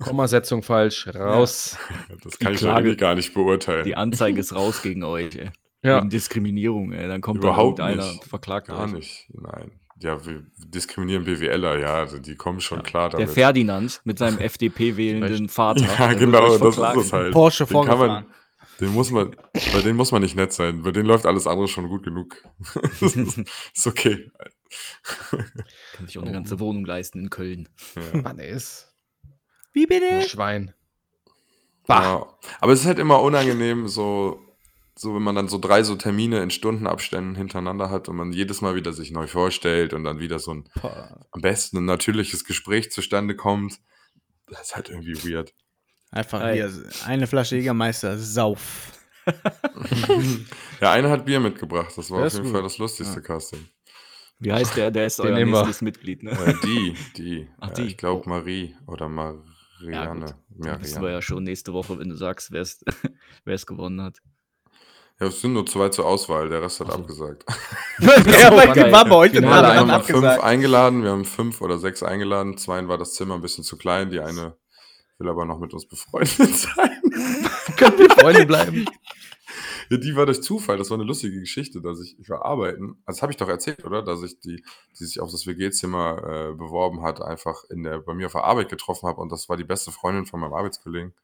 [SPEAKER 4] Kommasetzung falsch. Raus.
[SPEAKER 3] Das kann ich
[SPEAKER 1] Klage-
[SPEAKER 3] irgendwie gar nicht beurteilen.
[SPEAKER 1] Die Anzeige ist raus gegen euch. Ey.
[SPEAKER 4] Ja.
[SPEAKER 1] Wegen Diskriminierung. Ey. Dann kommt
[SPEAKER 3] Überhaupt
[SPEAKER 1] da irgendeiner
[SPEAKER 3] nicht.
[SPEAKER 1] und verklagt
[SPEAKER 3] Gar
[SPEAKER 1] euch.
[SPEAKER 3] nicht. Nein. Ja, wir diskriminieren BWLer, ja. Also die kommen schon klar
[SPEAKER 1] Der
[SPEAKER 3] damit.
[SPEAKER 1] Ferdinand mit seinem FDP-wählenden Vater.
[SPEAKER 3] [LAUGHS] ja,
[SPEAKER 1] der wird
[SPEAKER 3] genau,
[SPEAKER 1] euch
[SPEAKER 3] das
[SPEAKER 1] verklagen.
[SPEAKER 3] ist es halt.
[SPEAKER 2] Porsche
[SPEAKER 3] den kann man,
[SPEAKER 2] vorgefahren.
[SPEAKER 3] den muss man, bei denen muss man nicht nett sein. Bei denen läuft alles andere schon gut genug. [LAUGHS] ist okay.
[SPEAKER 1] [LAUGHS] Kann sich auch eine ganze Wohnung leisten in Köln.
[SPEAKER 3] Ja.
[SPEAKER 4] Mann, er ist
[SPEAKER 2] Wie
[SPEAKER 4] ein
[SPEAKER 2] bitte?
[SPEAKER 4] Schwein.
[SPEAKER 3] Ja. Aber es ist halt immer unangenehm, so, so wenn man dann so drei so Termine in Stundenabständen hintereinander hat und man jedes Mal wieder sich neu vorstellt und dann wieder so ein am besten ein natürliches Gespräch zustande kommt. Das ist halt irgendwie weird.
[SPEAKER 2] Einfach
[SPEAKER 1] Ey.
[SPEAKER 2] hier, eine Flasche Jägermeister, sauf.
[SPEAKER 3] ja, einer hat Bier mitgebracht. Das war
[SPEAKER 2] Ja,
[SPEAKER 3] auf
[SPEAKER 2] ist
[SPEAKER 3] jeden
[SPEAKER 2] gut.
[SPEAKER 3] Fall das lustigste Casting.
[SPEAKER 1] Wie heißt der? Der ist
[SPEAKER 4] Den
[SPEAKER 1] euer
[SPEAKER 4] nehmen wir.
[SPEAKER 1] nächstes Mitglied, ne? [LAUGHS]
[SPEAKER 3] Äh, die, die.
[SPEAKER 1] Ach,
[SPEAKER 3] ja,
[SPEAKER 1] die.
[SPEAKER 3] Ich glaube Marie oder Marianne.
[SPEAKER 1] Ja, wissen wir
[SPEAKER 3] Marianne.
[SPEAKER 1] ja schon nächste Woche, wenn du sagst, wer es [LAUGHS] wer es gewonnen hat.
[SPEAKER 3] Ja, es sind nur zwei zur Auswahl, der Rest hat abgesagt.
[SPEAKER 2] ja,
[SPEAKER 4] aber
[SPEAKER 2] aber
[SPEAKER 4] geil.
[SPEAKER 2] war bei euch in
[SPEAKER 3] Wir
[SPEAKER 1] Finale
[SPEAKER 2] Halle
[SPEAKER 1] haben
[SPEAKER 2] einen
[SPEAKER 3] haben fünf
[SPEAKER 2] abgesagt.
[SPEAKER 3] eingeladen, wir haben fünf oder sechs eingeladen. Zweien war das Zimmer ein bisschen zu klein, die eine will aber noch mit uns befreundet [LAUGHS] sein.
[SPEAKER 4] Können wir Freunde bleiben?
[SPEAKER 3] Ja, die war durch Zufall, das war eine lustige Geschichte, dass ich, ich war arbeiten, also habe ich doch erzählt, oder? Dass ich die, die sich auf das WG-Zimmer äh, beworben hat, einfach in der, bei mir auf der Arbeit getroffen habe und das war die beste Freundin von meinem Arbeitskollegen.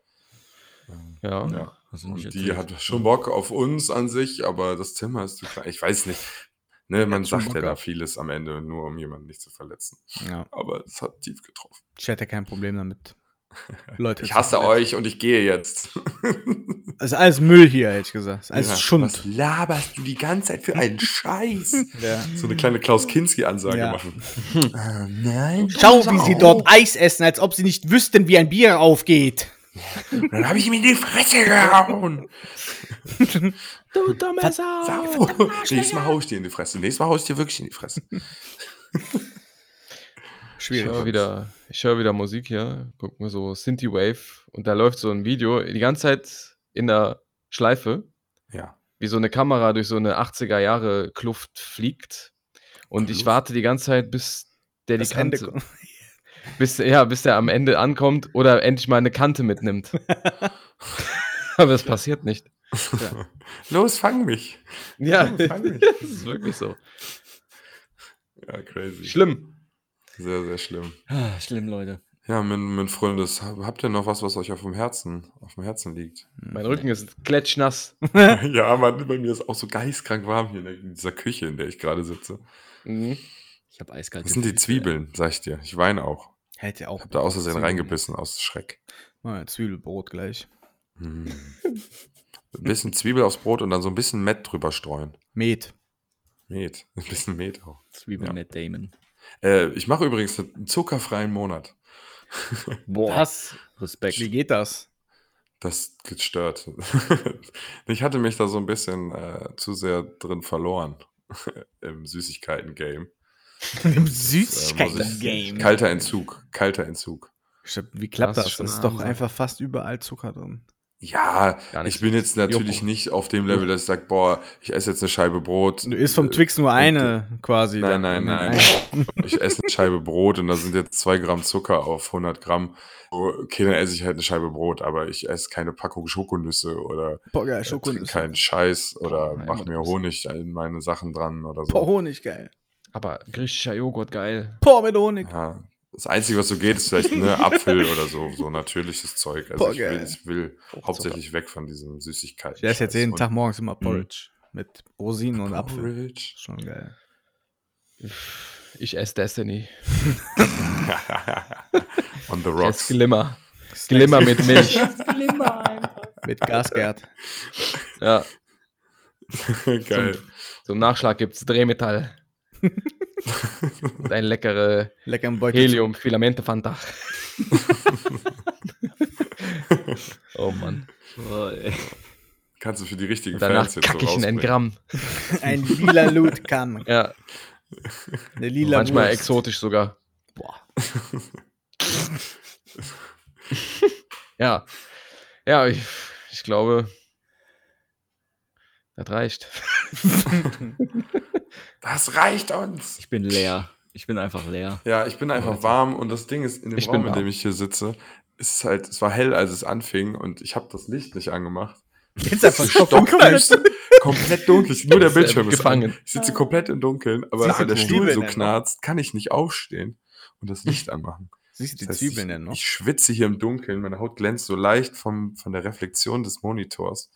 [SPEAKER 3] Ähm,
[SPEAKER 4] Ja.
[SPEAKER 3] Ja.
[SPEAKER 1] Hast du
[SPEAKER 3] Und
[SPEAKER 1] nicht
[SPEAKER 3] die
[SPEAKER 1] erzählt.
[SPEAKER 3] hat schon Bock auf uns an sich, aber das Zimmer ist zu klein. Ich weiß nicht. Ne, man
[SPEAKER 2] schon
[SPEAKER 3] sagt
[SPEAKER 2] Bock
[SPEAKER 3] ja da
[SPEAKER 2] gehabt.
[SPEAKER 3] vieles am Ende, nur um jemanden nicht zu verletzen.
[SPEAKER 2] Ja,
[SPEAKER 3] Aber es hat tief getroffen.
[SPEAKER 2] ich hätte kein Problem damit. Leute,
[SPEAKER 3] Ich hasse euch und ich gehe jetzt.
[SPEAKER 2] Das ist alles Müll hier, hätte ich gesagt. Das ist alles
[SPEAKER 3] Ja, Was
[SPEAKER 2] Schund.
[SPEAKER 3] laberst du die ganze Zeit für
[SPEAKER 2] [LAUGHS]
[SPEAKER 3] einen Scheiß?
[SPEAKER 2] Ja.
[SPEAKER 3] So eine kleine Klaus-Kinski-Ansage
[SPEAKER 2] Ja. [LAUGHS]
[SPEAKER 3] machen. Äh, nein.
[SPEAKER 2] Schau, wie sie dort Eis essen, als ob sie nicht wüssten, wie ein Bier aufgeht.
[SPEAKER 3] Dann habe ich ihm in die Fresse gehauen.
[SPEAKER 4] Du dummer
[SPEAKER 1] Oh,
[SPEAKER 4] Sau.
[SPEAKER 3] Sau. Nächstes Mal hau ich dir in die Fresse. Nächstes Mal hau ich dir wirklich in die Fresse.
[SPEAKER 2] [LAUGHS]
[SPEAKER 4] Ich höre wieder, ich höre wieder Musik hier, guck mir so Sinti Wave und da läuft so ein Video die ganze Zeit in der Schleife,
[SPEAKER 3] Ja.
[SPEAKER 4] wie so eine Kamera durch so eine 80er Jahre Kluft fliegt und ich
[SPEAKER 3] Kluft?
[SPEAKER 4] warte die ganze Zeit bis der die
[SPEAKER 2] Das Ende
[SPEAKER 4] Kante, bis ja, bis der am Ende ankommt oder endlich mal eine Kante mitnimmt. Aber es passiert nicht.
[SPEAKER 3] [LAUGHS] Los, fang mich.
[SPEAKER 4] Ja,
[SPEAKER 3] [LAUGHS] fang
[SPEAKER 2] [LAUGHS]
[SPEAKER 3] mich.
[SPEAKER 4] das ist wirklich so.
[SPEAKER 3] Ja, crazy.
[SPEAKER 4] Schlimm.
[SPEAKER 3] Sehr, sehr schlimm.
[SPEAKER 1] Ah, Schlimm, Leute.
[SPEAKER 3] Ja, mein, mein Freundes, hab- habt ihr noch was, was euch auf dem Herzen, auf dem Herzen liegt?
[SPEAKER 2] Hm.
[SPEAKER 4] Mein Rücken ist klatschnass.
[SPEAKER 3] [LAUGHS] ja, Mann, bei mir ist auch so geistkrank warm hier in, der, in dieser Küche, in der ich gerade sitze.
[SPEAKER 4] Mhm.
[SPEAKER 1] Ich habe eiskalt.
[SPEAKER 3] Das sind die Zwiebeln, sag ich dir. Ich weine auch.
[SPEAKER 2] Hätte auch.
[SPEAKER 3] Hab da aus Versehen
[SPEAKER 2] Zwiebeln.
[SPEAKER 3] reingebissen, aus Schreck.
[SPEAKER 2] Mal ein Zwiebelbrot gleich.
[SPEAKER 3] Mm. [LAUGHS] Ein bisschen Zwiebel aufs Brot und dann so ein bisschen Met drüber streuen.
[SPEAKER 2] Met.
[SPEAKER 3] Met. [LAUGHS] Ein bisschen Met auch.
[SPEAKER 1] Zwiebeln
[SPEAKER 3] Ja.
[SPEAKER 1] Matt Damon.
[SPEAKER 3] Äh, ich mache übrigens einen zuckerfreien Monat.
[SPEAKER 1] Boah,
[SPEAKER 2] Was?
[SPEAKER 1] Respekt.
[SPEAKER 2] Wie geht das?
[SPEAKER 3] Das geht stört. [LAUGHS] ich hatte mich da so ein bisschen äh, zu sehr drin verloren [LAUGHS] im Süßigkeiten-Game.
[SPEAKER 2] Im
[SPEAKER 3] Süßigkeiten-Game. Kalter Entzug, kalter Entzug.
[SPEAKER 2] Stimmt, Wie klappt
[SPEAKER 4] Das
[SPEAKER 2] das?
[SPEAKER 4] ist
[SPEAKER 2] Das
[SPEAKER 4] schon
[SPEAKER 2] ist
[SPEAKER 4] eine
[SPEAKER 2] doch
[SPEAKER 4] Ansage.
[SPEAKER 2] einfach fast überall Zucker drin.
[SPEAKER 3] Ja,
[SPEAKER 4] Gar nicht
[SPEAKER 3] ich bin jetzt natürlich
[SPEAKER 4] Joko.
[SPEAKER 3] nicht auf dem Level, dass ich sage, boah, ich esse jetzt eine Scheibe Brot.
[SPEAKER 2] Du isst vom Twix nur eine quasi.
[SPEAKER 3] äh, Nein,
[SPEAKER 2] dann.
[SPEAKER 3] nein, nein. [LAUGHS] Ich esse eine Scheibe Brot und da sind jetzt 2 Gramm Zucker auf 100 Gramm. Okay, dann esse ich halt eine Scheibe Brot, aber ich esse keine Packung Schokonüsse oder
[SPEAKER 2] Boah, geil,
[SPEAKER 3] Schokonüsse.
[SPEAKER 2] Schokolade.
[SPEAKER 3] keinen Scheiß oder
[SPEAKER 4] Nein,
[SPEAKER 3] mach mir
[SPEAKER 4] das-
[SPEAKER 3] Honig in meine Sachen dran oder so.
[SPEAKER 2] Boah, Honig, geil.
[SPEAKER 4] Aber griechischer Joghurt geil.
[SPEAKER 2] Boah, mit Honig.
[SPEAKER 3] Ja, das Einzige, was so geht, ist vielleicht
[SPEAKER 4] [LAUGHS]
[SPEAKER 3] ne, Apfel oder so, so natürliches Zeug. Also
[SPEAKER 2] Boah,
[SPEAKER 3] ich will,
[SPEAKER 2] geil.
[SPEAKER 3] ich will
[SPEAKER 2] Oh
[SPEAKER 3] hauptsächlich weg von diesen Süßigkeiten.
[SPEAKER 2] Ich esse jetzt jeden Tag morgens immer Porridge. Mit Rosinen und Apfel.
[SPEAKER 4] [LAUGHS]
[SPEAKER 3] Mhm. Porridge. [LAUGHS]
[SPEAKER 2] Schon geil.
[SPEAKER 4] Ich esse Destiny.
[SPEAKER 3] On
[SPEAKER 4] Ich esse
[SPEAKER 3] the [LAUGHS] rocks.
[SPEAKER 4] Glimmer. Glimmer mit
[SPEAKER 3] [LAUGHS]
[SPEAKER 4] Milch.
[SPEAKER 2] Mit Gasgerd.
[SPEAKER 4] Ja,
[SPEAKER 3] Geil.
[SPEAKER 4] zum Nachschlag gibt's
[SPEAKER 3] [LAUGHS]
[SPEAKER 4] Drehmetall. Und ein leckere
[SPEAKER 2] Lecker im Beutel.
[SPEAKER 4] helium filamente fanta Oh Mann.
[SPEAKER 1] Boah, ey.
[SPEAKER 3] Kannst du für die richtigen
[SPEAKER 4] Und danach
[SPEAKER 3] Fans jetzt so
[SPEAKER 4] kacke ich in
[SPEAKER 3] rausbringen.
[SPEAKER 4] ein Gramm.
[SPEAKER 2] Ein lila Loot kam.
[SPEAKER 4] Ja,
[SPEAKER 2] Eine lila
[SPEAKER 4] manchmal
[SPEAKER 2] Wurst.
[SPEAKER 4] exotisch sogar.
[SPEAKER 3] [LAUGHS]
[SPEAKER 2] Boah.
[SPEAKER 4] Ja. Ja, ich, ich glaube, das reicht.
[SPEAKER 3] Das reicht uns.
[SPEAKER 1] Ich bin leer. Ich bin einfach leer.
[SPEAKER 3] Ja, ich bin einfach warm und das Ding ist, in dem
[SPEAKER 4] Ich bin
[SPEAKER 3] Raum, in dem
[SPEAKER 4] warm.
[SPEAKER 3] ich hier sitze, ist es halt, es war hell, als es anfang und ich habe das Licht nicht angemacht.
[SPEAKER 2] Jetzt einfach
[SPEAKER 3] Stockdüster, [LAUGHS] komplett dunkel, nur der
[SPEAKER 4] Ist, äh,
[SPEAKER 3] Bildschirm ist an.
[SPEAKER 4] gefangen.
[SPEAKER 3] Ich sitze komplett im Dunkeln, aber
[SPEAKER 2] Siehst du
[SPEAKER 3] weil der
[SPEAKER 2] die
[SPEAKER 3] Stuhl
[SPEAKER 2] Zwiebeln
[SPEAKER 3] so
[SPEAKER 2] denn noch?
[SPEAKER 3] knarzt, kann ich nicht aufstehen und das Licht anmachen.
[SPEAKER 2] Siehst du die
[SPEAKER 3] Das heißt,
[SPEAKER 2] Zwiebeln
[SPEAKER 3] ich,
[SPEAKER 2] denn noch?
[SPEAKER 3] Ich schwitze hier im Dunkeln, meine Haut glänzt so leicht vom, von der Reflexion des Monitors.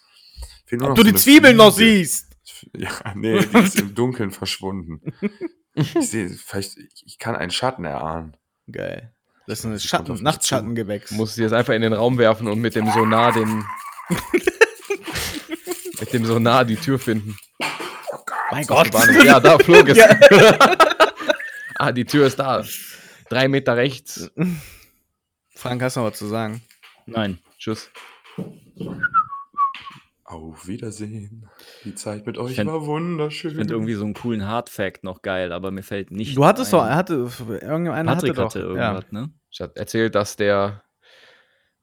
[SPEAKER 3] Fehlt nur noch
[SPEAKER 2] Ob du
[SPEAKER 3] so
[SPEAKER 2] die
[SPEAKER 3] eine
[SPEAKER 2] Zwiebeln noch
[SPEAKER 3] Fliege.
[SPEAKER 2] siehst!
[SPEAKER 3] [LAUGHS] Ja, nee, die ist im Dunkeln verschwunden. Ich sehe, vielleicht, ich ich kann einen Schatten erahnen.
[SPEAKER 2] Geil. Das ist
[SPEAKER 3] Ich
[SPEAKER 2] ein
[SPEAKER 3] glaub, das kommt
[SPEAKER 2] Schatten,
[SPEAKER 3] auf mich
[SPEAKER 2] Nachtschattengewächs.
[SPEAKER 4] Muss sie jetzt einfach in den Raum werfen und mit dem Sonar
[SPEAKER 3] [LAUGHS]
[SPEAKER 4] den. mit dem Sonar die Tür finden.
[SPEAKER 2] mein Gott.
[SPEAKER 4] Bahn-
[SPEAKER 2] [LAUGHS]
[SPEAKER 4] Ja, da flog es. [LAUGHS] ah, die Tür ist da. Drei Meter rechts.
[SPEAKER 2] Frank, hast du noch was zu sagen?
[SPEAKER 1] Nein.
[SPEAKER 4] Tschüss.
[SPEAKER 3] Au. Auf Wiedersehen. Die Zeit mit euch
[SPEAKER 1] find-
[SPEAKER 3] war wunderschön.
[SPEAKER 1] Ich finde irgendwie so einen coolen Hardfact noch geil, aber mir fällt nicht.
[SPEAKER 2] Du hattest
[SPEAKER 1] ein.
[SPEAKER 2] doch, er hatte, irgendeiner
[SPEAKER 1] Patrick hatte
[SPEAKER 2] hatte doch. ja.
[SPEAKER 1] irgendwas, ne?
[SPEAKER 4] Ich hatte erzählt, dass der,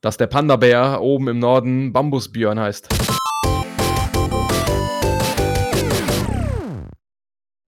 [SPEAKER 4] dass der Panda-Bär oben im Norden Bambusbjörn heißt.